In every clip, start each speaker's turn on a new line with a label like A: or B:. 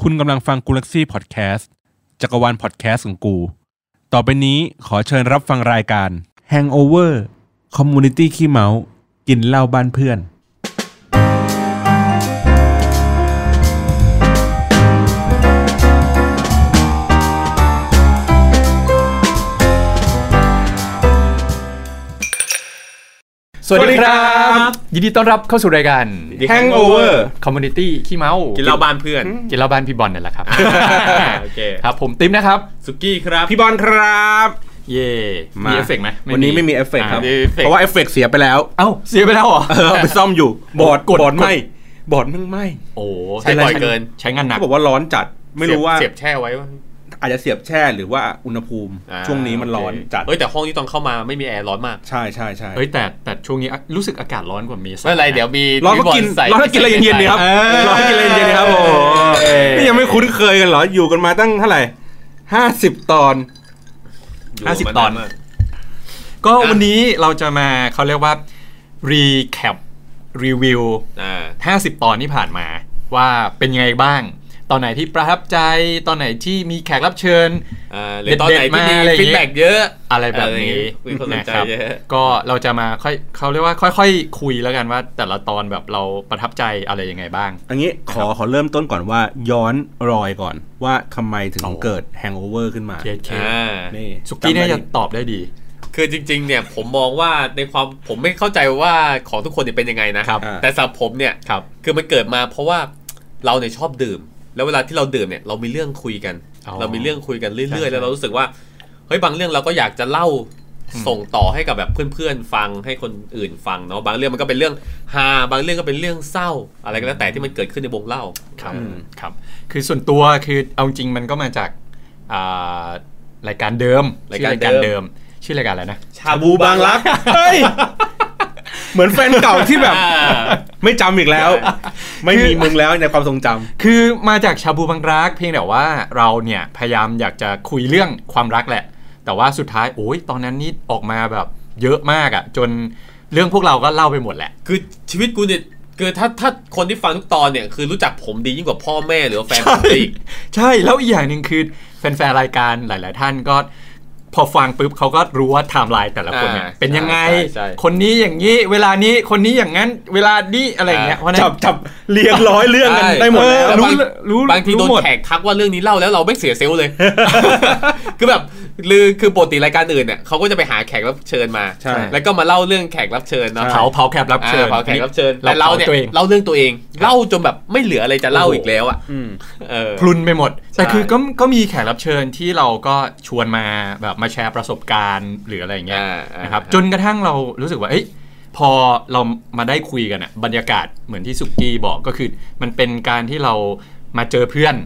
A: คุณกำลังฟังกูลักซี่พอดแคสต์จักรวาลพอดแคสต์ของกู ต่อไปนี้ขอเชิญรับฟังรายการ Hangover Community ขี้เมา กินเหล้าบ้านเพื่อน
B: สวัสดีครับ ยินดีต้อนรับเข้าสู่รายการ
C: Hangover
B: คอมมูนิตี้ขี้เมา
C: กิ
B: กิ
C: นเหล้าบ้านเพื่อน
B: กินเหล้าบ้านพี่บอลนั่นแหละครับ
C: โอเค
B: ครับผมติ๊มนะครับ
C: สุกี้ครับ
A: พี่บอลครับ
B: เย่
C: มามี
B: มีเอฟเฟกต์ไหม
A: วันนี้ไม่มีเอฟเฟกต์ครับ
B: ามีอฟฟกต์
A: เพราะว่าเอฟเฟกต์เสียไปแล้ว
B: เอ้าเสียไปแล้วเหรอ
A: เออไปซ่อมอยู่ บอด
B: กด
A: บอดไหมบอดมึงไหม
B: โอ้
C: ใช้บ่อยเกิน
B: ใช้งานหนั
A: เขา
B: ก
A: บอกว่าร้อนจัดไม่รู้ว่า
C: เสียบเสียบแช่ไว้วะ
A: อาจจะเสียบแช่หรือว่าอุณหภูมิ
C: อ่า
A: ช่วงนี้มันร้อน
C: โเค
A: จัด
C: เอ้ยแต่ห้องที่ตอนเข้ามาไม่มีแอร์ร้อนมาก
A: ใช่ใช่ใช่
B: เฮ้ยแต่แต่ช่วงนี้รู้สึกอากาศร้อนกว่าเมษา
C: ไม่เป็นไรเดี๋ยวมี
A: ร้อนก็กินร้อนก็กินอะไรเย็นๆดีครับร้อนก็กินอะไรเย็นๆดีครับโอ้โหนี่ยังไม่คุ้นเคยกันเหรออยู่กันมาตั้งเท่าไหร่ห้าสิบตอน
C: ยู่ม
A: 50ตอน
C: มาก
B: ก็วันนี้เราจะมาเขาเรียกว่ารีแคปรีวิว
C: อ่า
B: 50 ตอนที่ผ่านมาว่าเป็นยังไงบ้าง ตอนไหนที่ประทับใจ ตอนไหนที่มีแขกรับเชิญ
C: อ่าหรือตอนไหนที่
B: เด็ดๆมา
C: มี
B: อะไรอย่าง
C: ฟี
B: งี้
C: ดแบ็กเยอะ
B: อะไรแบบนี้
C: อะไรอย่างงี้มีคนสนใจ
B: รับ
C: เยอะ
B: ก็เราจะมาค่อยเขาเรียกว่าค่อยๆ คุยแล้วกันว่า แต่ละตอนแบบเราประทับใจอะไรยังไงบ้าง
A: อันนี้ขอขอเริ่มต้นก่อนว่าย้อนรอยก่อนว่าทำไมถึง
B: โอ้
A: เกิดแฮงโอเวอร์ขึ้นมา
B: เคเค
C: อ่า
A: นี่
B: สุกี้
A: จำได้
B: น่าจะ
A: ดิ
B: ตอบได้ดี
C: คือจริง ๆ เนี่ยผมมองว่าในความผมไม่เข้าใจว่าของทุกคนเนี่ยเป็นยังไงนะครับ แต่สำหรับผมเนี่ย
B: ครับ
C: คือมันเกิดมาเพราะว่าเราเนี่ยชอบดื่ม แล้วเวลาที่เราดื่มเนี่ยเรามีเรื่องคุยกัน
B: อ๋อ
C: เรามีเรื่องคุยกัน
B: ใช่
C: เรื่อย
B: ใช่
C: ๆ แล้วเรารู้สึกว่าเฮ้ยบางเรื่องเราก็อยากจะเล่า
B: อืม
C: ส่งต่อให้กับแบบเพื่อนๆฟังให้คนอื่นฟังเนาะบางเรื่องมันก็เป็นเรื่องฮาบางเรื่องก็เป็นเรื่องเศร้า อะไรก็แล้วแต่ที่มันเกิดขึ้นในวงเล่า
B: ครับ
C: เออ
B: ครับ คือส่วนตัวคือเอาจริงมันก็มาจากอ่ารายการเดิมชื่อชื่อรายการอะไรนะ
C: ชาบูบางรัก
A: เฮ้ย เหมือนแฟนเก่าที่ แบบ
C: อ่า
A: ไม่จำอีกแล้ว ไม่มีมึงแล้วในความทรงจำ
B: คือมาจากชาบูบังรัก เพียงแต่ว่าเราเนี่ยพยายามอยากจะคุยเรื่องความรักแหละ แต่ว่าสุดท้ายโอ้ยตอนนั้นนี่ออกมาแบบเยอะมากอะ่ะ จนเรื่องพวกเราก็เล่าไปหมดแหละ
C: คือชีวิตกูเนี่ยคือถ้าถ้าคนที่ฟังทุกตอนเนี่ยคือรู้จักผมดียิ่งกว่าพ่อแม่หรือว่าแฟนผมอีก
B: ใช่แล้วอีกอย่างหนึ่งคือแฟนๆรายการหลาย ๆ ท่านก็ พอฟังปุ๊บเขาก็รู้ว่าไทม์ไลน์แต่ละคนเนี่ย
C: อ่า
B: เป็นยังไง
C: ใช่ใช่
B: คนนี้อย่างนี้ เวลานี้คนนี้อย่างนั้น เวลานี้อะไรอย่างเงี้ยเพราะฉะ
A: จั
B: นั้น
A: บจับเรียงร้อยเรื่องกัน
C: ใช่
A: ได้หมดแล้ว
C: เออ
B: รู้
C: บาง
B: รู้
C: บางที
B: รู้
C: โดน
B: หมด
C: แขกทักว่าเรื่องนี้เล่าแล้วเราไม่เสียเซลล์เลย คือแบบลือคือปกติรายการอื่นเนี่ยเขาก็จะไปหาแขกรับเชิญมา
A: ใช่
C: แล้วก็มาเล่าเรื่องแขกรับเชิญเนาะ
B: เผาเผาแคบรับ
C: อ่า
B: เชิญ
C: เผาแขกรับเชิญแต่เราเนี่ย
B: เราเผาตัวเอง
C: เล่าเรื่องตัวเอง เล่าจนแบบไม่เหลืออะไรจะเล่าอีกแล้วอ่ะ
A: อืม
C: เออ
B: พลุนไปหมด แต่
C: ใช่
B: คือก็ก็มีแขกรับเชิญที่เราก็ชวนมาแบบมาแชร์ประสบการณ์หรืออะไรอย่างเงี้ย
C: อ่า
B: นะครับจนกระทั่งเรารู้สึกว่าเอ้ยพอเรามาได้คุยกันอะบรรยากาศเหมือนที่สุกี้บอกก็คือ มันเป็นการที่เรามาเจอเพื่อน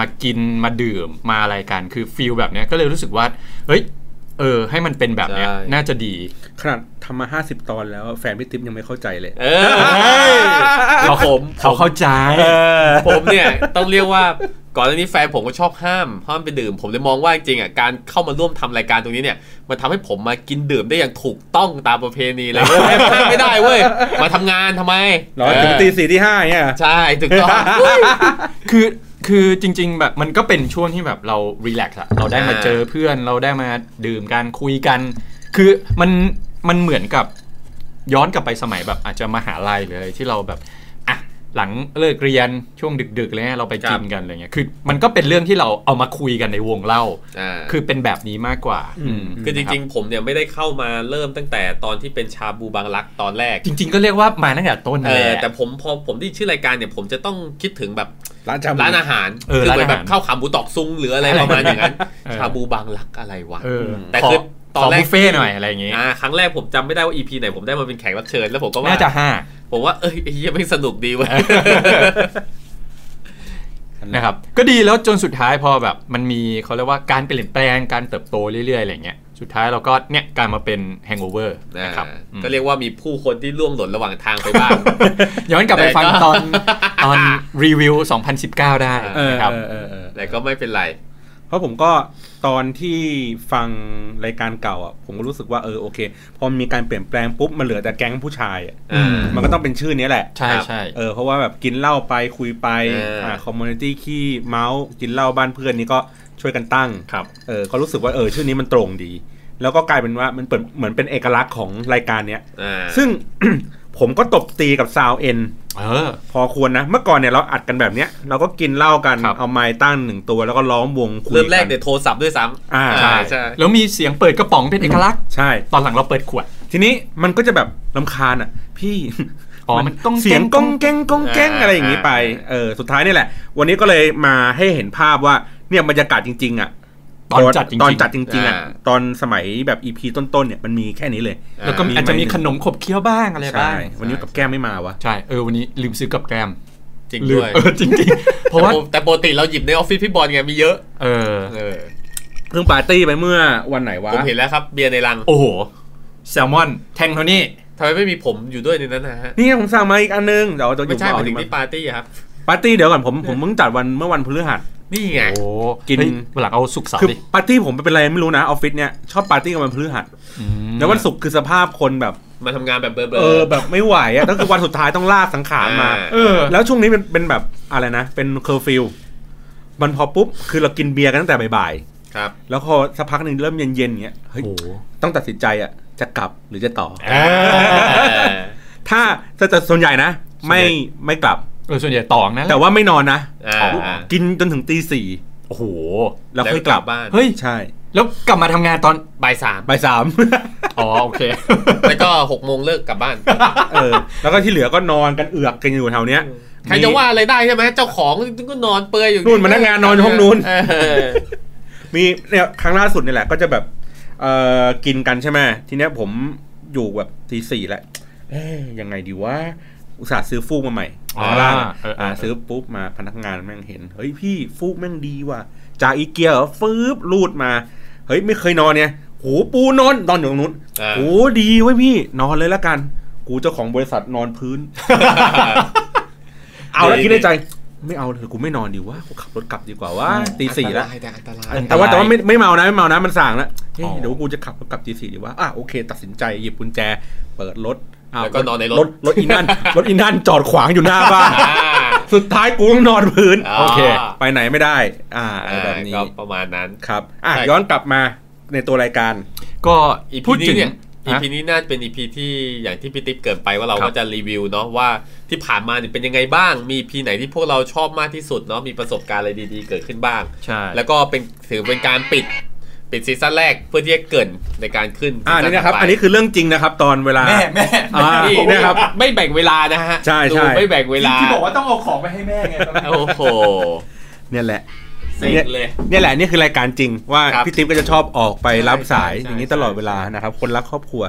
B: มากินมาดื่มมาอะไรกันคือฟีลแบบเนี้ยก็เลยรู้สึกว่าเฮ้ยเออให้มันเป็นแบบเนี้ย
C: ใช่
B: น่าจะดี
A: ขนาดทำมาห้าสิบตอนแล้วแฟนพี่ติ๊บยังไม่เข้าใจเลย
C: เออเขาผม
B: เขาเข้าใจ
C: ผมเนี่ยต้องเรียกว่าก่อนหน้านี้แฟนผมก็ชอบห้ามห้ามไปดื่ม ผมเลยมองว่าจริงๆอ่ะการเข้ามาร่วมทำรายการตรงนี้เนี่ยมันทำให้ผมมากินดื่มได้อย่างถูกต้องตามประเพณีเลยห้ามไม่ได้เว้ยมาทำงานทำไม
A: ร้อยถึงตีสี่ที่ห้าเนี่ย
C: ใช่ถูกต้อง
B: คือคือจริง ๆ แบบมันก็เป็นช่วงที่แบบเรารีแลกซ์อะเราได้มา
C: อ่า
B: เจอเพื่อนเราได้มาดื่มกันคุยกัน คือมันมันเหมือนกับย้อนกลับไปสมัยแบบอาจจะมหาลัยหรืออะไรที่เราแบบอ่ะหลังเลิกเรียนช่วงดึกๆเลยนะเราไปกินกันอะไรเงี้ยคือมันก็เป็นเรื่องที่เราเอามาคุยกันในวงเล่า
C: อ่า
B: คือเป็นแบบนี้มากกว่า
A: อืม
B: ม
C: คือจริงๆ ผมเนี่ยไม่ได้เข้ามาเริ่มตั้งแต่ตอนที่เป็นชาบูบางรักตอนแรก
B: จริง ๆ ก็เรียกว่ามาตั้งแต่ต้น
C: เอ
B: นั่นแห
C: อ
B: ละ
C: แต่ผมพอผมที่ชื่อรายการเนี่ยผมจะต้องคิดถึงแบบ
A: ร้านจำ
C: ร้านอาหาร
B: เออ
C: คื
B: ร้าน
C: เหมื
B: อาหาร
C: นแบบข้าวขาหมูตอกซุงหรืออะไรประมาณอย่างนั้น
B: เออ
C: ชาบูบางรักอะไรวะ
B: เออ
C: แต่
B: ข
C: คือตอน
B: ข
C: แรก
B: บุฟเฟ่ต์หน่อยอะไรอย่างเงี้ย
C: อ่าครั้งแรกผมจำไม่ได้ว่าอีพีไหนผมได้มาเป็นแขกรับเชิญแล้วผมก็ว่า
B: น่าจะห้า
C: ผมว่าเอ้ยไอ้เหี้ยังไม่งสนุกดีเว้ย
B: นะครับก็ดีแล้วจนสุดท้ายพอแบบมันมีเขาเรียกว่าการเปลี่ยนแปลงการเติบโตเรื่อยๆอะไรเงี้ยสุดท้ายเราก็เนี่ยกลารมาเป็น hangover นะครับ
C: อ่า
B: อืม
C: ก็เรียกว่ามีผู้คนที่ล่วงหล่นระหว่างทางไปบ้าง
B: ย้อนกลับไป
C: แต่ก็
B: ฟังตอนตอนรีวิว 2019 ได้
C: อ่า
A: เออ
B: นะครับ
A: เออเออเออ
C: แต่ก็ไม่เป็นไร
A: เพราะผมก็ตอนที่ฟังรายการเก่าอ่ะผมก็รู้สึกว่าเออโอเค พอมีการเปลี่ยนแปลงปุ๊บมันเหลือแต่แก๊งผู้ชายอะ
B: อื
C: อ่า
B: ม
A: มันก็ต้องเป็นชื่อนี้แหละ
B: ใช่
C: ครับ
B: ใช่
A: เออเพราะว่าแบบกินเหล้าไปคุยไป
C: เอออ่
A: อ่าคอมมูนิตี้ขี้เมาส์กินเหล้าบ้านเพื่อนนี่ก็ช่วยกันตั้ง
B: ครับ
A: เออก็รู้สึกว่าเออชื่อนี้มันตรงดี แล้วก็กลายเป็นว่ามันเปิดเหมือนเป็นเอกลักษณ์ของรายการเนี้ย
C: อ่า
A: ซึ่ง ผมก็ตบตีกับซาวเอ็น
B: เออ
A: พอควรนะ เมื่อก่อนเนี่ยเราอัดกันแบบเนี้ยเราก็กินเหล้ากัน
B: ครับ
A: เอาไม้ตั้งหนึ่งตัวแล้วก็ล้อมวงคุย
C: เริ่มแรก
A: กั
C: เนี่
A: น
C: ยโทรศัพท์ด้วยซ้ำ
A: อ่า
C: ใช่ใช่
B: แล้วมีเสียงเปิดกระป๋องเป็นเอกลักษณ์
A: ใช่
B: ตอนหลังเราเปิดขวด
A: ทีนี้มันก็จะแบบลำคาญอ่ะ พี่
B: อ๋อ มันต้อง
A: เสียงก้องแก้งก้องแก้งอะไรอย่างนี้ไป เออ สุดท้ายนี่แหละ วันนี้ก็เลยมาให้เห็นภาพว่า เนี่ยบรรยากาศจริง ๆ อ่ะ
B: ตอนจัดจริงๆ
A: ตอนจัดจริงๆอ่ะ ตอนสมัยแบบ EP ต้น ๆ เนี่ย มันมีแค่นี้เลย
B: แล้วก็
A: มี
B: อาจจะ
A: ไหม
B: มีขนมขบเคี้ยวบ้างอะไรบ้า
A: ใช่
B: ง
A: วันนี้กับแก้มไม่มาวะ
B: ใช่ เออ วันนี้ลืมซื้อกับแกล้ม
C: จริง
B: ลืม
C: ด้วย
B: เออจริงๆ เพราะว่า
C: แต่ปกแต่ปกติเราหยิบในออฟฟิศพี่บอลไงมีเยอะ
B: เออ
C: เออ
A: เพิ่งปาร์ตี้ไปเมื่อวันไหนวะ
C: ผมเห็นแล้วครับเบียร์ในรัง
B: โอ้โห แซลมอน แทงเท่านี้
C: ทำไมไม่มีผมอยู่ด้วยในนั้นนะฮะ
A: นี่ไงผมสั่งมาอีกอันนึง เดี๋ยวจะหยิ
C: ไม่
A: บ
C: ใช่
A: มาม
C: หาย
A: ห
C: ถึ
A: ยิ
C: ง
A: บ
C: ที่
A: มา
C: ปาร์ตี้อะครับ
A: ปาร์ตี้เดี๋ยวก่อนผมผมเพิ่งจัดวันเมื่อวันพฤหัส
C: นี่ไง
B: โอ้
A: กิน
B: เฮ้ยวันหลังเอาสุกเสาร์
A: คือ
B: ดิ
A: ปาร์ตี้ผมเป็นอะไรไม่รู้นะออฟฟิศเนี่ยชอบปาร์ตี้กันวันพฤหัส
B: ม
A: แล้ววันศุกร์คือสภาพคนแบบ
C: มาทำงานแบบเบลอๆ
A: เออแบบไม่ไหวอ่ะก็คือวันสุดท้ายต้องลากสังขารมา
C: อ่า
B: เออ
A: แล้วช่วงนี้เป็นเป็นแบบอะไรนะ เป็นเคอร์ฟิวมันพอปุ๊บ คือเรากินเบียร์กันตั้งแต่บ่าย
C: ครับ
A: ๆแล้วพอสักพักหนึ่งเริ่มเย็นๆเงี้ยเฮ้ย
B: โอ้โห
A: ต้องตัดสินใจอ่ะจะกลับหรือจะต่อ
C: อ่า
A: ถ้าจะจะส่วนใหญ่นะ ไม่
B: ส่วนใหญ่
A: ไม่กลับ
B: เออส่วนใหญ่ต่องนะ
A: แต่ว่าไม่นอนนะ
C: อ่า
A: กินจนถึงตีสี่
B: โอ้โห
A: แล้วค่อยกลับ
C: บ้าน
B: เฮ้ย
A: ใช่
B: แล้วกลับมาทำงานตอน
C: บ่ายสาม
A: บ่ายสาม
B: อ๋อ โอเค
C: แล้วก็หกโมงเลิกกลับบ้าน
A: เออ แล้วก็ที่เหลือก็นอนกันเอือกกันอยู่แถวเนี้ย
C: ใครจะว่าอะไรได้ใช่ไหมเจ้าของก็นอนเปลือยอยู่
A: นู่นพนักงานนอนอยู่ห้องนู้น
C: เออ
A: มีเนี่ยครั้งล่าสุดนี่แหละก็จะแบบเออกินกันใช่ไหมทีเนี้ยผมอยู่แบบตีสี่แหละเอ๊ยยังไงดีวะอุตส่าห์ซื้อฟูกมาใหม่
B: อ่า
A: ข้างล่างอะ
B: เออเออ
A: อ่าซื้อปุ๊บมาพนักงานแม่งเห็น เฮ้ยพี่ฟูกแม่งดีว่ะจากอีเกียเหรอฟืบลูดมา เฮ้ยไม่เคยนอนเนี่ยโหปูนอนนอนอยู่ตรงนู้น
C: อ่า
A: โหดีเว้ยพี่นอนเลยละกัน กูเจ้าของบริษัทนอนพื้น เอาแล้วคิดในใจ ไม่เอาเถอะกูไม่นอนดีวะกูขับรถกลับดีกว่าว่าตีสี่แล้ว
C: อันตรายแต่อันตราย
A: แต่ว่า
B: อันต
A: แต่
B: ราย
A: ว่าไม่ไม่เมานะไม่เมานะมันสั่งแล้วเฮ้ย
B: อ๋อ
A: เดี๋ยวกูจะขับรถกลับทีสี่ดีว่าอ่ะโอเค ตัดสินใจหยิบกุญแจ เปิดรถาว
C: แล้วก็นอนในรถ
A: รถรถอีนั่น รถอีนั่นจอดขวางอยู่หน้าบ้าน
C: อ่า
A: สุดท้ายกูต้องนอนพื้น
C: อ่า
A: โอเค ไปไหนไม่ได้ อ่าอะไรแบบนี้
C: ก็ประมาณนั้น
A: ครับ อ่ะ
C: ใช่
A: ย้อนกลับมาในตัวรายการ
B: ก็
C: อีพี
B: พูด
C: นี้
B: ถึง
C: เนี่ยอี
A: ฮะ
C: พีนี้น่าจะเป็นอีพีที่อย่างที่พี่ติ๊บเกรินไปว่าเรา
A: ครั
C: ก็
A: บ
C: จะรีวิวเนาะว่าที่ผ่านมาเนี่ยเป็นยังไงบ้าง มีพีไหนที่พวกเราชอบมากที่สุดเนาะมีประสบการณ์อะไรดีๆ เกิดขึ้นบ้าง
B: ใช่
C: แล้วก็เป็นถือเป็นการปิดปิดซีซั่นแรกเพื่อที่จะเกรินในการขึ้น
A: อ่า
C: ซี
A: นี่
C: ซั่
A: นะครับ
C: ต่ไป
A: อันนี้คือเรื่องจริงนะครับ ตอนเวลา
B: แม่แม่
A: อ่า
C: นี่
A: นี่นะครับ
C: ไม่แบ่งเวลานะฮะ
A: ใช่ใช่
C: ดูไม่แบ่งเวลา
B: ที่บอกว่าต้องเอาของไปให้แม่ไงตอนนั้น
C: โอ้โห
A: เนี่ยแหละ
C: เซ็งเลย
A: เนี่ยแหละนี่คือรายการจริงว่า
C: ครับ
A: พี่ติ๊บก็จะชอบออกไปรับสาย
C: ใช่ใช่
A: อย่างนี้
C: ใช่
A: ตลอดเวลานะครับ คนรักครอบครัว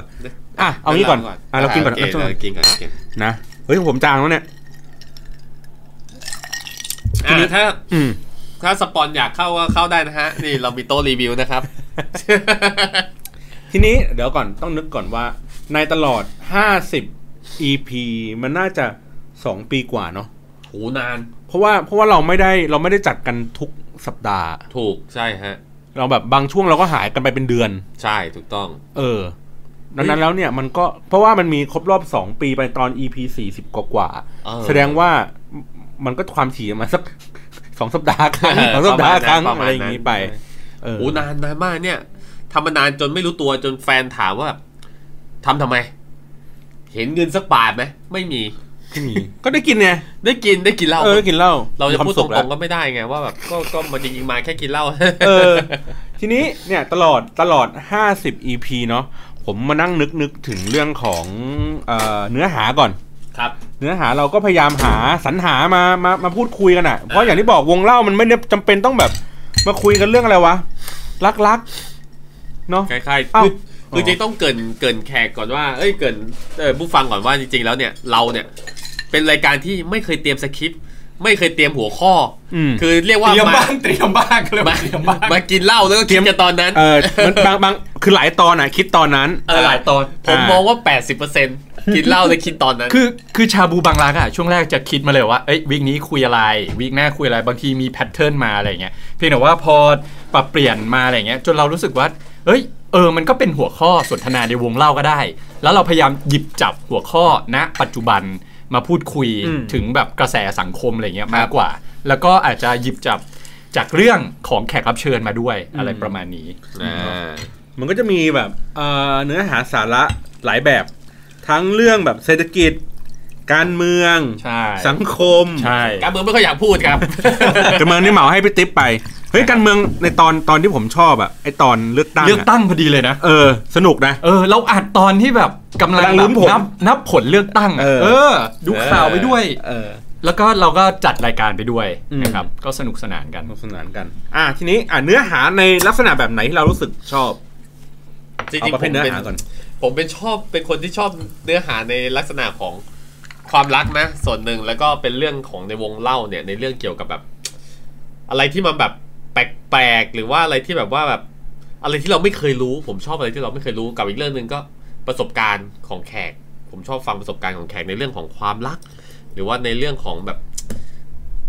A: อ่ะเอางี้ก่อนอ่ะเรากินก่อน
C: โอเค
A: เอาช่วง
C: เรากินก่อนกิน
A: นะเฮ้ยผมจางแล้วเนี่ย
C: อ่าถ้า
A: อืม
C: ถ้าสปอนอยากเข้าก็เข้าได้นะฮะ นี่เรามีโต๊ะรีวิวนะครับ
A: ทีนี้เดี๋ยวก่อนต้องนึกก่อนว่า ในตลอด 50 EP มันน่าจะ 2 ปีกว่าเนาะ
C: หูนาน
A: เพราะว่าเพราะว่าเราไม่ได้เราไม่ได้จัดกันทุกสัปดาห์
C: ถูกใช่ฮะ
A: เราแบบบางช่วงเราก็หายกันไปเป็นเดือน
C: ใช่ถูกต้อง
A: เออ ดังนั้นแล้วเนี่ยมันก็เพราะว่ามันมีครบรอบ 2 ปีไปตอน EP 40 กว่ากว่าๆ
C: เออ
A: แสดงว่ามันก็ความถี่มาสัก สองสัปดาห์ครั้ง
C: เออ
A: สองสัปดาห์ครั้ง
C: ประ
A: อะ
C: มาณนั้น
A: ไรอย่างนี้ไป เออ
C: หูนานนานมากเนี่ยทำมานานจนไม่รู้ตัวจนแฟนถามว่าแบบทำทำไม เห็นเงินสักบาทไหมไม่มี
A: ไม่มีก็ได้กินไง
C: ได้กินได้กินเหล้า
A: เออกินเหล้า
C: เราจะพูด
A: มีควม
C: ต
A: สุขแล้
C: ร
A: ว
C: งๆก็ไม่ได้ไงว่าแบบก็ก็มันจริงๆมาแค่กินเหล้า
A: เออ ทีนี้เนี่ยตลอดตลอด 50 EP เนาะผมมานั่งนึกนึกถึงเรื่องของเอ่อเนื้อหาก่อน
C: ครับ
A: เนื้อหาเราก็พยายามหาสรรหามามามาพูดคุยกันอะ่ะ เพราะอย่างที่บอกวงเล่ามันไม่ได้จำเป็นต้องแบบ มาคุยกันเรื่องอะไรวะ รักรักๆเนาะ
C: คล้ายๆ
A: เอ้า
C: คือคือ
A: อ
C: จริงๆต้องเกรินเกรินแขกก่อนว่า เอ้ยเกรินเออผู้ฟังก่อนว่าจริงๆแล้วเนี่ยเราเนี่ยเป็นรายการที่ไม่เคยเตรียมสคริปต์ ไม่เคยเตรียมหัวข้ออ
A: ม
C: คือเรียกว่า
B: เตรียม
C: มา
B: บ้างเตรียมบ้างก็เลย
C: มา
B: เตรียมบ้าง
C: มากินเหล้าแล้วก็กินกันตอนนั้น
A: เออมันบางบางคือหลายตอนอ่ะคิดตอนนั้น
C: เออ
B: หลายตอน
C: ผม
A: อ่าม ม
C: องว่า 80%กินเหล้าแล้วกินตอนนั้น
B: คือคือชาบูบางร้านอะช่วงแรกจะคิดมาเลยว่าเอ้ยวีคนี้คุยอะไรวีคหน้าคุยอะไรบางทีมีแพทเทิร์นมาอะไรเงี้ยเพียงแต่ว่าพอปรับเปลี่ยนมาอะไรเงี้ยจนเรารู้สึกว่าเอ้ยเออมันก็เป็นหัวข้อสนทนาในวงเล่าก็ได้ แล้วเราพยายามหยิบจับหัวข้อณปัจจุบันมาพูดคุย
C: อืม
B: ถึงแบบกระแสสังคมอะไรเงี้ย
C: ครับ
B: มากกว่า แล้วก็อาจจะหยิบจับจากเรื่องของแขกรับเชิญมาด้วยอะไรประมาณนี้
C: อ่า
A: มันก็จะมีแบบเอ่อเนื้อหาสาระหลายแบบ ทั้งเรื่องแบบเศรษฐกิจ การเมือง
B: ใช่
A: สังคม
B: ใช่
C: การเมืองไม่ค่อยอยากพูดครับ
A: การเมืองนี่เหมาให้พี่ติ๊บไปเฮ้ยการเมืองในตอนตอนที่ผมชอบอะไอตอนเลือกตั้
B: เลือก
A: งะ
B: ตั้งพอดีเลยนะ
A: เออ สนุกนะ
B: เออ เราอัดตอนที่แบบกำลั
A: กำลั
B: ง
A: งลุ้นผล
B: นับนับผลเลือกตั้งะ
A: เออ
B: อดูข่าวไปด้วย
A: เออ
B: แล้วก็เราก็จัดรายการไปด้วย
A: อืม
B: นะครับ ก็สนุกสนานกัน
A: สนุกสนานกัน อ่ะทีนี้อ่ะเนื้อหาในลักษณะแบบไหนที่เรารู้สึกชอบ
C: จริ
A: เอา
C: ง
A: ประ
C: ๆผ
A: เภท
C: ม
A: เนื้อ
C: เป็น
A: หาก่อน
C: ผมเป็นชอบเป็นคนที่ชอบเนื้อหาในลักษณะของความรักนะ ส่วนหนึ่งแล้วก็เป็นเรื่องของในวงเล่าเนี่ย ในเรื่องเกี่ยวกับแบบ อะไรที่มันแบบแปลกๆหรือว่าอะไรที่แบบว่าแบบ อะไรที่เราไม่เคยรู้ ผมชอบอะไรที่เราไม่เคยรู้กับอีกเรื่องหนึ่งก็ประสบการณ์ของแขก ผมชอบฟังประสบการณ์ของแขกในเรื่องของความรัก หรือว่าในเรื่องของแบบ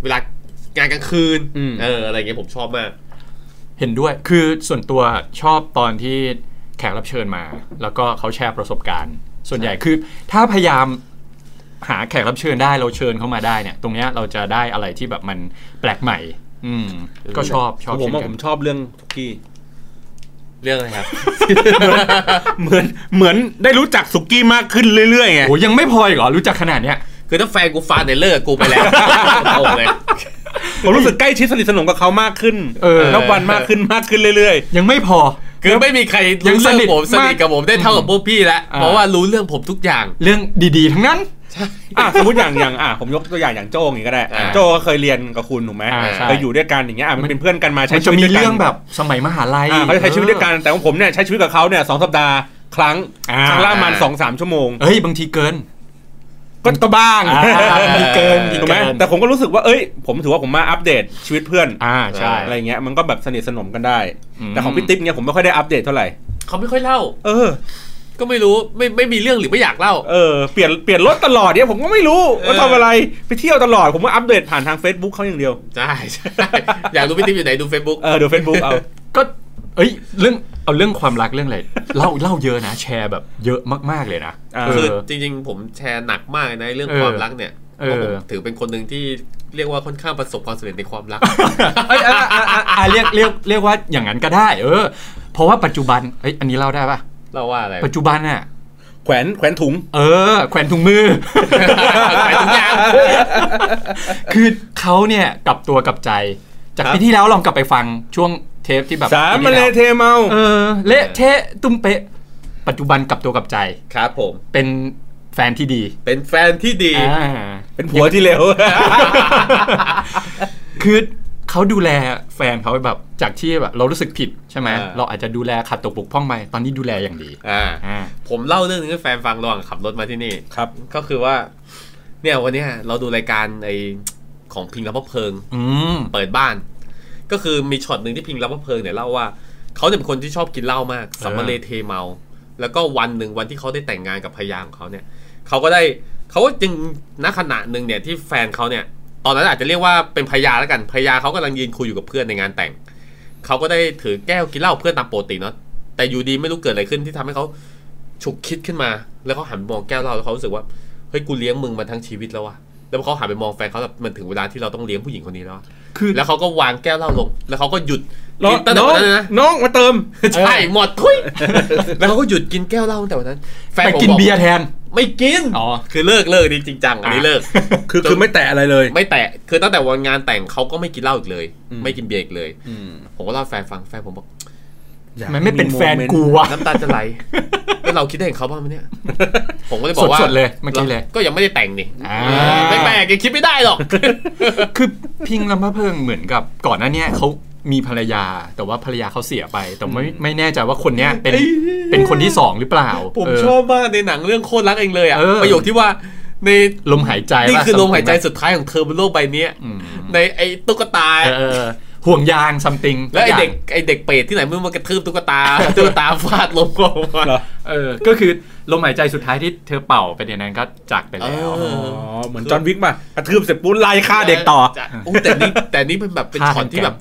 C: เวลางานกลางคืน
A: อืม
C: เอออะไรอย่างเงี้ยผมชอบมาก
B: เห็นด้วย คือส่วนตัวชอบตอนที่แขกรับเชิญมา แล้วก็เขาแชร์ประสบการณ์ ส่วนใหญ่คือ ถ้าพยายามหาแขกรับเชิญได้เราเชิญเข้ามาได้เนี่ย ตรงเนี้ยเราจะได้อะไรที่แบบมันแปลกใหม่ อืม ก็ชอบชอบ
A: ผ
B: เช่
A: ม
B: น
A: ว่า
B: กั
A: ผ
B: น
A: มชอบเรื่องทุกกี้
C: เรื่องอะไรครับ
A: เหมือนเหมือนได้รู้จักสุกี้มากขึ้นเรื่อยๆไง
B: โอ้ยังไม่พออีกเหรอรู้จักขนาดเนี้ย
C: คือถ้าแฟนกูฟาดในเลิกกูไปแล้ว โอ้เลย
A: ผมรู้สึกใกล้ชิดสนิทสนมกับเขามากขึ้น
B: เออ
A: นับวันมากขึ้นมากขึ้นเรื่อย
B: ยังไม่พอ
C: คือไม่มีใคร
B: ยั
C: รู้
B: งส
C: เรื่อ
B: นิท
C: งผมสนิทกับผมได้เท่ากับพวกพี่แล้ว
B: อ่า
C: เพราะว่ารู้เรื่องผมทุกอย่าง
B: เรื่องดีๆ ทั้งนั้น
A: ๆอ่ะสมมติอย่างอย่างอ่ะผมยกตัวอย่างอย่างโจ้อย่างงี้ก็ได้อ่ะ
C: อ่า
A: โจ้ก็เคยเรียนกับคุณถูกไหม
B: อ่าใช่
A: เคยอยู่ด้วยกันอย่างเงี้ยอ่ะมันเป็นเพื่อนกันมาใช้
B: มัน
A: ชี
B: จะ
A: วิต
B: มี
A: ด้วยกัน
B: เรื่องแบบสมัยมหาลัย
A: อ่ะเขาจะใช้ชีวิตด้วยกันแต่ของผมเนี่ยใช้ชีวิตกับเขาเนี่ยสองสัปดาห์ครั้ง
B: อ่า
A: ครั้งละประมาณสองสามชั่วโมง
B: เอ้ย บางทีเกิน
A: ก็ก็บ้าง
B: อ่ามีเกินมี
A: ถูกไหม
B: เกิน
A: แต่ผมก็รู้สึกว่าเอ้ย ผมถือว่าผมมาอัปเดตชีวิตเพื่อน
B: อ่า ใช่
A: อะไรเงี้ยมันก็แบบสนิทสนมกันได้
B: อืม
A: แต่ของพี่ติ๊บเนี่ยผมไม่ค่อยได้อัปเดตเท่าไหร่
C: เขาไม่ค่อยเล่า
A: เออ
C: ก็ไม่รู้ไม่ไม่มีเรื่องหรือไม่อยากเล่า
A: เออเปลี่ยนเปลี่ยนรถตลอดเนี่ยผมก็ไม่รู้ว่าทำอะไรไปเที่ยวตลอดผมว่าอัปเดตผ่านทาง Facebook เขาอย่างเดียว
C: ใช่ ใช่อยากรู้พี่ติ๊บอยู่ไหนดู Facebook
A: เออดู Facebook เอา
B: ก็เอ้ย เรื่อง เอาเรื่องความรักเรื่องอะไร เล่า เล่าเยอะนะ แชร์แบบเยอะมาก ๆ เลยนะ
A: อ่า
B: เอ
C: คือ
B: อ
C: จริง ๆ ผมแชร์หนักมากนะเรื่อง
B: เออ
C: ความรักเนี่ย
B: เออ
C: เพราะผมถือเป็นคนหนึ่งที่เรียกว่าค่อนข้างประสบความสำเร็จในความรั ก
B: เอ้ยอ่ะอ่ะอ่ะอ่ะเรียก เรียก เรียกว่าอย่างนั้นก็ได้ เออ เพราะว่าปัจจุบัน เอ้ย อันนี้เล่าได้ป่ะ
C: เล่าว่าอะไร
B: ปัจจุบันน่ะ
A: แขวนแขวนถุง
B: เออ แขวนถุงมือ
C: ขายทุกอย่าง
B: คือเขาเนี่ยกลับตัวกลับใจ จาก
C: ครับ
B: ปีที่แล้วลองกลับไปฟังช่วงเทปที่แบบ
A: สาม
B: ปี
A: มา
B: ที่
A: เล
B: แล้ว
A: เทเมา
B: เออเละเทะตุ้มเป๊ะ ปัจจุบันกลับตัวกลับใจ
C: ครับผม
B: เป็นแฟนที่ดี
C: เป็นแฟนที่ดี
B: อ่า
A: เป็นผัวที่เลว
B: คือเขาดูแลแฟนเขาแบบจากที่แบบเรารู้สึกผิดใช่ไหม
C: อ่า
B: เราอาจจะดูแลขาดตกบกพร่องไปตอนนี้ดูแลอย่างดี
C: อ่า
B: อ่า
C: ผมเล่าเรื่องนึงให้แฟนฟังระหว่างขับรถมาที่นี่
A: ครับ
C: ก็คือว่า เนี่ยวันเนี้ยเราดูรายการไอของพิงรับพระเพลิง
B: อืม
C: เปิดบ้าน ก็คือมีช็อตหนึ่งที่พิงรับพระเพลิงเนี่ยเล่าว่าเขาเนี่ยเป็นคนที่ชอบกินเหล้ามากสัมมาเลเทเมา แล้วก็วันหนึ่งวันที่เขาได้แต่งงานกับภรรยาของเขาเนี่ยเขาก็ได้เขาก็จึงณขณะหนึ่งเนี่ยที่แฟนเขาเนี่ย ตอนนั้นอาจจะเรียกว่าเป็นภรรยาแล้วกันภรรยาเขากำลังยืนคุยอยู่กับเพื่อนในงานแต่งเขาก็ได้ถือแก้วกินเหล้าเพื่อนตามปกติเนาะแต่อยู่ดีไม่รู้เกิดอะไรขึ้นที่ทำให้เขาฉุกคิดขึ้นมา แล้วเขาหันมองแก้วเหล้าแล้วเขารู้สึกว่าเฮ้ยกูเลี้ยงมึงมาทั้งชีวิตแล้วอะแล้วพอเขาหันไปมองแฟนเขาแบบมันถึงเวลาที่เราต้องเลี้ยงผู้หญิงคนนี้แล้วอะ
B: คือ
C: แล้วเขาก็วางแก้วเหล้าลง แล้วเขาก็หยุด
A: น้อ
C: กิ
A: ง
C: นตั้งแต่วันนั้นนะ
A: น้องมาเติม
C: ใช่ หมดทุย แล้วเขาก็หยุดกินแก้วเหล้าตั้งแต่วันนั้น แฟน
B: ไป
C: ผม
B: กิน
C: บอก
B: เบียร์แทน
C: ไม่กิน
B: อ๋อ
C: คือเลิกเลิกนี่จริงจังอันนี้เลิก
A: คือคือไม่แตะอะไรเลย
C: ไม่แตะ คือตั้งแต่วันงานแต่งเขาก็ไม่กินเหล้าอีกเลย
A: อืม
C: ไม่กินเบียร์อีกเลย
A: อืม
C: ผมก็เล่าให้แฟนฟัง แฟนผมบอก
A: อยาก
B: มันไม่เป็น
A: โ
B: แฟนกูวะ
C: น้ำตา จะไหล แล้วเราคิดได้เห็นเขาบ้างไหมเนี่ย ผมก็เลยบอกว่า
B: สดๆเลยเมื่อกี้เลย
C: ก็ยังไม่ได้แต่งนี่
B: อ่า
C: ไม่แปลกยังคิดไม่ได้หรอก
B: คือพิงลำพะเพิงเหมือนกับก่อนหน้าเนี้ยเขามีภรรยา แต่ว่าภรรยาเขาเสียไป แต่ไม่ไม่แน่ใจว่าคนเนี้ยเป็น
C: ไอ้
B: เป็นคนที่สองหรือเปล่า
C: ผม
B: เออ
C: ชอบมากในหนังเรื่องโคตรรักเองเลยอ่ะ
B: เออ
C: ประโยคที่ว่า ใน
B: ลมหายใจ
C: นี่
B: ป่ะ
C: คือลมหายใจสุดท้ายของเธอบนโลกใบเนี้ย
B: อืม
C: ในไอ้ตุ๊กตา
B: เออเออห่วงยางซัมติง
C: แล้วไอเด็กไอเด็กเปรตที่ไหนไม่รู้มากระทืบตุ๊กตา ตุ๊กตาฟาดลมกองมา
D: เหรอ
B: เออ ก็คือลมหายใจสุดท้ายที่เธอเป่าไปเดี๋ยวนั้นก็จากไป
C: เอ
B: แล้ว
D: อ๋อ
C: อ
D: เหมือนจอห์นวิกป่ะกระทืบเสร็จปุ๊บไล่ฆ่าเด็กต่อ
C: จะโอ้แต่นี่แต่นี่เป็นแบบเป็น
B: ฆ่า
C: ช็อตที่
B: แกง
C: แบบ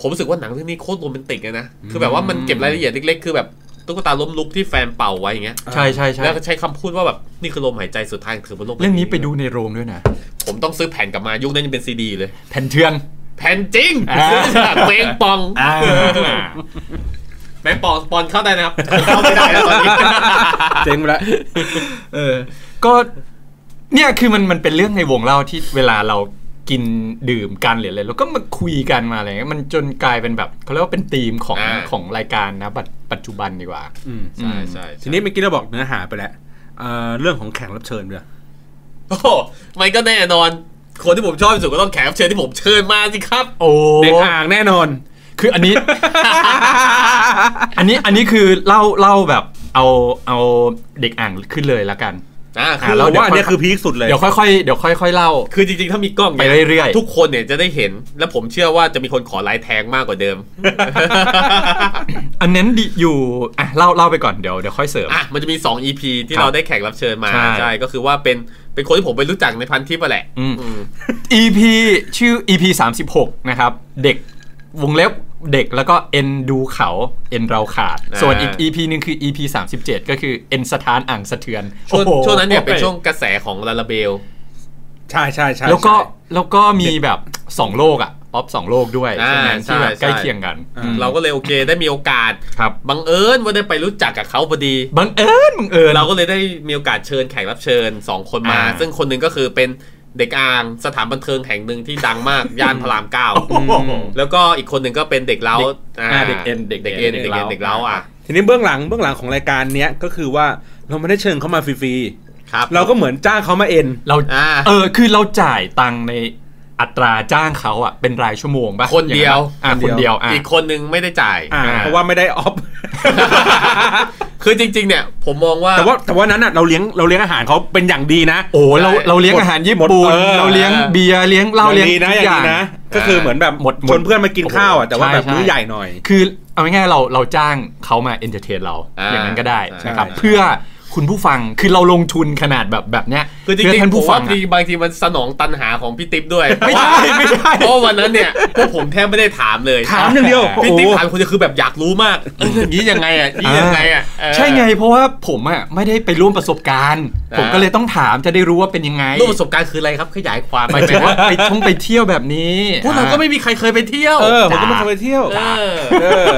C: ผมรู้สึกว่าหนังเรื่องนี้โคตรโรแมนติกเลยนะ คือแบบว่ามันเก็บรายละเอียดเล็กๆ คือแบบตุ๊กตาล้มลุกที่แฟนเป่าไว้อย่างเงี้ย
B: ใช่ใช่ใช่
C: แล้วก็ใช้คำพูดว่าแบบนี่คือลมหายใจสุดท้ายของเธอบนโลกใบ
B: เรื่องนี้ไปดูในโรงด้วยนะ
C: ผมต้องซื้อแผ่นกลับมายุคนั้นยังเป็นซีดีเลย
B: แผ่นเทือง
C: แผ่นจริง
B: อ่า
C: ซื้อจากเปงปองแปงปองสปอนเข้าได้นะครับเข้าไม่ได้แล้วตอนนี้
D: เจ๊งไปแล้ว
B: เออ ก็เนี่ยคือมันมันเป็นเรื่องในวงเล่าที่เวลาเรากินดื่มกันหรืออะไรเราก็มาคุยกันมาอะไรเงี้ยมันจนกลายเป็นแบบเขาเรียกว่าเป็นธีมของ
C: า
B: ของรายการนะปัจปัจจุบันดีกว่า
D: อืม
C: ใช่ใช่
D: ทีนี้เมื่อกี้เราบอกเนื้อหาไปแล้วเอ่อเรื่องของแขกรับเชิญด้วย
C: โอ้โหมันก็แน่นอน คนที่ผมชอบที่สุดก็ต้องแขกรับเชิญที่ผมเชิญมาสิครับ
B: โอ้
D: เด็กอ่างแน่นอน
B: คือ อันนี้ อันนี้อันนี้คือเล่าเล่าแบบเอาเอาเด็กอ่างขึ้นเลยละกัน
C: อ่าคื
D: คือ อ
C: เรา
D: เรา
C: เดี๋
D: ว่า
C: ยว่า
D: อันเนี้ยคือพีคสุดเลย
B: เดี๋ยวค่อยๆเดี๋ยวค่อยๆเล่า
C: คือจริงๆ ถ้ามีกล้องนี่
B: ไปเรื่อยๆ
C: ทุกคนเนี่ยจะได้เห็น และผมเชื่อว่าจะมีคนขอไลน์แทงมากกว่าเดิม
B: อันนั้นดิอยู่อ่ะเล่าเล่าไปก่อนเดี๋ยวเดี๋ยวค่อยเสริม
C: อ่ะมันจะมี 2 EP ที่
B: ครับ
C: เราได้แขกรับเชิญมา
B: ใช่
C: ก็คือว่าเป็นเป็นคนที่ผมไปรู้จักในพันทิปอะแหละ
B: อืม
C: อืม
B: EP ชื่อ EP 36 นะครับ เด็กวงเล็บเด็กแล้วก็เอ็นดูเขาเอ็นเราขาด
C: อ่า
B: ส่วนอีก EP หนึงคือ EP 37 ก็คือเอ็นสถานอ่างสะเทือน
C: ช่วง
B: โอ้โห
C: ช่วงนั้นเนี่ย
D: โอเค
C: เป็นช่วงกระแสของลาลาเบล
D: ใช่ใช่ใช่
B: แล้วก็
D: ใช่
B: แล้วก็มีแบบ 2 โลกอ่ะ ป๊อปสองโลกด้วย
C: อ่า
B: ใช่ไหมที่แบบ
C: ใช่
B: ใกล้เคียงกัน
D: อ่า
B: อืม
C: เราก็เลยโอเคได้มีโอกาส
B: ครับ
C: บังเอิญว่าได้ไปรู้จักกับเขาพอดี
B: บังเอิญบังเอิญ
C: เราก็เลยได้มีโอกาสเชิญแขกรับเชิญ 2 คนมา
B: อ่า
C: ซึ่งคนหนึ่งก็คือเป็นเด็กอ่างสถานบันเทิงแห่งหนึ่งที่ดัง มาก ย่านพระรามเก้า
B: โอ้โห
C: แล้วก็อีกคนหนึ่งก็เป็นเด็กเล้า
B: เด็กอ่าเด็กเอ็นเด็
C: เด็ก
B: ก
C: เอ็น
B: เอ็
C: เด็ก
B: นเด็ก
C: เอ็น
B: เล้า
C: เด็กเล้าอ่ะ
D: ทีนี้เบื้องหลังเบื้องหลังของรายการเนี้ยก็คือว่าเราไม่ได้เชิญเขามาฟรี
C: ครับ
D: ๆเราก็เหมือนจ้างเขามาเอ็น
B: เรา
C: อ่า
B: เออคือเราจ่ายตังค์ในอัตราจ้างเขาอ่ะเป็นรายชั่วโมงป่ะ
C: คนเดียว
B: อ่าคนเดียวอ่ะ
C: อีกคนหนึงไม่ได้จ่าย
D: อ่า
B: อ่า
D: เพราะว่าไม่ได้ออฟ
C: คือจริง ๆ เนี่ย ผมมองว่า
D: แต่ว่าแต่ว่านั้นอ่ะเราเลี้ยงเราเลี้ยงอาหารเขาเป็นอย่างดีนะ
B: โอ้เรา
C: ใช่
B: เราเลี้ยงอาหารญี่ปุ่น
D: หมดเออ
B: เราเลี้ยง
C: เออ
B: เบียร์เลี้ยงเหล้าเลี้ยง
D: ดีนะ
B: ทุ
D: อก ย่า
B: อง ย่าง
D: ดีนะ ก็คือเหมือนแบบ
B: หมดหมด
D: ชวนเพื่อนมากินข้าวอ่ะแต่ว่า
B: ใช่
D: แบบ
B: ใช่
D: มื้อใหญ่หน่อย
B: คือเอาง่ายๆเราเราจ้างเขามาเอนเตอร์เทนเรา
C: อ่า
B: อย่างนั้นก็ได้
C: ใช่
B: นะครับ
D: ใช่
B: เพื่อคุณผู้ฟังคือเราลงทุนขนาดแบบแบบเนี้ย
C: คือจ
B: เพื่
C: ริง
B: ท่าน
C: ๆผม
B: ผู้ฟั
C: ว่าง
B: อะ
C: ทีบางทีมันสนองตันหาของพี่ติ๊บด้วย
B: ไม่ใช่ไม่ใช่
C: เพราะวันนั้นเนี่ยพวกผมแทบไม่ได้ถามเลย
D: ถามอย่างเดียว
C: พี่
D: โอ้โห
C: ติ๊บถามคนเดียวคือแบบอยากรู้มากเอ้ยอย่างนี้ยังไงอ่ะอย่างนี้ยังไงอ่ะเออ
B: ใช่ไงเพราะว่าผมอ่ะไม่ได้ไปร่วมประสบการณ์
C: อ่า
B: ผมก็เลยต้องถามจะได้รู้ว่าเป็นยังไง
C: รูปประสบการณ์คืออะไรครับขยายความ
B: ห
C: ไป
B: มายถึงว่าไปท่องไปเที่ยวแบบนี้
C: พวกเราก็ไม่มีใครเคยไปเที่ยว
D: เออผมก็ไม่เคยไปเที่ยว
C: เออ
D: เออ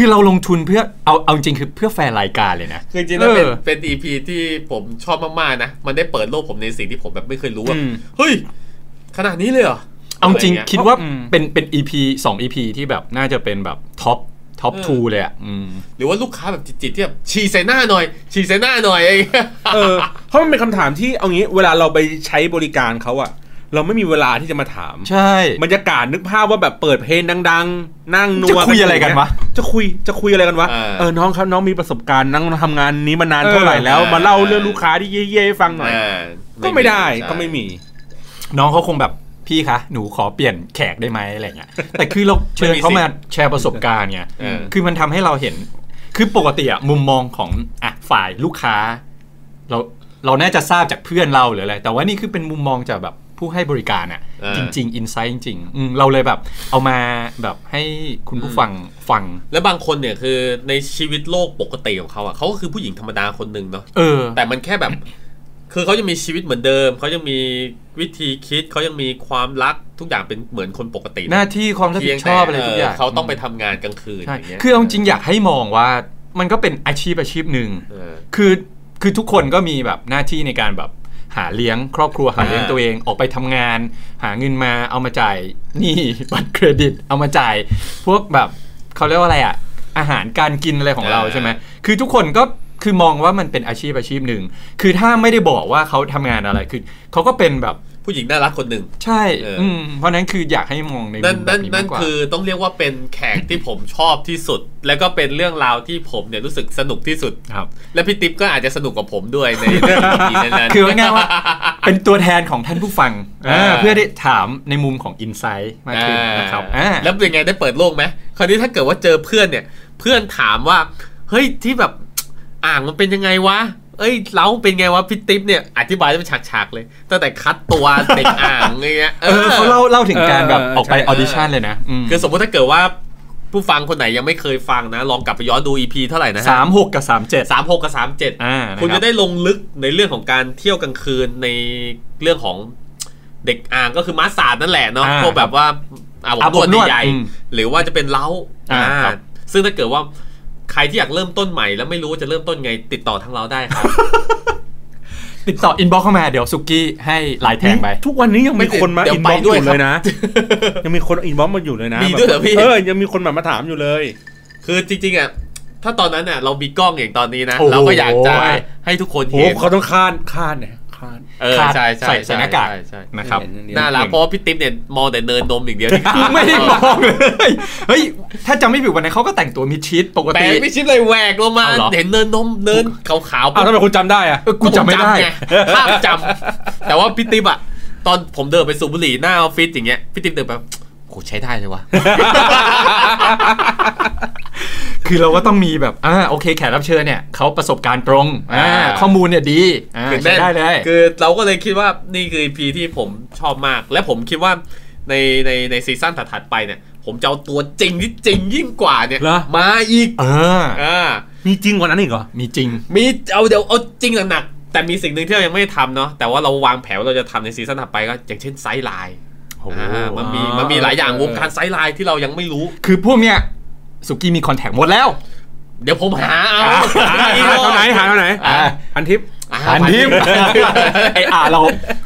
B: คือเราลงทุนเพื่อเอาเอาจริงคือเพื่อแฟนรายการเลยนะ
C: คือจริงๆแล้วเป็น
B: เออ
C: เป็นอีพีที่ผมชอบมากๆนะ มันได้เปิดโลกผมในสิ่งที่ผมแบบไม่เคยรู้ว่า
D: อืม
C: เฮ้ย ขนาดนี้เลยเหรอ
B: เอาจริง
C: ะไเย
B: คิดว่า
D: อืม
B: เป็นเป็น EP 2 EP ที่แบบน่าจะเป็นแบบท็อปท็อป
C: เออ
B: ทูเลยอ่ะอืม
C: หรือว่าลูกค้าแบบจิตๆที่แบบฉี่ใส่หน้าหน่อย ฉี่ใส่หน้าหน่อยอะไรอย่างเงี้ย
D: เออเพราะมันเป็นคำถามที่เอางี้เวลาเราไปใช้บริการเขาอ่ะ เราไม่มีเวลาที่จะมาถาม
B: ใช่
D: บรรยากาศนึกภาพว่าแบบเปิดเพลงดัง ๆ นั่งนัว
B: จะคุยอะไรกันวะ
D: จะคุยจะคุยอะไรกันวะ
C: เออ
D: เออน้องครับน้องมีประสบการณ์นั่งทำงานนี้มานานเท่าไหร่แล้ว
C: เออ
D: มาเล่าเรื่องลูกค้าที่เย่ๆให้ฟังหน่อย
C: อ่า
D: ก็ไม่ได้ก็ไม่มี
B: น้องเขาคงแบบพี่คะ หนูขอเปลี่ยนแขกได้ไหมอะไรเงี้ยแต่คือเราเชิญเขามาแชร์ประสบการณ์ไง
C: เออ
B: คือมันทำให้เราเห็น คือปกติอะมุมมองของอ่ะฝ่ายลูกค้า เราเราน่าจะทราบจากเพื่อนเราหรืออะไรแต่ว่านี่คือเป็นมุมมองจากแบบผู้ให้บริการอะ
C: เออ
B: จริงๆอินไซต์จริงๆอืมเราเลยแบบเอามาแบบให้คุณผู้ฟังฟัง
C: แล้วบางคนเนี่ยคือในชีวิตโลกปกติของเขาอ่ะเขาก็คือผู้หญิงธรรมดาคนหนึ่งเนาะ
B: เออ
C: แต่มันแค่แบบ คือเขายังมีชีวิตเหมือนเดิม เขายังมีวิธีคิด เขายังมีความรักทุกอย่างเป็นเหมือนคนปกติ
B: หน้าที่ความรับ
C: เพี
B: ผิ
C: ยง
B: ดช
C: แต่
B: อบอะไรทุกอย่าง
C: เขาต้องไปทำงานกลางคืนอ
B: ใช่
C: ย่างเงี้ย
B: คือเอาจริงอยากให้มองว่ามันก็เป็นอาชีพอาชีพหนึ่ง
C: เออ
B: คือคือทุกคนก็มีแบบหน้าที่ในการแบบหาเลี้ยงครอบครัวหาเลี้ยง
C: อ่า
B: ตัวเองออกไปทำงาน หาเงินมาเอามาจ่ายหนี้ บัตรเครดิต เอามาจ่าย พวกแบบเขาเรียกว่าอะไรอ่ะ อาหารการกินอะไรของเราใช่ไหมคือทุกคนก็คือมองว่ามันเป็นอาชีพอาชีพหนึ่งคือถ้าไม่ได้บอกว่าเขาทำงานอะไรคือเขาก็เป็นแบบ
C: ผู้หญิงน่ารักคนหนึ่ง
B: ใช่
C: เอออื
B: อืมเพราะนั้นคืออยากให้มองในมุ
C: นั่น
B: มแบ
C: นั่
B: บ
C: น
B: นี้มา
C: นั่
B: น กกว่า
C: คือต้องเรียกว่าเป็นแขกที่ผมชอบที่สุด แล้วก็เป็นเรื่องราวที่ผมเนี่ยรู้สึกสนุกที่สุด
B: ครับ
C: และพี่ติ๊บก็อาจจะสนุกกว่าผมด้วยในเรื่องนี้นั้น
B: คือง่ายๆว่า เป็นตัวแทนของท่านผู้ฟัง
C: อ่า
B: อ่าเพื่อได้ถามในมุมของอินไซต์มากขึ้นนะครับอ่า
C: แล้วเป็นไงได้เปิดโลกไหมคราวนี้ถ้าเกิดว่าเจอเพื่อนเนี่ย เพื่อนถามว่า เฮ้ยที่แบบ อ่างมันเป็นยังไงวะ เอ้ยเล้าเป็นไงวะพี่ติ๊บเนี่ยอธิบายได้เป็นฉากๆเลยตั้งแต่คัดตัวเด็กอ่างอะไรเงี้ย
B: เออเขาเล่าเล่าถึงการแบบ
D: เออ
B: ออกไป
D: ใช่
B: ออดิชั่นเลยนะ
C: คือสมมติถ้าเกิดว่า ผู้ฟังคนไหนยังไม่เคยฟังนะ ลองกลับไปย้อนดู EP เท่าไหร่นะฮะ
B: สามหกกับสามเจ็ด
C: สามหกกับสามเจ็ด
B: อ่ารับ
C: คุณจะได้ลงลึกในเรื่องของการเที่ยวกลางคืนในเรื่องของเด็กอ่างก็คือม้าสาดนั่นแหละเนาะ
B: อ่า
C: พวกแบบว่าอาบอบ
B: อาบอบ
C: น
B: น
C: ว
B: ว
C: ด
B: ด
C: ใหญ่
B: อืม
C: ๆหรือว่าจะเป็นเล้า
B: อ่าครับ
C: ซึ่งถ้าเกิดว่าใครที่อยากเริ่มต้นใหม่แล้วไม่รู้ว่าจะเริ่มต้นไง ติดต่อทางเราได้ครับ
B: ติดต่ออินบ็อกเข้ามาเดี๋ยวสุกี้ให้ไลายแทงไป
D: ทุกวันนี้ยังมีคนมา
C: เดี๋ย
D: อิ
C: วน ไป
D: บ็อกซ์
C: ด้
D: อ
C: วย
D: ยู่เลยนะ ยังมีคนอินบ็อกซ์มาอยู่เลยนะ
C: มีด้วยเหรอพี่
D: เออยังมีคนแบบมาถามอยู่เลย
C: คือจริงๆอ่ะถ้าตอนนั้นอ่ะเรามีกล้องอย่างตอนนี้นะ
B: โอ้โห
C: เราก็อยากจะให้ทุกคน
D: โห
C: เห็น
D: เขาต้องคานคานเนี่ยคาน
C: เออใช่ใช่
B: ใส่ใส่หน้ากาก
C: ใช่ใช่ใช่
B: นะครับ
C: น่ารักเพราะว่าพี่ติ๊บเนี่ยมองแต่เนินนมอย่างเดียว
B: ไม่ได้มองเลยเฮ้ย ถ้าจำไม่ผิดวันนั้นเขาก็แต่งตัวมิดชิดปก
C: แปล
B: ติ
C: งไม่ชิดเลยแหวกลงมา
B: เอาเหรอ
C: เห็นเนินนมเนินขาวๆ
D: อ้าวทำไมคุณจำได้อะ
B: เออกูจำไม่ได้
C: ง ภาพจำแต่ว่าพี่ติ๊บอะตอนผมเดินไปสูบบุหรี่หน้าออฟฟิศอย่างเงี้ยพี่ติ๊บเดินไปโหใช้ได้เลยวะ
B: คือเราก็ต้องมีแบบอ่าโอเคแขกรับเชิญเนี่ยเขาประสบการณ์ตรงอ่า
C: อ่า
B: ข้อมูลเนี่ยดีอ่าใช้ได้เลย
C: คือเราก็เลยคิดว่านี่คือ EP ที่ผมชอบมาก และผมคิดว่าในในในซีซั่นถัดๆไปเนี่ย ผมจะเอาตัวจริงที่จริงยิ่งกว่าเนี่ย
D: เหรอ
C: มาอีก
B: เออ
C: อ่า
D: มีจริงกว่านั้นอีกเหรอ
B: มีจริง
C: มีเอาเดี๋ยวเอาจริงหนักๆแต่มีสิ่งหนึ่งที่เรายังไม่ได้ทำเนาะแต่ว่าเราวางแผนว่าเราจะทำในซีซั่นถัดไปก็อย่างเช่นไซส์ไลน์อ่ามันมีมันมีหลายอย่างวงการไซส์ไลน์ที่เรายังไม่รู้
B: คือพวกเนี้ยสุกี้มีคอนแทคหมดแล้ว
C: เดี๋ยวผมหาเอา
D: หา
C: อีก
D: เท่าไหนหาเท่าไหน
B: อ่ะ
D: พันทิป
C: า
B: อันทิปไออาเรา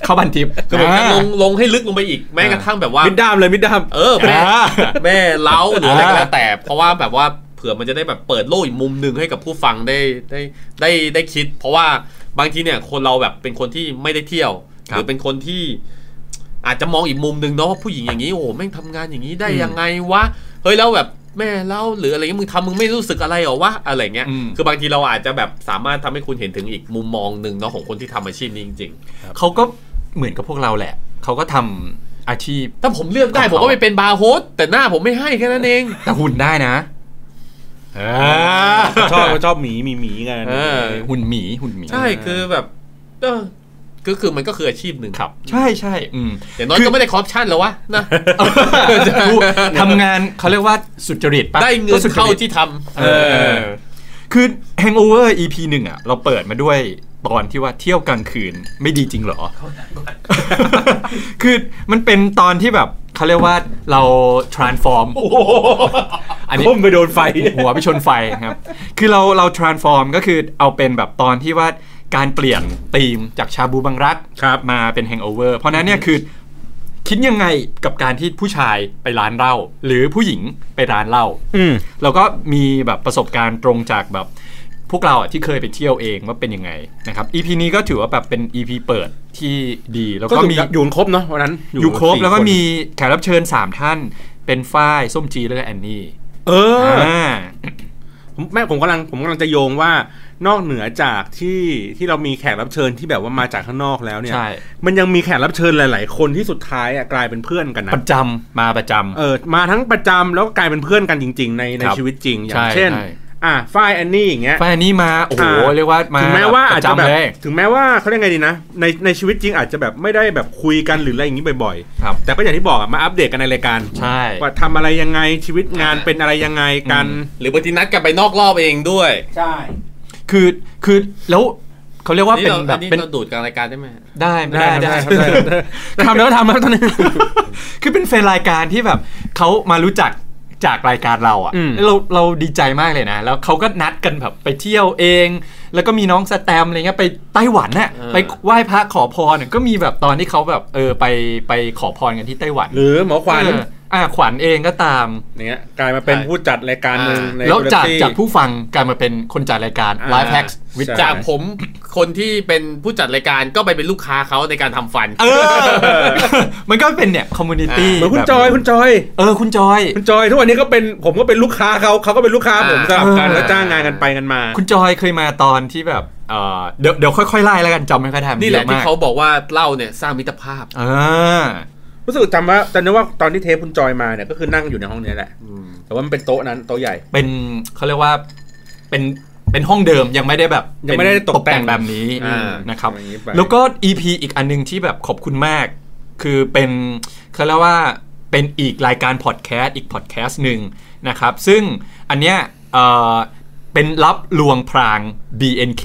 B: เข้าบันทิป
C: คือผมจะลงลงให้ลึกลงไปอีกแม้กระทั่งแบบว่า
D: มิดด้ามเลยมิดด้าม
C: เออแม่
B: อ่า
C: แม่เล้าหรืออะไรก็
B: อ่า
C: แล้วแต่ เพราะว่าแบบว่าเผื่อมันจะได้แบบเปิดโลกอีกมุมหนึ่งให้กับผู้ฟังได้ได้ได้ได้คิด เพราะว่าบางทีเนี่ยคนเราแบบเป็นคนที่ไม่ได้เที่ยว หรือเป็นคนที่ อาจจะมองอีกมุมหนึ่งเนาะว่าผู้หญิงอย่างนี้โอ้โหแม่งทำงานอย่างนี้ได้ยังไงวะเฮ้ยแล้วแบบแม่เล่าหรืออะไรเงี้ยมึงทำมึงไม่รู้สึกอะไรเหรอวะอะไรเงี้ย
B: อืม
C: คือบางทีเราอาจจะแบบสามารถทำให้คุณเห็นถึงอีกมุมมองหนึ่งเนาะของคนที่ทำอาชีพนี้จริง
B: เขาก็เหมือนกับพวกเราแหละ เขาก็ทำอาชีพ
C: ๆถ้าผมเลือกได้ผมก็ไปเป็นบาร์โฮสแต่หน้าผมไม่ให้แค่นั้นเอง
B: แต่หุ่นได้นะ
D: ชอบชอบหมีหมีหมีกัน
C: เออ
B: หุ่นหมี หุ่นหมี
C: ใช่คือแบบเออก็คือมันก็คืออาชีพหนึ่ง
B: ครับ ใช่ใช่อืม
C: อย่างน้อยก็ไม่ได้คอร์รัปชันแล้ววะนะ
B: กูทำงานเขาเรียกว่าสุจริตปะ
C: ได้เงิ
B: ก็
C: น
B: สุจ
C: เข้า
B: ริต
C: ที่ทำ
B: เออ คือ Hangover EP หนึ่งอ่ะ เราเปิดมาด้วยตอนที่ว่าเที่ยวกลางคืนไม่ดีจริงเห รอ คือมันเป็นตอนที่แบบเขาเรียกว่าเรา transform อันนี้
D: ก้มไปโดนไฟ
B: หัวไปชนไฟครับ คือเราเรา transform ก็คือเอาเป็นแบบตอนที่ว่าการเปลี่ยนธีมจากชาบูบังรัก
D: ครับ
B: มาเป็น hangover เพราะนั้นเนี่ยคือ คิดยังไงกับการที่ผู้ชายไปร้านเหล้าหรือผู้หญิงไปร้านเหล้า
D: อืม
B: แล้วก็มีแบบประสบการณ์ตรงจากแบบพวกเราอ่ะที่เคยไปเที่ยวเองว่าเป็นยังไงนะครับ EP นี้ก็ถือว่าแบบเป็น EP เปิดที่ดีแล้ว
D: ก็
B: ก็
D: มี
B: มี
D: อยู่ครบเนาะวันนั้น
B: อยู่ครบ
D: สี่
B: แล้วก็
D: น
B: มีแขกรับเชิญ 3 ท่าน เป็นฝ้ายส้มจีแล้วก็แอนนี่
D: เออ
B: อ่า
D: ผมแม่ผมกำลังผมกำลังจะโยงว่านอกเหนือจากที่ที่เรามีแขกรับเชิญที่แบบว่ามาจากข้างนอกแล้วเนี่ย
B: ใช่
D: มันยังมีแขกรับเชิญหลาย ๆ คนที่สุดท้ายอะกลายเป็นเพื่อนกันนะ
B: ประจำมาประจำ
D: เออมาทั้งประจำแล้วก็กลายเป็นเพื่อนกันจริง ๆ ในใน
B: ครับ
D: ชีวิตจริง อย่า
B: ใช่
D: งเช่น
B: ใช่
D: อ่ะฝ้ายแอนนี่อย่างเงี้ย
B: แฟนนี้มาโอ้
D: อ
B: โห
D: ่า
B: เรียกว่ามา
D: ถึงแม้ว่าอาจจะแบบ
B: ปรำเลย
D: ถึงแม้ว่าเขาเรียกไงดีนะในในชีวิตจริงอาจจะแบบไม่ได้แบบคุยกันหรืออะไรอย่างนี้บ่อย
B: ครับ
D: ๆ แต่ก็อย่างที่บอกอะมาอัปเดตกันในรายการ
B: ใช่
D: ว่าทำอะไรยังไงชีวิตงานเป็นอะไรยังไงกัน
C: หรือบางทีนัดกันไปนอกรอบเองด้วย
D: ใช่
B: คือคือแล้วเขาเรียกว่า
C: นี่
B: เป็น
C: เรา
B: แบบ
C: นี่
B: เป็น
C: เราดูดกลางรายการได้ไหม
B: ได้ไม่
D: ได้
B: ได้
D: ได้
B: ได้
D: ครับได้ได้
B: ทำแล้วก็ทำแล้วตอนนี้ คือเป็นแฟนรายการที่แบบเขามารู้จักจากรายการเราอ่ะแล้วเราเราดีใจมากเลยนะ แล้วเขาก็นัดกันแบบไปเที่ยวเอง แล้วก็มีน้องสแตมอะไรเงี้ยไปไต้หวันน่ะไปไหว้พระขอพรน่ะก็มีแบบตอนที่เขาแบบเออไปไปขอพรกันที่ไต้หวัน
D: หรือหมอควาน
B: เออ อ่าขวัญเองก็ตาม
A: อย่างเงี้ยกลายมาเป็น
C: ใช่
A: ผู้จัดรายการหนึ่งใน
B: แล้วจาก
A: Variety
B: จากผู้ฟังกลายมาเป็นคนจัดรายการ
A: อ่า
B: Life Hacks
A: วิจา
C: จาร ก
A: ณ์
C: ผมคนที่เป็นผู้จัดรายการก็ไปเป็นลูกค้าเขาในการทำฟัน
B: เออ มันก็เป็นเนี่ยคอมมูนิตี้
C: อ่า
A: เหมือนคุณจอยคุณจอย
B: เออคุณจอย
A: คุณจอยทุกวันนี้ก็เป็นผมก็เป็นลูกค้าเขาเขาก็เป็นลูกค้าผมส
C: อ่า
A: ลับกัน
B: เออ
A: แล้วจ้างงานกันไปกันมา
B: คุณจอยเคยมาตอนที่แบบเออเดี๋ยวเดี๋ยวค่อยๆไล่แล้วกันจำไม่ค่อยทัน
C: นี่แห
B: ย
C: ละ
B: อม
C: ที่
B: ก
C: เขาบอกว่าเหล่าเนี่ยสร้างมิตรภาพ
B: เออ
A: รู้สึกจำว่าจำได้ว่าตอนที่เทปคุณจอยมาเนี่ยก็คือนั่งอยู่ในห้องเนี้ยแหละแต่ว่ามันเป็นโต๊ะนั้นโต๊ะใหญ่
B: เป็นเขาเรียกว่าเป็นเป็นห้องเดิมยังไม่ได้แบบ
A: ยังไม่ได้
B: เป็น
A: ตกแต่ง
B: แบบนี้
A: อ่า
B: นะครับ
A: อย่างนี้ไป
B: แล้วก็ EP อีกอันหนึงที่แบบขอบคุณมาก คือเป็นเขาเรียกว่าเป็นอีกรายการพอดแคสต์อีกพอดแคสต์หนึ่งนะครับ ซึ่งอันเนี้ยเอ่อเป็นรับลวงพราง BNK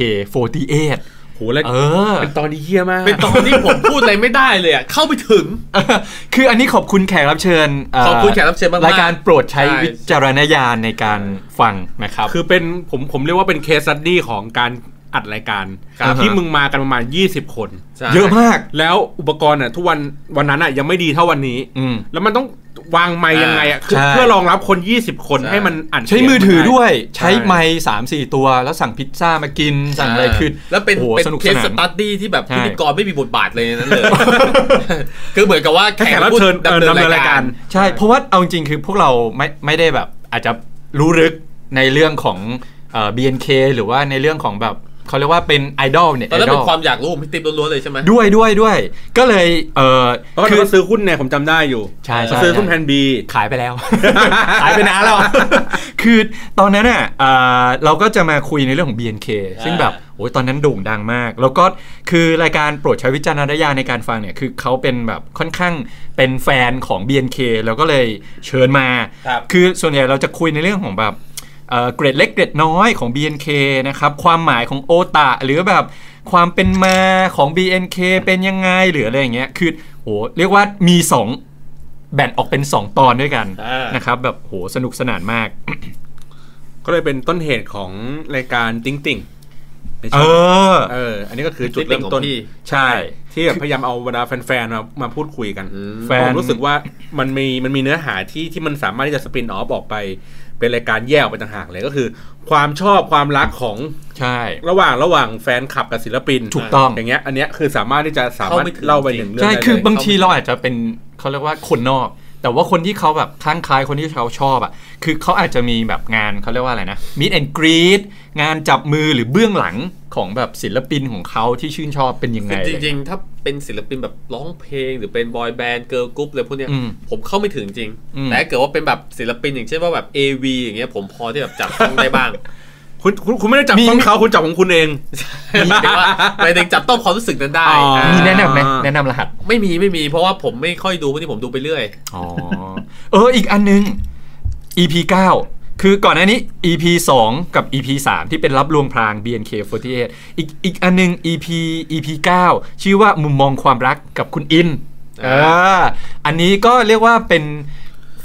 B: 48
A: โหแล้ว
B: เออ
A: เป็นตอนที่เยี่ยมาก
C: เป็นตอนที่ ผมพูดอะไรไม่ได้เลยอะเข้าไปถึง
B: คืออันนี้ขอบคุณแขกรับเชิญเ
C: ขอบคุณแขกรับเชิญมากๆ
B: รายการโปรดใช้
C: ใช่
B: วิจารณญาณในการฟังนะครับ
A: คือเป็นผมผมเรียกว่าเป็นเคสสตดี้ของการอัดรายการ
B: ครับ
A: ที่มึงมากันประมาณ 20 คน
C: ใช่
B: เยอะมาก
A: แล้วอุปกรณ์อ่ะทุกวันวันนั้นอ่ะยังไม่ดีเท่าวันนี้
B: อืม
A: แล้วมันต้องวางไมค์ยังไงอ่ะคือ
B: ใช่
A: เพื่อรองรับคน 20 คน
C: ใช่
A: ให้มันอ่าน
B: ใช้
A: เสียง
B: มือถือ
A: ไ
B: ด้วย ใช้ไม้สามสี่ตัว แล้วสั่งพิซซ่ามากิน สั่งอะไรคือ
C: แล้วเป็น
B: โอ้โห
C: เป็น
B: สนุก
C: เค
B: ส
C: ส
B: นา
C: ส
B: น
C: ตัดดี้ที่แบบ
B: ใช่
C: พิธีกรไม่มีบทบาทเลยใน นั้นเลย คือเหมือนกับว่า
A: แค่แขกรับเชิญ
C: แขกผู้
A: เออดำเนินรายการ
B: ใช่ เพราะว่าเอาจริงๆคือพวกเราไม่ไม่ได้แบบอาจจะรู้ลึกในเรื่องของเอ่อ BNK หรือว่าในเรื่องของแบบเขาเรียกว่าเป็นไอดอลเนี่ย
C: ตอนนั้น
B: ไอด
C: เป็
B: อล
C: นความอยากรู้ของพี่ติ๊บล้วนๆเลยใช่ไหม
B: ด้วยด้วยด้วย ก็เลยเออ
A: เพราะว่า
B: คือ
A: เขาซื้อหุ้นเนี่ยผมจำได้อยู่
B: ใช่ใช่
A: เขาซื้อหุ้นแพนบี
B: ขายไปแล้ว ขายไปนานแล้ว คือตอนนั้นน่ะเอ่อเราก็จะมาคุยในเรื่องของ BNK ซึ่งแบบโอ้ยตอนนั้นโด่งดังมาก แล้วก็คือรายการโปรดใช้วิจารณญาณในการฟังเนี่ย คือเขาเป็นแบบค่อนข้างเป็นแฟนของ BNK แล้วก็เลยเชิญมา
C: ครับ
B: คือส่วนใหญ่เราจะคุยในเรื่องของแบบเอ่อเกรดเล็กเกรดน้อยของ BNK นะครับ ความหมายของโอตะหรือแบบความเป็นมาของ BNK เป็นยังไงหรืออะไรอย่างเงี้ย คือโหเรียกว่ามีสอง แบ่งออกเป็น 2 ตอนด้วยกัน
C: อ่าน
B: นะครับ แบบโหสนุกสนานมาก
A: ก็เลยเป็นต้นเหตุของรายการติ้งติ่งใน
B: เอ
A: ช่อง
B: อ
A: เออ อันนี้ก็คือจุดเริ่มต้น
C: ติ๊งติ๊งของพี่
B: ใช่
A: ที่แบบพยายามเอาบรรดาแฟนๆมามาพูดคุยกัน
B: แฟน
A: ผมรู้สึกว่ามันมีมันมีเนื้อหาที่ที่มันสามารถที่จะสปินออฟออกไป เป็นรายการแยกออกไปต่างหากเลยก็คือ ความชอบความรักของ
B: ใช่
A: ระหว่างระหว่างแฟนคลับกับศิลปิน
B: ถูกต้อง
A: อย่างเงี้ยอันเนี้ยคือสามารถที่จะสามารถ
C: เข้าไม่ถึง
A: เล่าไปหนึ่งเรื่อง
B: ใช่
A: ได้
B: คือ
A: เลย
B: บางทีเราอาจจะเป็นเขาเรียกว่าคนนอก แต่ว่าคนที่เขาแบบคลั่งคล้ายคนที่เขาชอบอ่ะ คือเขาอาจจะมีแบบงานเขาเรียกว่าอะไรนะ meet and greet งานจับมือหรือเบื้องหลังของแบบศิลปินของเขาที่ชื่นชอบเป็นยังไง
C: คือจริงๆ ถ้าเป็นศิลปินแบบร้องเพลงหรือเป็นบอยแบนด์เกิร์ลกรุ๊ปอะไรพวกเนี้ย
B: อืม
C: ผมเข้าไม่ถึงจริง
B: อืม
C: แต่ถ้าเกิดว่าเป็นแบบศิลปินอย่างเช่นว่าแบบ AV อย่างเงี้ยผมพอที่แบบจับต้องได้ บ้าง
A: คุณคุณคุณไม่ได้จับ
B: มี
A: ต้องเขาคุณจับของคุณเอง
C: มีแต่ว่าหมายถึงจับต้องความรู้สึกนั้นได้
A: อ๋ออ่
C: า
B: มีแนะนำไหมแนะนำรหัส
C: ไม่มีไม่มีเพราะว่าผมไม่ค่อยดูพวกนี้ผมดูไปเรื่อย
B: อ๋อ เออ อีกอันนึง EP 9 คือก่อนหน้านี้ EP 2 กับ EP 3 ที่เป็นรับลวงพราง BNK48 อีกอีกอันนึง EP EP 9 ชื่อว่ามุมมองความรักกับคุณอินเอ
C: อ่า
B: ออันนี้ก็เรียกว่าเป็น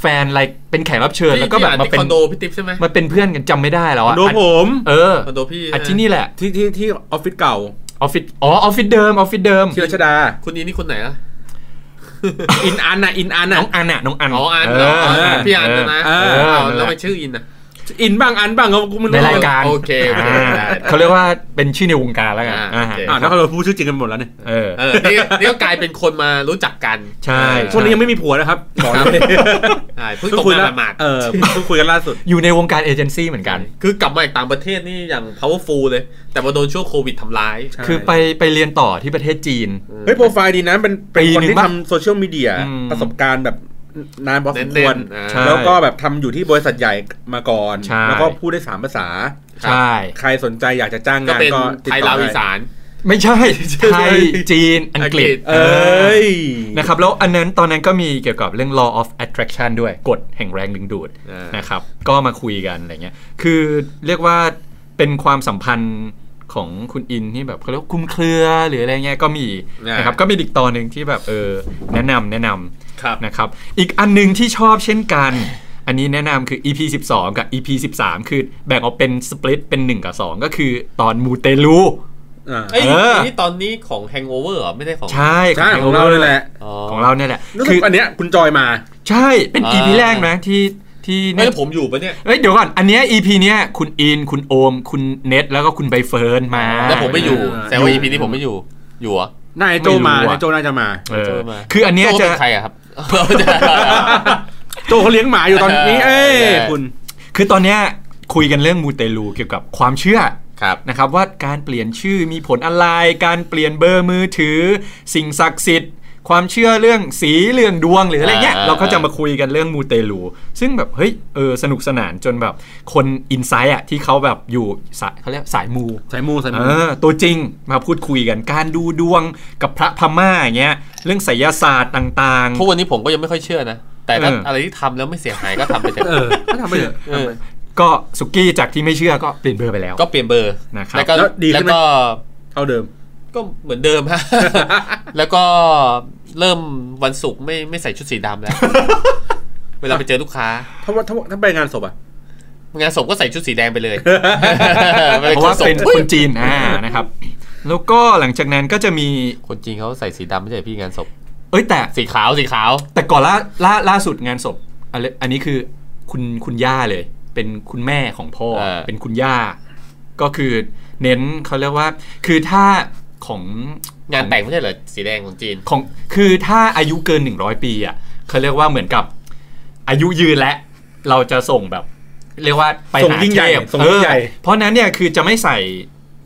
B: แฟนไลค์เป็นแขกรับเชิญ
C: ที่
B: แล้วก็แบบ
C: ที่อ่
B: มาเป็น
C: ที่คอนโดพี่ติ๊บใช่ไหม
B: มาเป็นเพื่อนกันจำไม่ได้แล้วอะ
A: ดูผม
B: เออ
C: คอนโดพี่
B: อันที่นี่แหละ
A: ที่ที่ที่ออฟฟิศเก่า
B: ออฟฟิศอ๋อออฟฟิศเดิมออฟฟิศเดิม
A: ที่รัชดา
C: คุณนี้นี่คนไหนอะ
A: อินอันน่ะอินอันน่ะ
B: น้องอันอะน้องอัน
C: อ๋ออัน
B: เ
C: เหรอพี่อันนะนะ
A: เออ
C: เอาแล้วมันชื่ออินนะ
A: อินบ้างอันบ้างเขากูไม่
B: ใน
A: รู้
B: รายการ
C: โอเคโอเค
B: อ่า
C: ได้
B: เขาเรียกว่าเป็นชื่อในวงการแล้วกัน
C: อ่า
B: อ่า
C: โอเค
A: อ่าแล้วเราพูดชื่อจริงกันหมดแล้วเนี่ย
B: เออ
C: เออนี่นี่ก็กลายเป็นคนมารู้จักกัน
B: ใช่
A: ช่วงนี้ยังไม่มีผัวนะครับบอกเลย
C: ใช่เพิ่ง
A: เพิ่
C: ต
A: ง
C: ก
A: คุย
C: มา
A: ล่า
C: หมาด
A: เออเพิ่งคุยกันล่าสุด
B: อยู่ในวงการเอเจนซี่เหมือนกัน
C: ๆคือกลับมาจากต่างประเทศนี่อย่าง powerful เลย แต่มาโดนช่วงโควิดทำร้าย
A: ใช่
B: คือไปไปเรียนต่อที่ประเทศจีน
A: เฮ้ยโปรไฟล์ดีนะเป็นเป็นคน
B: ปีหนึ่ง
A: ที่
B: ปะ
A: ทำโซเชียลมีเดีย
B: อืม
A: ประสบการณ์แบบนานพอสมควร
C: เน้นๆอ่า
B: ใช่
A: แล้วก็แบบทำอยู่ที่บริษัทใหญ่มาก่อน
B: ใช่
A: แล้วก็พูดได้สามภาษา
B: ใช่
A: ใครสนใจอยากจะจ้าง
C: ก็
A: งาน
C: เป็น
A: ก็ติด
C: ไทย
A: ต่
C: ลา
A: อ
C: วอี
A: ได้
C: สาน
B: ไม่ใช่ไทยจีนอังกฤษ
C: อังกฤษ
A: เอ้ย
B: นะครับแล้วอันนั้นตอนนั้นก็มีเกี่ยวกับเรื่อง law of attraction ด้วยกฎแห่งแรงดึงดูด
C: อ่าน
B: นะครับก็มาคุยกันอะไรเงี้ยคือเรียกว่าเป็นความสัมพันธ์ของคุณอินที่แบบเขาเรียกว่าคลุมเครือหรืออะไรเงี้ยก็มีนะครับก็มีอีกตอนหนึ่งที่แบบเออแนะนำแนะนำ
C: ครับ
B: นะครับอีกอันหนึงที่ชอบเช่นกัน อันนี้แนะนำคือ EP 12 กับ EP 13 คือแบ่งออกเป็นสปลิตเป็น 1 กับ 2 ก็คือตอนมูเตลู
A: อ่า
C: เอ้ย
B: เออ
C: ไอ้นี่ตอนนี้ของ Hangover เหรอไม่ได้ของ
B: ใช่
A: ใช่ของเราเลยแหละ
C: อ๋อ
B: ของเราเนี่ยแหละ
A: รู้
B: คื
A: สึ
B: อก
A: อันเนี้ยคุณจอยมา
B: ใช่เป็นอีพีแรกนะที่ที่
C: ไม่
B: เนี่ย
C: แล้วผมอยู่ปะเนี่ย
B: เอ้ยเดี๋ยวก่อน อันเนี้ย EP เนี้ยคุณอิน คุณโอม คุณเน็ตแล้วก็คุณใบเฟิร์นมา
C: แล้วผมไม่อยู่
A: อ่า
C: แซวว่า EP นี้ผมไม่อยู่อยู่เหรอ
A: นายโจมา
B: ไม่รู้อะ
A: นายโจน่าจะมา
B: เออ
C: เจอมา
B: คืออันเนี้ย
C: โจ
B: จะ
C: เป็นใครอะครับ
A: โจเขาเลี้ยงหมาอยู่ตอนนี้ เอ้ย
C: เออ
A: คุณ
B: คือตอนเนี้ยคุยกันเรื่องมูเตลูเกี่ยวกับความเชื่อ
C: ครับ
B: นะครับว่าการเปลี่ยนชื่อมีผลอะไร การเปลี่ยนเบอร์มือถือ สิ่งศักดิ์สิทธิ์ ความเชื่อเรื่องสีเรื่องดวงหรืออะไรเงี้ย
C: อ่า
B: เราก็จะมาคุยกันเรื่องมูเตลูซึ่งแบบเฮ้ยเออสนุกสนานจนแบบคนอินไซต์อ่ะที่เขาแบบอยู่สายเขาเรียกสายมู
A: สายมูสาย
B: เอ
A: มู
B: อตัวจริงมาพูดคุยกันการดูดวงกับพระพม่าอย่างเงี้ยเรื่องไสยศาสตร์ต่าง
C: ทุกวันนี้ผมก็ยังไม่ค่อยเชื่อนะ แต่ถ้า
B: เอออ
C: อะไรที่ทำแล้วไม่เสียหายก็ทำไปเถ
A: เอ
C: อะ
A: อก็ทำไปเถอะ
C: เออ
B: ๆ ก็สุกี้จากที่ไม่เชื่อก็เปลี่ยนเบอร์ไปแล้ว
C: ก็เปลี่ยนเบอร์
B: นะครับ
C: แล้วก็
A: แล้วดีขึ้
C: แล้ว
A: นไหม
C: ก็
A: เท่าเดิม
C: ก็เหมือนเดิม ฮะ แล้วก็เริ่มวันศุกร์ไม่ไม่ใส่ชุดสีดำ แล้ว เวลาไปเจอลูกค้า
A: ถ้าว่าถ้าว่าถ้าไปงานศพอ่ะ
C: งานศพก็ใส่ชุดสีแดงไปเลย
B: เพราะว่าเป็นคนจีนอ่านะครับ แล้วก็หลังจากนั้นก็จะมี
C: คนจีนเขาใส่สีดำไม่ใช่พี่งานศพ
B: เอ้ยแต่
C: สีขาวสีขาว
B: แต่ก่อนล่าล่าล่าสุดงานศพอะไรอันนี้คือคุณคุณย่าเลย เป็นคุณแม่ของพ่อ
C: เออ
B: เป็นคุณย่า ก็คือเน้นเขาเรียกว่า คือถ้าของ
C: งานแต่งไม่ใช่เหรอสีแดงของจีน
B: ของคือถ้าอายุเกิน 100 ปีอ่ะเขาเรียกว่าเหมือนกับ อายุยืนและเราจะส่งแบบ เรียกว่าไป
A: ส่ง
B: า
A: ยิ่งใหญ่
B: เทพ
A: ส่งยิ่งใหญ่
B: เออเพราะนั้นเนี่ยคือจะไม่ใส่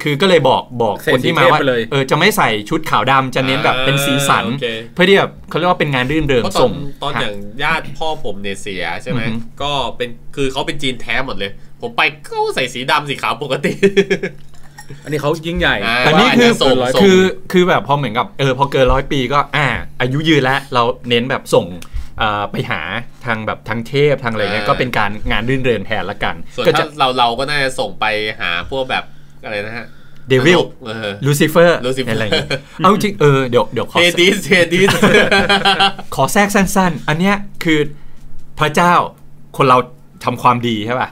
B: คือก็เลยบอกบอก
A: ใส่
B: คนที่มา
A: สีเทพ
B: ว่า
A: ไปเลย
B: เออจะไม่ใส่ชุดขาวดำจะเน้นแบบเป็นสีสัน
C: อ่าโอเค
B: เพื่อที่แบบเขาเรียกว่าเป็นงานรื่นเริง
C: เพราะตอ
B: ส่
C: น
B: ง
C: ตอน
B: ฮะ
C: อย่างญาติพ่อผมเนี่ยเสียใช่ไหม
B: อือฮึ
C: ก็เป็นคือเขาเป็นจีนแท้หมดเลย ผมไปก็ใส่สีดำสีขาวปกติ
A: อันนี้เขายิ่งใหญ่
B: แต่นี่คือ
C: ส่ง
A: ร้อย
C: ส่ง
B: คือคือแบบพอเหมือนกับเออพอเกินร้อยปีก็อ่าอายุยืนแล้วเราเน้นแบบส่งอ่าไปหาทางแบบทางเทพทางอะไรเงี้ย
C: อ่า
B: ก็เป็นการงานรื่นเริงแทนละกัน
C: ส่วน
B: ก็จะ
C: ถ้าเราเราก็น่าจะส่งไปหาพวกแบบอะไรนะฮะ
B: เดวิล
C: เออ
B: ลูซิเฟอร์
C: Lucifer
B: อะไรอย่าง เงี้ยเอาจริงเออเดี๋ยวเดี๋ยวข
C: เท
B: อ
C: ดิสเทดิส
B: ขอแทรกสั้น ๆ อันเนี้ยคือพระเจ้าคนเราทำความดีใช่ป่ะ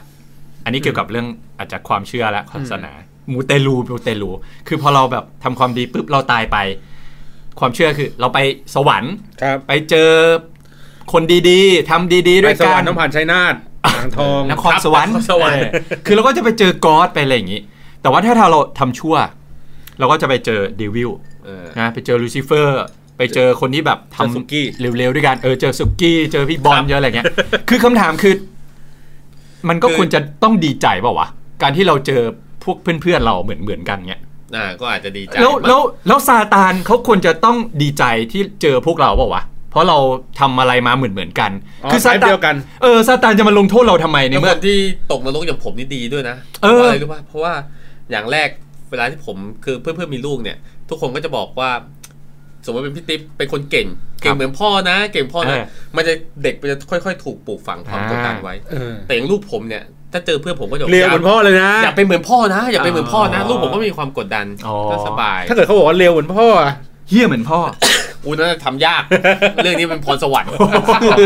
B: อันนี้เกี่ยวกับเรื่องอาจจะความเชื่อและความศาสนามูเตลูมูเตลู คือพอเราแบบทำความดีปุ๊บเราตายไป ความเชื่อคือเราไปสวรรค์
A: ครับ
B: ไปเจอคนดีๆทำดีๆ
A: ไป
B: ด้วย
A: ส
B: กั
A: วรร
B: น
A: ค์ต้องผ่านชัยนาทอ่างทอง
B: นครสวรรค์
C: นครสวรรค์
B: เออคือเราก็จะไปเจอกอดไปอะไรอย่างนี้ แต่ว่าถ้าเราทำชั่ว เราก็จะไปเจอเดวิล
C: เออ
B: นะไปเจอลูซิเฟอร์ ไปเจอคนที่แบบ
A: เจอ
B: ทำ
A: สุกี้
B: เร็วๆด้วยกันเออเจอสุกี้เจอพี่บอ
C: ค
B: ล
C: รับ
B: เจออะไรเงี้ย คือคำถามคือ มันก็
C: คือ
B: ควรจะต้องดีใจเปล่าวะ การที่เราเจอพวกเพื่อนๆเราเหมือนๆกันเงี้ย
C: อ่าก็อาจจะดีใจ
B: แล้วแล้วแล้วซาตานเขาควรจะต้องดีใจที่เจอพวกเราเปล่าวะ เพราะเราทำอะไรมาเหมือนๆกัน
A: อ๋อ
B: คืซา
A: แบบ
B: ตา
A: เดี
B: น
A: ยวกัน
B: เออซาตานจะมาลงโทษเราทำไมใน
C: แล้ว
B: เมื่
C: ค
B: อ
C: นที่ตกนรกอย่างผมนี่ดีด้วยนะ
B: เออ
C: พราะอะไรรู้ป่ะเพราะว่าอย่างแรกเวลาที่ผมคือเพื่อนเพื่อนๆมีลูกเนี่ย ทุกคนก็จะบอกว่า สมมติเป็นพี่ติ๊บเป็นคนเก่ง เก่งเหมือนพ่อนะ เก่งพ่อนะ
B: เออ
C: มันจะเด็กมันจะค่อยๆ ถูกปลูกฝังความกดดันไว้
A: เออ
C: แต่อย่างลูกผมเนี่ย ถ้าเจอเพื่อนผมก็จะบก
A: เรียวเหมือนพ่อเลยนะ
C: อย่าไปเหมือนพ่อนะ อย่าไปเหมือนพ่อนะ
B: อ๋อ
C: ลูกผมก็มีความกดดัน
B: อ๋อ
C: ก็สบาย
A: ถ้าเกิดเขาบอกว่าเรียวเหมือนพ่ออะ
B: เฮี้ยเหมือนพ่อ
C: อูน่าจะทำยาก เรื่องนี้เป็นพรสวรรค์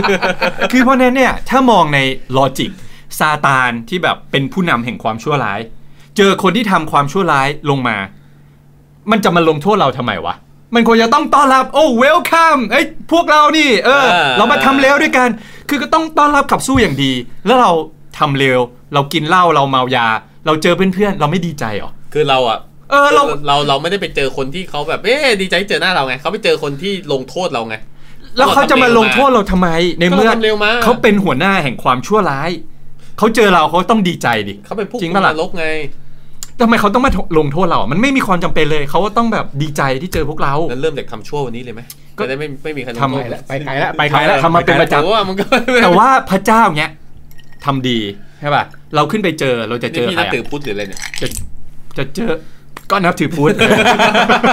B: คือเพราะฉะนั้นเนี่ยถ้ามองในลอจิกซาตานที่แบบเป็นผู้นำแห่งความชั่วร้าย เจอคนที่ทำความชั่วร้ายลงมา มันจะมาลงโทษเราทำไมวะ มันควรจะต้องต้อนรับ โอ้เวลคัมเอ้ยพวกเรานี่ เออ
C: เออ
B: เรามาทำเลวด้วยกัน คือก็ต้องต้อนรับขับสู้อย่างดี แล้วเราทำเลวเรากินเหล้าเราเมายา เราเจอเพื่อนๆเราไม่ดีใจเหรอ
C: คือเราอ่ะ
B: เออเรา
C: เราเราไม่ได้ไปเจอคนที่เขาแบบเอ๊ะดีใจที่เจอหน้าเราไงเขาไปเจอคนที่ลงโทษเราไง
B: แล้วเขาจะมาลงโทษเราทำไม ในเมื่อ
C: ก็เราทำเร็วมา
B: เขาเป็นหัวหน้าแห่งความชั่วร้าย เขาเจอเราเขาต้องดีใจดิ
C: เขาเป็นผู้
B: จริง
C: คุม
B: ปะ
C: น
B: ล่ะ
C: รกไง
B: ทำไมเขาต้องมาลงโทษเราอ่ะมันไม่มีความจำเป็นเลย เขาก็ต้องแบบดีใจที่เจอพวกเรา
C: นั้นเริ่มจากทำชั่ววันนี้เลยไหม
B: ก็
C: จะได้ไม่ไม่มีใครลง
B: ทำ
C: โท
B: ไป
C: ษ
B: แล้วไปไกลแล้วไปไกลแล้วทำมาเป็นประจ
C: แต่ว่ามันก็
B: ำแต่ว่าพระเจ้าเนี้ยทำดีใช่ป่ะเราขึ้นไปเจอเราจะเจ
C: นี่
B: อ
C: พี่
B: ใคร
C: นับ
B: อ่ะ
C: ถือพุทธหรืออะไรเนี่ย
B: จะจะเจอก็นับถือพุทธ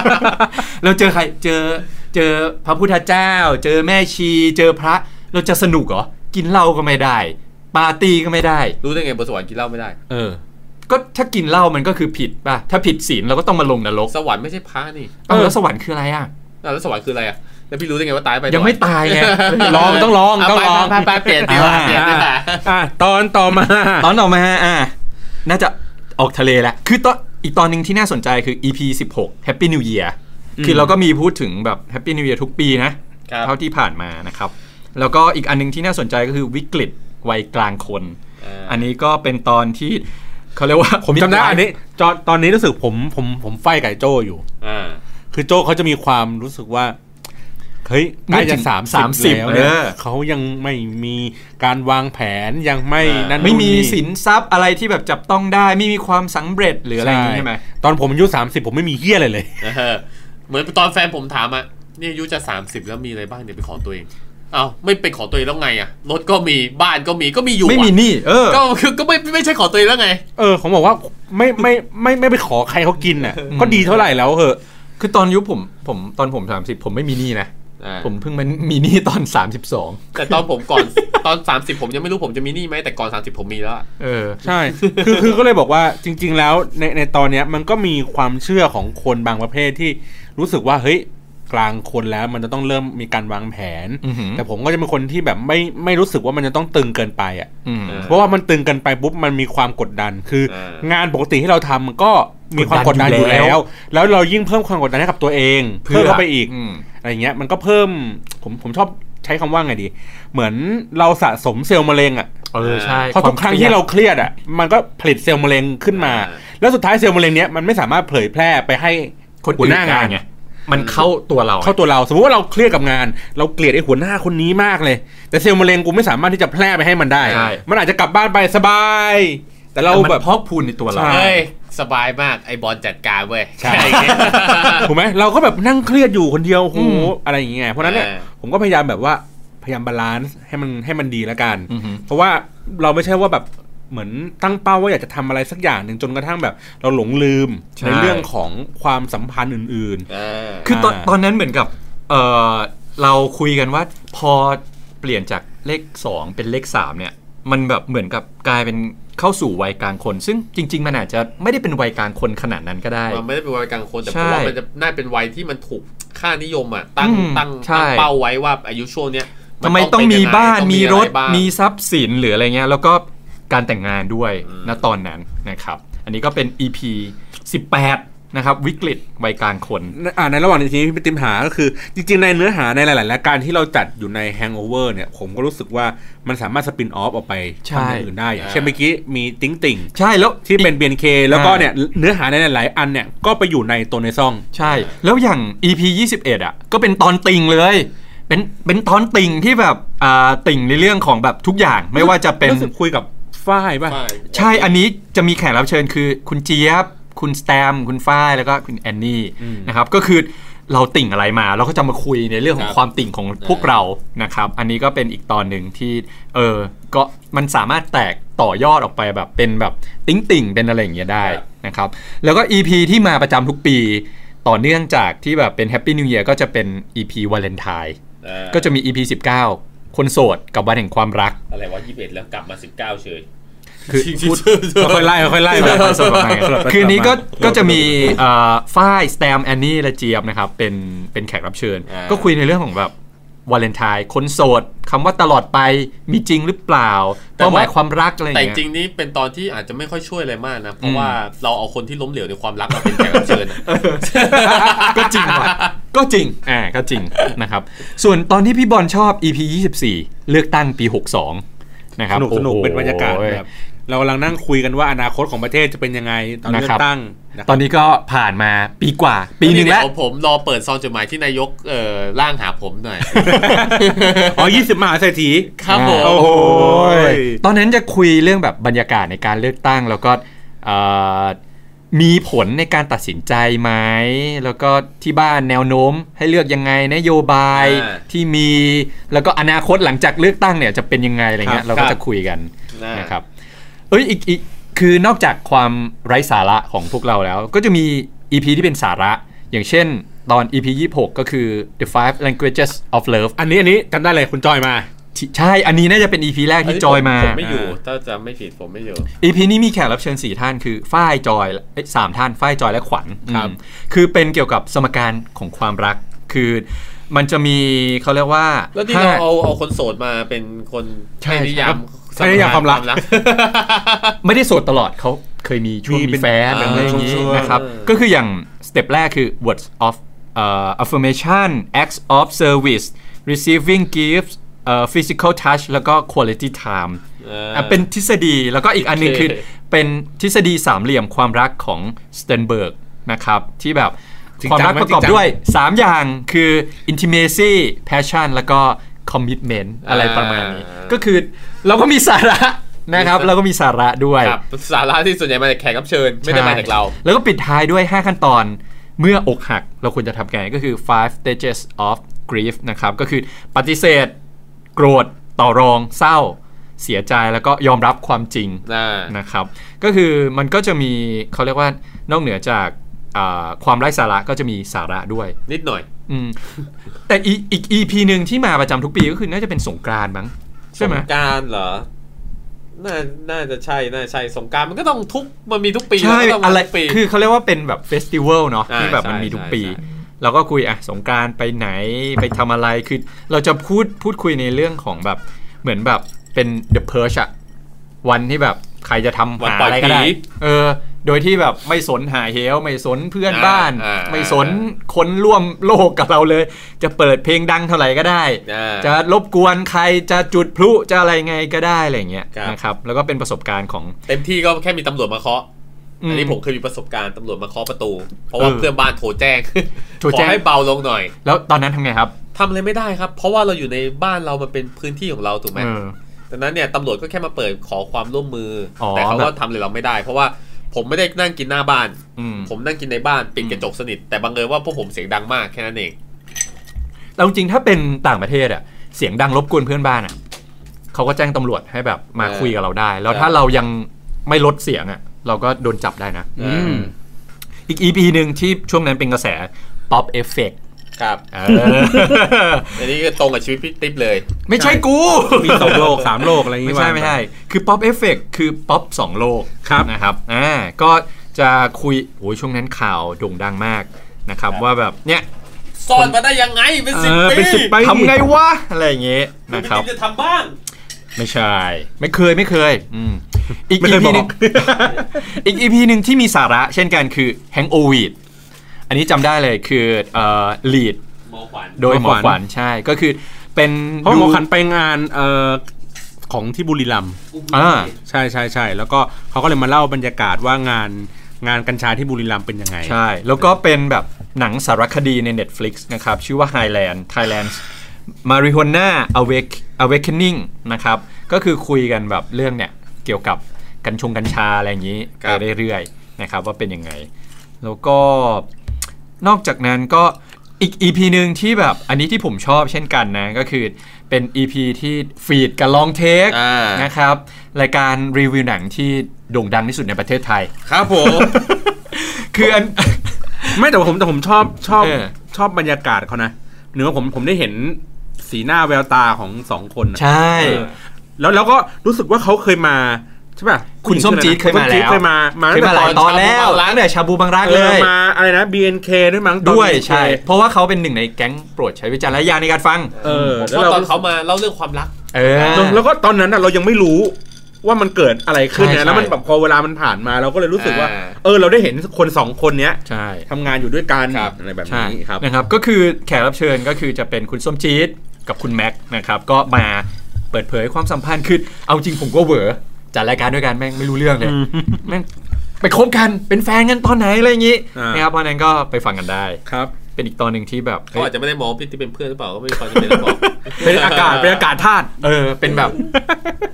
B: เราเจอใครเจอเจอพระพุทธเจ้า เจอแม่ชี เจอพระเราจะสนุกเหรอกินเหล้าก็ไม่ได้ ปาร์ตี้ก็ไม่ได้
C: รู้ได้ไงบนสวรรค์กินเหล้าไม่ได้
B: เออ ก็ถ้ากินเหล้ามันก็คือผิดป่ะถ้าผิดศีลเราก็ต้องมาลงนรก
C: สวรรค์ไม่ใช่พระนี่
B: เออแล้วสวรรค์คืออะไรอ่ะ
C: อ้าวแล้วสวรรค์คืออะไรอ่ะแล้วพี่รู้ได้ไงว่าตายไป
B: ยังไม่ตายไง ลองต้องลองต้องลอง
C: ไปไปไปเปลี่ยนดีกว่า
B: อ่า
C: เปลี่ยนดีกว่า
A: อ่ะตอนต่อมา
B: ตอนออกมาอ่ะน่าจะออกทะเลแหละ คือตอน อีกตอนหนึ่งที่น่าสนใจคือ EP 16 Happy New Year คือเราก็มีพูดถึงแบบ Happy New Year ทุกปีนะ
C: ครับ
B: เท่าที่ผ่านมานะครับ แล้วก็อีกอันหนึงที่น่าสนใจก็คือวิกฤตวัยกลางคน อันนี้ก็เป็นตอนที่เขาเรียกว่า
A: ผมจำได้
B: midlife
A: อันนี้จอตอนนี้รู้สึกผมผมผมไฟกับไอ้โจอยู่
C: อ่า
A: คือโจเขาจะมีความรู้สึกว่าเฮ้ยใกล้จะ
B: เมื่อถึง
A: สาม
B: สามสิ
A: สิ
B: บ
A: แล้
B: บ
A: วเนี่ย
B: เออ
A: เขายังไม่มีการวางแผนยังไม่
C: อ่านั่
A: นั่น
B: ไม่
A: นู่น
B: มี
A: นี่
B: สินทรัพย์อะไรที่แบบจับต้องได้ไม่มีความสังเร็จหรืออะไรอย่างนี้ใช่ไหม
A: ตอนผมอายุสามสิบผมไม่มีเฮี้ยอะไรเลย
C: เออเหมือนตอนแฟนผมถามอ่ะนี่อายุจะ 30 แล้วมีอะไรบ้างเนี่ยเป็นของตัวเองเอาไม่เป็นของตัวเองแล้วไงอ่ะรถก็มีบ้านก็มีก็มีอยู่อะ
B: ไม่มีหนี้เออ
C: ก็คือก็ไม่ไม่ใช่ของตัวเองแล้วไง
A: เออผมบอกว่าไม่ไม่ไม่ไม่ไปขอใครเขากินอ่ะ ก็ดีเท่าไหร่แล้วเหอะ
B: คือตอนยุคผมผมตอนผม 30 ผมไม่มีหนี้นะ ผมเพิ่งมันมีหนี้ตอน 32
C: แต่ตอนผมก่อน ตอน 30 ผมยังไม่รู้ผมจะมีหนี้ไหมแต่ก่อน 30 ผมมีแล้วอะ
B: เออ
A: ใช่ คือคือก็เลยบอกว่าจริง ๆ แล้วในในตอนเนี้ยมันก็มีความเชื่อของคนบางประเภทที่รู้สึกว่าเฮ้ยกลางคนแล้วมันจะต้องเริ่มมีการวางแผน
B: อือหือ
A: แต่ผมก็จะเป็นคนที่แบบไม่ไม่รู้สึกว่ามันจะต้องตึงเกินไปอ่ะ
B: อืม
A: เพราะว่ามันตึงเกินไปปุ๊บมันมีความกดดัน คือ งานปกติที่เราทำมันก็มีความกดดันอยู่แล้ว แล้วเรายิ่งเพิ่มความกดดันให้กับตัวเองเพิ่มเข้าไปอีก
B: ม
A: อะไรเงี้ยมันก็เพิ่มผมผมชอบใช้คำว่าไงดี เหมือนเราสะสมเซลล์มะเร็งอ่ะ
B: เออใช่
A: เพราะทุกครั้งที่เราเครียดอ่ะมันก็ผลิตเซลล์มะเร็งขึ้นมา แล้วสุดท้ายเซลล์มะเร็งเนี้ยมันไม่สามารถเผยแพร่ไปให้
B: คน
A: หั
B: อื่
A: วน หน้างาน
B: ได้ไงมันเข้าตัวเรา
A: เข้าตัวเราสมมติว่าเราเครียดกับงาน เราเกลียดไอ้หัวหน้าคนนี้มากเลย แต่เซลล์มะเร็งกูไม่สามารถที่จะแพร่ไปให้มันได้
E: ใช่
A: มันอาจจะกลับบ้านไปสบาย แต่เรา
B: เรา
A: แบ
B: แบบ บพอกพูนในตัวเรา
A: ใช่
C: เอ้ย สบายมากไอ้บอลจัดการเว้ย
A: ใช่
C: แค่อย่างเงี้ย
A: ถูกไหมเราก็แบบนั่งเครียดอยู่คนเดียวโอ้โห
B: อืม
A: อะไรอย่างเงี้ยเพราะฉะนั้นเนี่ย
C: เออ
A: ผมก็พยายามแบบว่าพยายามบาลานซ์ให้มันให้มันดีแล้วกัน
B: อือหือ
A: เพราะว่าเราไม่ใช่ว่าแบบเหมือนตั้งเป้าว่าอยากจะทำอะไรสักอย่างหนึ่งจนกระทั่งแบบ เราหลงลืม
B: ใช่
A: ในเรื่องของความสัมพันธ์อื่น
C: อ่า
B: คือตอน
A: อ่า
B: ตอนนั้นเหมือนกับเออเราคุยกันว่าพอเปลี่ยนจากเลข 2 เป็นเลข 3 เนี่ย มันแบบเหมือนกับกลายเป็นเข้าสู่วัยกลางคน ซึ่งจริง ๆ มันอาจจะไม่ได้เป็นวัยกลางคนขนาดนั้นก็ได้
C: มันไม่ได้เป็นวัยกลางคนแต่
B: ใช่
C: ผมว่ามันจะน่าเป็นวัยที่มันถูกค่านิยมอ่ะตั้ง
B: อืม
C: ตั้ง
B: ใช่
C: ตั้งเป้าไว้ว่าอายุช่วงเนี้ยน
B: ทำไมต้องมี
C: เป็นยัไ
B: บ้าน
C: ต้อง
B: มี
C: อะ
B: ร
C: ไ
B: ถ
C: บ้าง
B: มีทรัพย์สินหรืออะไรเงี้ยแล้วก็การแต่งงานด้วยณตอนนั้นนะครับ อันนี้ก็เป็น EP 18 นะครับ วิกฤตวัยกลางคน
A: ๆในอ่าในระหว่างนี้ที่พี่ติมหาก็คือ จริง ๆ ในเนื้อหาในหลายๆรายการที่เราจัดอยู่ใน Hangover เนี่ย ผมก็รู้สึกว่ามันสามารถสปินออฟออกไป
B: ใช่
A: ทำอย่างอื่นได้อย่างเช่นเมื่อกี้มีติ้งติ่ง
B: ใช่แล้ว
A: ที่เป็น BNK แล้วก็เนี่ยเนื้อหาในหลายๆอันเนี่ยก็ไปอยู่ในตัวในซ่อง
B: ใช่ แล้วอย่าง EP 21 อ่ะ ก็เป็นตอนติงเลย เป็นเป็นตอนติงที่แบบอ่าติงในเรื่องของแบบทุกอย่างไม่ว่าจะเป็น
A: รู้สึกคุยกับฝ้ายป่ะ
C: ใช่
B: ใช่อันนี้จะมีแขกรับเชิญคือคุณเจี๊ยบ คุณสแตมป์คุณฝ้าย แล้วก็คุณแอนนี่นะครับก็คือเราติ่งอะไรมาเราก็จะมาคุยในเรื่องของความติ่งของพวกเรานะครับอันนี้ก็เป็นอีกตอนหนึ่งที่เออก็มันสามารถแตกต่อยอดออกไปแบบเป็นแบบติ๊งติ่งๆเป็นอะไรอย่างเงี้ยได้นะครับแล้วก็ EP ที่มาประจำทุกปี ต่อเนื่องจากที่แบบเป็น Happy New Year ก็จะเป็น EP วาเลนไทน์
C: อ่า
B: ก็จะมี EP 19 คนโสดกับวันแห่งความรัก
C: อะไรวะ21 แล้วกลับมา 19 เฉย
B: คือพูด
A: ค่อยไล่ค่อยไล่ไป
B: สลับไป
A: สลับไป
B: คืนนี้ก็
A: สลับไป
B: ก็จะมีเอ่อฝ้ายสแตมแอนนี่และเจี๊ยบนะครับ เป็นเป็นแขกรับเชิญ ก็คุยในเรื่องของแบบวาเลนไทน์คนโสดคำว่าตลอดไปมีจริงหรือเปล่าเป้าหมายความรักอะไรอย่าง
C: แต่จ
B: เงี้ย
C: ริงๆนี่เป็นตอนที่อาจจะไม่ค่อยช่วยอะไรมากนะ เพ
B: อื
C: ราะ
B: ม
C: ว่าเราเอาคนที่ล้มเหลวในความรักมาเป็นแขกรับเชิญอะ
B: ก็จริงว่ะก็จริงอ่าก็จริงนะครับ ส่วนตอนที่พี่บอลชอบ EP 24 เลือกตั้งปี 62 นะค
A: ส
B: รับ
A: นุกสนุก
B: โอ้โห
A: เป็นบรรยากาศแบบเรากำลังนั่งคุยกันว่าอนาคตของประเทศจะเป็นยังไงตอนเลือ
B: นะครับ
A: กตั้งนะครับ
B: ตอนนี้ก็ผ่านมาปีกว่า ปีหนึ่งแล้ว
C: เดี๋ยผมรอเปิดซองจดหมายที่นายกเอ่อร่างหาผมหน่อย
A: อ๋อยี่สิบมหาเศรษฐี
C: ครับผม
A: โอ้โห ย
B: ตอนนั้นจะคุยเรื่องแบบบรรยากาศในการเลือกตั้ง แล้วก็เอ่อมีผลในการตัดสินใจไหมแล้วก็ที่บ้านแนวโน้มให้เลือกยังไงนโยบาย
C: อ่า
B: ที่มีแล้วก็อนาคตหลังจากเลือกตั้งเนี่ยจะเป็นยังไงอะไรเงี้ย
C: ครับ
B: เราก็
C: ครับ
B: จะคุยกัน
C: อ่าน
B: นะครับเอ้ยอีกอีกคือนอกจากความไร้สาระของพวกเราแล้ว ก็จะมี EP ที่เป็นสาระ อย่างเช่นตอน EP 26 ก็คือ The Five Languages of Love
A: อันนี้อันนี้จำได้เลยคุณจอยมา
B: ที่ใช่อันนี้น่าจะเป็น EP แรกที่จอยมา
C: ผมไม่อยู่
A: อ่า
C: ถ้าจำไม่ผิดผมไม่อยู่
B: อีพีนี้มีแขกรับเชิญ 4 ท่านคือฝ้ายจอยเอ้ยสามท่านฝ้ายจอยและขวัญ
A: ครับ
B: อืมคือเป็นเกี่ยวกับสมการของความรัก คือมันจะมีเขาเรียกว่า
C: แล้วที่
B: ห้
C: เราเอาเอาคนโสดมาเป็นคน
B: ใช่
C: ให้นิยาม
D: อันนี้อย่างความรัก
C: รัก
B: ไม่ได้โสดตลอดเขาเคยมีช่วง
D: มี
B: มี
D: เป็น
B: แฟน
C: อ่า
B: อะไรอย่างนี้
D: ช่วงๆ
B: นะครับ
C: เออ
B: ก็คืออย่างสเต็ปแรกคือ words of เอ่อ affirmation acts of service receiving gifts เอ่อ physical touch แล้วก็ quality time
C: เอออ่
B: อ่ะเป็นทฤษฎีแล้วก็อีกอันหนึงคือเป็นทฤษฎีสามเหลี่ยมความรักของสเตนเบิร์กนะครับ ที่แบบ
A: จริง
B: ความ
A: จัง
B: รัก
A: ไหม
B: ประกอบ
A: จริงจัง
B: ด้วย 3 อย่างคือ intimacy passion แล้วก็ commitment อะไรประมาณนี้
C: อ่า
B: ก็คือเราก็มีสาระนะครับ เราก็มีสาระด้วย
C: ครับสาระที่ส่วนใหญ่มาจากแขกรับเชิญไม่ได้มาจากเรา
B: ใช่แล้วก็ปิดท้ายด้วย 5 ขั้นตอน เมื่ออกหักเราควรจะทำไงก็คือ five stages of grief นะครับ ก็คือปฏิเสธ โกรธ ต่อรอง เศร้า เสียใจแล้วก็ยอมรับความจริง
C: อ่าน
B: นะครับ ก็คือมันก็จะมีเขาเรียกว่านอกเหนือจากอ่าความไร้สาระก็จะมีสาระด้วย
C: นิดหน่อย
B: อืมแต่อีกอีก EP หนึ่งที่มาประจำทุกปีก็คือน่าจะเป็นสงกรานต์มั้งใช่ไหม
C: สงกรารเหรอ น่า น่าจะใช่ น่าจะใช่ สงกรารมันก็ต้องทุก มันมีทุกปี
B: ใช่
C: มันก็ต้องมา
B: อะไร
C: ทุกปี
B: คือเขาเรียกว่าเป็นแบบเฟสติวัลเนาะ
C: อ่า
B: ที่แบบ
C: ใช่
B: มันมีทุกปี
C: ใช่ใช่
B: เราก็คุยอ่ะสงกรารไปไหนไปทำอะไรคือเราจะพูดพูดคุยในเรื่องของแบบเหมือนแบบเป็น The Purge อะวันที่แบบใครจะทำ
C: วัน
B: หา
C: ปล่อย
B: อะไรก็ได้
C: ผี
B: เออโดยที่แบบไม่สนหาเหวไม่สนเพื่อน
C: อ่า
B: บ้าน
C: อ่า
B: ไม่สนคนร่วมโลกกับเราเลย จะเปิดเพลงดังเท่าไหร่ก็ได้
C: อ่า
B: จะรบกวนใครจะจุดพลุจะอะไรไงก็ได้อะไรอย่างเงี้ย
C: ครับ
B: นะครับแล้วก็เป็นประสบการณ์ของ
C: เต็มที่ก็แค่มีตำรวจมาเคาะ
B: อืม
C: อันนี้ผมเคยมีประสบการณ์ตำรวจมาเคาะประตู เพราะว่า
B: เออ
C: เพื่อนบ้านโทรแจ้ง
B: โทร
C: ข
B: แจ้
C: อง ให้เบาลงหน่อย
B: แล้วตอนนั้นทำไงครับ
C: ทำอะไรไม่ได้ครับ เพราะว่าเราอยู่ในบ้านเรามันเป็นพื้นที่ของเราถูกไหม
B: เออ
C: ดังนั้นเนี่ยตำรวจก็แค่มาเปิดขอความร่วมมืออ
B: อ
C: แต่เขาก็
B: แบบ
C: ทำอะไรเราไม่ได้ เพราะว่าผมไม่ได้นั่งกินหน้าบ้าน
B: อืม
C: ผมนั่งกินในบ้านปิดกระจกสนิท แต่บังเอิญว่าพวกผมเสียงดังมากแค่นั้นเอง
B: แต่จริงๆถ้าเป็นต่างประเทศอะเสียงดังรบกวนเพื่อนบ้านอะเขาก็แจ้งตำรวจให้แบบมา
C: เออ
B: คุยกับเราได้ แล้ว
C: ใช่
B: ถ้าเรายังไม่ลดเสียงอะเราก็โดนจับได้นะ
C: อืม
B: อีก EP หนึ่งที่ช่วงนั้นเป็นกระแส Pop Effect
C: ครับ
B: เออ
C: อันนี้ก็ตรงกับชีวิตพี่ติ๊บเลย
B: ไม่ใช่กู
A: มีสองโลกสามโลกอะไรอย่างงี้
B: ไม่ใช่
A: ว่าป
B: ไม่ใช่คือ Pop Effect คือ Pop สองโลก
A: ครับ
B: นะครับอ่าก็จะคุยโอ้ยช่วงนั้นข่าวโด่งดังมากนะครับ
C: ครับ
B: ว่าแบบเนี่ย
C: ซ่อนมาได้ยังไงเป็นสิบ
A: เออ
C: ปี
A: เป็น10ปี
B: ทำไงวะอะไรอย่างเงี้ย
C: พี่
B: นะครับ
C: ติ๊บจะทำบ้าง
B: ไม่ใช่ ไม่เคยไม่เคยอืมอีก
A: ไม่
B: อี
A: เคย
B: พี
A: บอก
B: นึง อีกอีพีหนึ่งที่มีสาระเช่นกันคือ Hang o v i d อันนี้จำได้เลยคือเอ่อ lead
C: หมอขวัญ
B: โดยห
A: ห
B: ม
A: ม
B: อ
A: อ
B: ข
A: ขวัญ
B: วัญใช่ก็คือเป็น
A: เพราะว่าหมอขัน
B: ดู
A: ไปงานเอ่อของที่บุรีรัมย์
B: อ่า
A: ใช่ใช่ใช่แล้วก็เขาก็เลยมาเล่าบรรยากาศว่างานงานกัญชาที่บุรีรัมย์เป็นยังไง
B: ใช่ แล้วก็เป็นแบบหนังสารคดีใน Netflix นะครับ ชื่อว่า Highland Thailand Marijuana Awake Awakening นะครับ ก็คือคุยกันแบบเรื่องเนี่ย เกี่ยวกับกัญชงกัญชาอะไรอย่างนี้ไปเรื่อยๆนะครับว่าเป็นยังไง แล้วก็ นอกจากนั้นก็อีก EP หนึ่งที่แบบอันนี้ที่ผมชอบเช่นกันนะก็คือเป็น EP ที่ฟีดกับลองเทค
C: อ่า
B: นะครับ รายการรีวิวหนังที่โด่งดังที่สุดในประเทศไทย
C: ครับผม
B: คืออัน
A: ไม่แต่ผมแต่ผมชอบชอบ
B: เออ
A: ชอบบรรยากาศเขานะหนึ่งว่าผมผมได้เห็นสีหน้าแววตาของสองคนน่ะ
B: ใช่
A: เออแล้วแล้วก็รู้สึกว่าเขาเคยมาใช่ป่ะ
B: คุณส้มจี๊ดเคยมา
A: ณส้จี๊ด
B: แล้ว
A: เคยมามา
B: เคยมาหลายตอนแล้ว
C: ตอนชาบูบางรัก
B: ตั้งแต่
A: เอ
B: ชาบูบางรักเล
A: อย มาอะไรนะ BNK ด้วยมั้งตอน
B: ด้วย
A: BNK
B: ใช่ เพราะว่าเขาเป็นหนึ่งในแก๊งโปรดใช้วิจารณญาณในการฟัง
A: เออ
C: เพ
A: แล้ว
C: ราะ
A: เรา
C: ตอนเขามาเล่าเรื่องความรัก
B: เออ
A: แล้วก็ตอนนั้นน่ะเรายังไม่รู้ว่ามันเกิดอะไรขึ้น
B: ใช่
A: นะแล้วมัน
B: ใช่
A: แบบพอเวลามันผ่านมาเราก็เลยรู้สึกว่า
C: อ่า
A: เออเราได้เห็นคนสองคนเนี้ย
B: ใช่
A: ทำงานอยู่ด้วยกัน
C: ครับ
A: อะไรแบบ
B: ใช่
A: นี้ครับ
B: นะครับ ก็คือแขกรับเชิญก็คือจะเป็นคุณส้มจี๊ดกับคุณแม็กซ์นะครับ ก็มาเปิดเผยความสัมพันธ์คือเอาจริงผมก็เหวอจัดรายการด้วยกันแม่งไม่รู้เรื่องเลยแม่งไปคบกันเป็นแฟนกันตอนไหนอะไรอย่างนี้
A: อ่าน
B: นะครับเพราะฉะนั้นก็ไปฟังกันได้
A: ครับ
B: เป็นอีกตอนหนึ่งที่แบบ
C: เขาอาจจะไม่ได้มองพี่ติ๊บเป็นเพื่อนหรือเปล่าก็ไม่มีความจำเป็นต้อง บอก
A: เป็นอากาศเป็นอากาศธาตุ
B: เออเป็นแบบ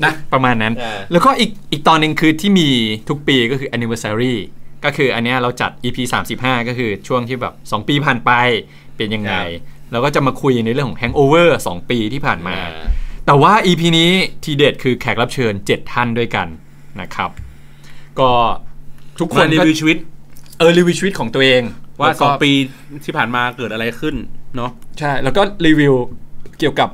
B: นะประมาณนั้น
C: อ่า
B: แล้วก็อีกอีกตอนหนึ่งคือที่มีทุกปีก็คือ anniversary ก็คืออันเนี้ยเราจัด EP 35 ก็คือช่วงที่แบบ 2 ปีผ่านไปเป็นยังไง แล้วก็จะมาคุยในเรื่องของ hangover 2 ปีที่ผ่านมา
C: อ่า
B: แต่ว่า EP นี้ทีเด็ดคือแขกรับเชิญ 7 ท่านด้วยกันนะครับ ก็ทุกคน
A: มารี
B: ก็
A: วิวชีวิต
B: เออรีวิวชีวิตของตัวเอง
A: ว่า
B: แล้ว
A: ส
B: ก็
A: องปีที่ผ่านมาเกิดอะไรขึ้นเนาะ
B: ใช่ แล้วก็รีวิวเกี่ยวกับ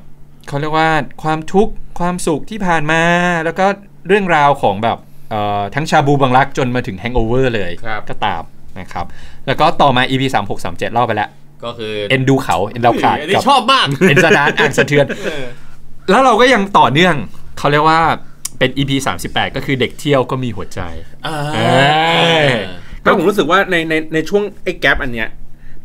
B: เขาเรียกว่าความทุกข์ความสุขที่ผ่านมา แล้วก็เรื่องราวของแบบเอ่อทั้งชาบูบังรักจนมาถึงแฮงโอเวอร์เลย
C: ครับ
B: ก็ตามนะครับ แล้วก็ต่อมา EP 3 6 3 7เล่าไปแล้ว
C: ก็คือ
B: เอ็นดูเขา เอ็นดาวขาด
C: อัน
B: กั
C: นี้
B: บ
C: ชอบมาก
B: เอ็นสะดานอ่านสะเทือน
C: เออ
B: แล้วเราก็ยังต่อเนื่องเขาเรียกว่า เป็น EP 38 ก็คือเด็กเที่ยวก็มีหัวใจ
C: อ่า
B: เอ้ย
A: ก็ผมรู้สึกว่าในในในช่วงไอ้แกลบอันเนี้ย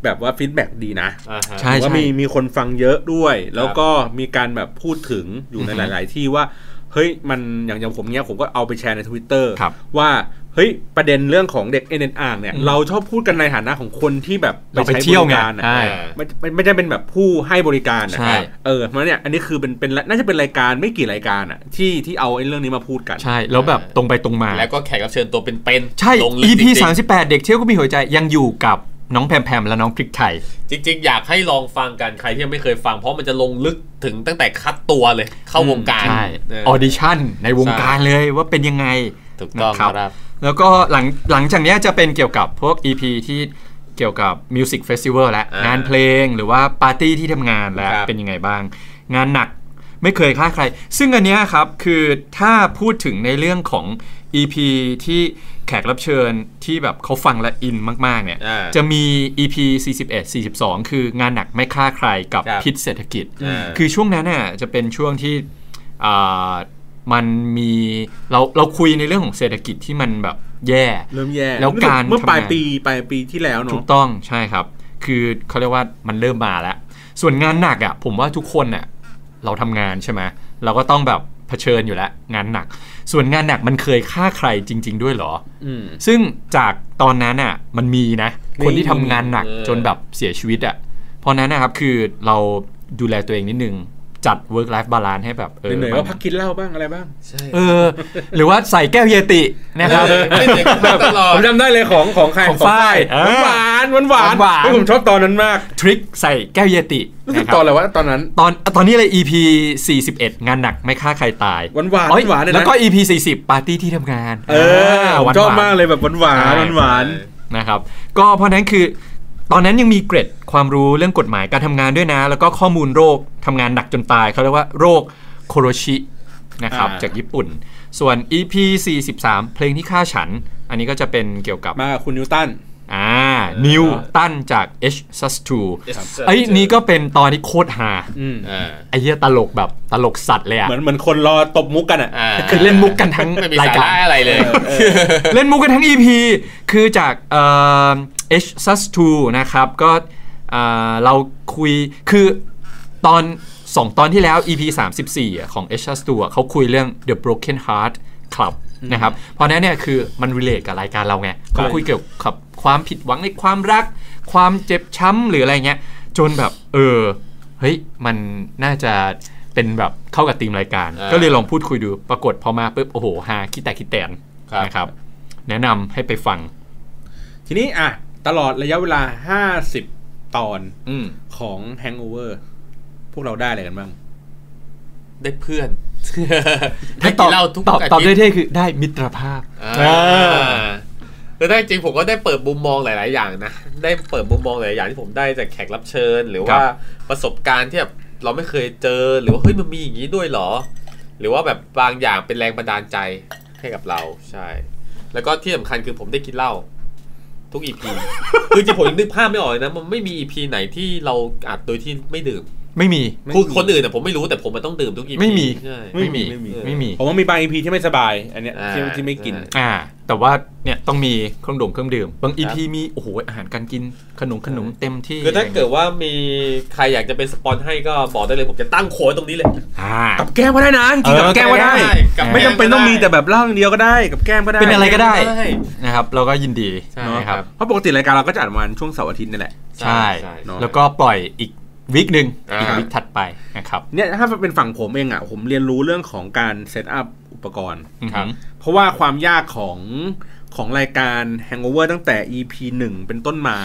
A: แบบว่าฟีดแบ็ดีนะ
C: อ่าฮะ
B: ใช่
A: ว่ามีมีคนฟังเยอะด้วย แล้วก็มีการแบบพูดถึงอยู่ใน
B: อือฮึ
A: หลาย ๆ ที่ว่า เฮ้ยมันอย่างอย่างผมเนี้ยผมก็เอาไปแชร์ใน Twitter
B: ครับ
A: ว่าเฮ้ยประเด็นเรื่องของเด็กเอ็นอ่างเนี่ย
B: อืม
A: เราชอบพูดกันในฐานะของคนที่แบบ
B: เราไปเที่ยวไง
A: ใช้บริการอะ
B: ใช่
A: ไม่ไม่ไม่ได้เป็นแบบผู้ให้บริการอะ
B: ใช่
A: เออมันเนี่ยอันนี้คือเป็นเป็นน่าจะเป็นรายการไม่กี่รายการอ่ะที่ที่เอาไอ้เรื่องนี้มาพูดกัน
B: ใช่ แล้วแบบ
C: เออ
B: ตรงไปตรงมา
C: แล้วก็แขกรับเชิญตัวเป็นๆ
B: ใช่
C: ลงลึก
B: EP
C: จริงๆ
B: 38 เด็กเที่ยวก็มีหัวใจยังอยู่กับน้องแพมแพมและน้องพริกไทย
C: จริงๆ อยากให้ลองฟังกันใครที่ยังไม่เคยฟัง เพราะมันจะลงลึกถึงตั้งแต่คัดตัวเลย เข้าวงการ
B: ใช่
C: เ
B: ออดิชั่นในวงการเลยว่าเป็นยังไง
C: ถูกต้อง
B: นะครับ แล้วก็หลังหลังจากเนี้ยจะเป็นเกี่ยวกับพวก EP ที่เกี่ยวกับมิวสิกเฟสติวัลและ
C: อ่าง
B: านเพลงหรือว่าปาร์ตี้ที่ทำงานแล้ว
C: ครับ
B: เป็นยังไงบ้าง งานหนักไม่เคยฆ่าใคร ซึ่งอันเนี้ยครับคือถ้าพูดถึงในเรื่องของ EP ที่แขกรับเชิญที่แบบเขาฟังและอินมากๆเนี่ย
C: อ่า
B: จะมี EP 41 42 คืองานหนักไม่ฆ่าใครกับ
C: ครับ
B: พิษเศรษฐกิจ
C: อ่า
B: คือช่วงนั้นน่ะจะเป็นช่วงที่อ่ามันมีเราเราคุยในเรื่องของเศรษฐกิจที่มันแบบแย่
A: เริ่มแย่
B: แล้วการ
A: เมื่อปลาย
B: ทำงาน
A: ปีปลายปีที่แล้ว
B: ถู
A: เนาะ
B: กต้องใช่ครับ คือเขาเรียกว่ามันเริ่มมาแล้ว ส่วนงานหนักอะ่ะผมว่าทุกคนน่ะเราทำงานใช่ไหมเราก็ต้องแบบเผชิญอยู่แล้วงานหนัก ส่วนงานหนักมันเคยฆ่าใครจริง ๆ ด้วยเหรอ
A: อืม
B: ซึ่งจากตอนนั้นอ่ะมันมีนะ
C: มี
B: คนที่ทำงานหนัก
C: เออ
B: จนแบบเสียชีวิตอ่ะเพราะนั้นนะครับคือเราดูแลตัวเองนิดนึง จัด work life balance ให้แบบเออ
A: เหนื่อยๆก็
B: มัน
A: พักกินเหล้าบ้างอะไรบ้าง
C: ใช่
B: เออ หรือว่าใส่แก้วเยตินะครับ
C: ไม่ได้คัดตลอด
A: ผมจำได้เลยของของใคร
B: ของฝ้าย
A: หวานหวานหวานหวาน
B: หวานๆ
A: เฮ้ยผมชอบตอนนั้นมาก
B: ทริคใส่แก้วเยติ
A: รู้สึก
B: นะครั
A: ต
B: บ
A: อนอะไรวะตอนนั้น
B: ตอนตอนนี้เลย EP 41 งานหนักไม่ฆ่าใครตาย
A: หวานหวาน
B: อ๋อ
A: หวานเลยนะ
B: แล้วก็ EP 40 ปาร์ตี้ที่ทำงาน
A: เออ
B: ห
A: ผม
B: วาน
A: ชอบ
B: ๆ
A: มากเลยแบบหวานหวานห
B: ใช่
A: วานหวาน
B: นะครับก็เพราะฉะนั้นคือตอนนั้นยังมีเกร็ดความรู้เรื่องกฎหมายการทำงานด้วยนะ แล้วก็ข้อมูลโรคทำงานหนักจนตายเขาเรียกว่าโรคโคโรชินะครับ
A: อ่า
B: จากญี่ปุ่น ส่วน EP 43 เพลงที่ฆ่าฉัน อันนี้ก็จะเป็นเกี่ยวกับ
A: มากับคุณนิวตัน
B: อ่านิวตันจาก H s u s
C: ครับ
B: 2ไอ้ยนี่ก็เป็นตอนที่โคตรฮา
A: อืม
C: อ่า
B: ไอ้เหี้ยตลกแบบตลกสัตว์เลยอะ
A: เหมือนเหมือนคนรอตบมุกกันอ่ะ
C: อ่า
B: คือเล่นมุกกันทั้ง
C: ไม่มี
B: ราย
C: สา
B: การ
C: ระอะไรเลย
B: เล่นมุกกันทั้ง EP คือจากเอ่อ H s u s 2นะครับ ก็เอ่อเราคุย คือตอนสองตอนที่แล้ว EP 34อ่ะของ H s u s 2อ่ะเขาคุยเรื่อง The Broken Heart Club นะครับ เพราะฉะนั้นเนี่ยคือมัน relate กับรายการเราไงเขาคุยเกี่ยวกับความผิดหวังในความรัก ความเจ็บช้ำหรืออะไรเงี้ย จนแบบ เออ เฮ้ย มันน่าจะเป็นแบบเข้ากับธีมรายการ
C: อ่า
B: ก็เลยลองพูดคุยดู ปรากฏพอมาปุ๊บ โอ้โหฮาคิดแต่คิดแตน
C: ครับ
B: นะครับแนะนำให้ไปฟัง
A: ทีนี้อ่ะ ตลอดระยะเวลา 50 ตอน
B: อืม
A: ของ Hangover พวกเราได้อะไรกันบ้าง
C: ได้เพื่อน
B: ถ้า
C: ได้
B: ต
C: กิ
B: อบ
C: นเหล้าทุก
B: ตอบ
C: อา
B: ตอบ
C: ทิ
B: ได้
C: ตย์
B: เท่คือได้มิตรภาพ
C: อ่า
B: อ่า
C: แล้วได้จริงผมก็ได้เปิดมุมมองหลาย ๆ อย่างนะ ได้เปิดมุมมองหลายๆอย่างที่ผมได้จากแขกรับเชิญ หรือว่าประสบการณ์ที่แบบเราไม่เคยเจอหรือว่าเฮ้ยมันมีอย่างนี้ด้วยเหรอ หรือว่าแบบบางอย่างเป็นแรงบันดาลใจให้กับเราใช่ แล้วก็ที่สำคัญคือผมได้กินเหล้าทุกอีพีคือจริงๆผมยังนึกภาพไม่ออกเลยนะ มันไม่มีอีพีไหนที่เราอัดโดยที่ไม่ดื่ม
B: ไม่มี
A: ไม่มี
C: คือคนอื่นน่ะผมไม่รู้แต่ผมมันต้องดื่มทุกอีพี
B: ไม่มี
C: ใช่
B: ไม่มี
A: ไม่มี
B: ไม่มี
A: ผมว่ามีบาง EP ที่ไม่สบาย อันเนี้ย
C: อ่า
A: ที่ที่ไม่กิน
C: ใช่
B: อ่า แต่ว่าเนี่ยต้องมีเครื่องดื่มเครื่องดื่ม บางอีพีมี โอ้โห อาหารการกินขนมขนมเต็มที่
C: คือถ้าเกิดว่ามีใครอยากจะเป็นสปอนให้ก็บอกได้เลยผมจะตั้งโขนตรงนี้เลย
B: อ่า
A: กับแก้มก็ได้นะจริงๆ
B: เออ
A: กับแก้มก็ได้
B: ได้
C: กับ
A: ไม่จำเป็นต้องมี
C: ได้
A: แต่แบบเหล้าอย่างเดียวก็ได้ กับแก้มก็ได้
B: เป็นอะไรก็ได้
C: ได้
B: นะครับ เราก็ยินดีนะ
C: ค
B: ค
C: รั
B: รับ
C: บ
A: เพราะปกติรายการเราก็จะอัดวันช่วงเสาร์อาทิตย์นี่แหละ
B: ใช่
C: ใช่
A: เนอะ
B: แล้วก็ปล่อยอีกวิกหนึ่ง
C: อ่า
B: อีกวิกถัดไปนะครับ
A: เนี่ยถ้าเป็นฝั่งผมเองอะ่ะผมเรียนรู้เรื่องของการเซตอัพอุปกรณ์
C: ครับ
B: อืม
A: เพราะว่าความยากของของรายการ Hangover ตั้งแต่ EP 1 เป็นต้นมา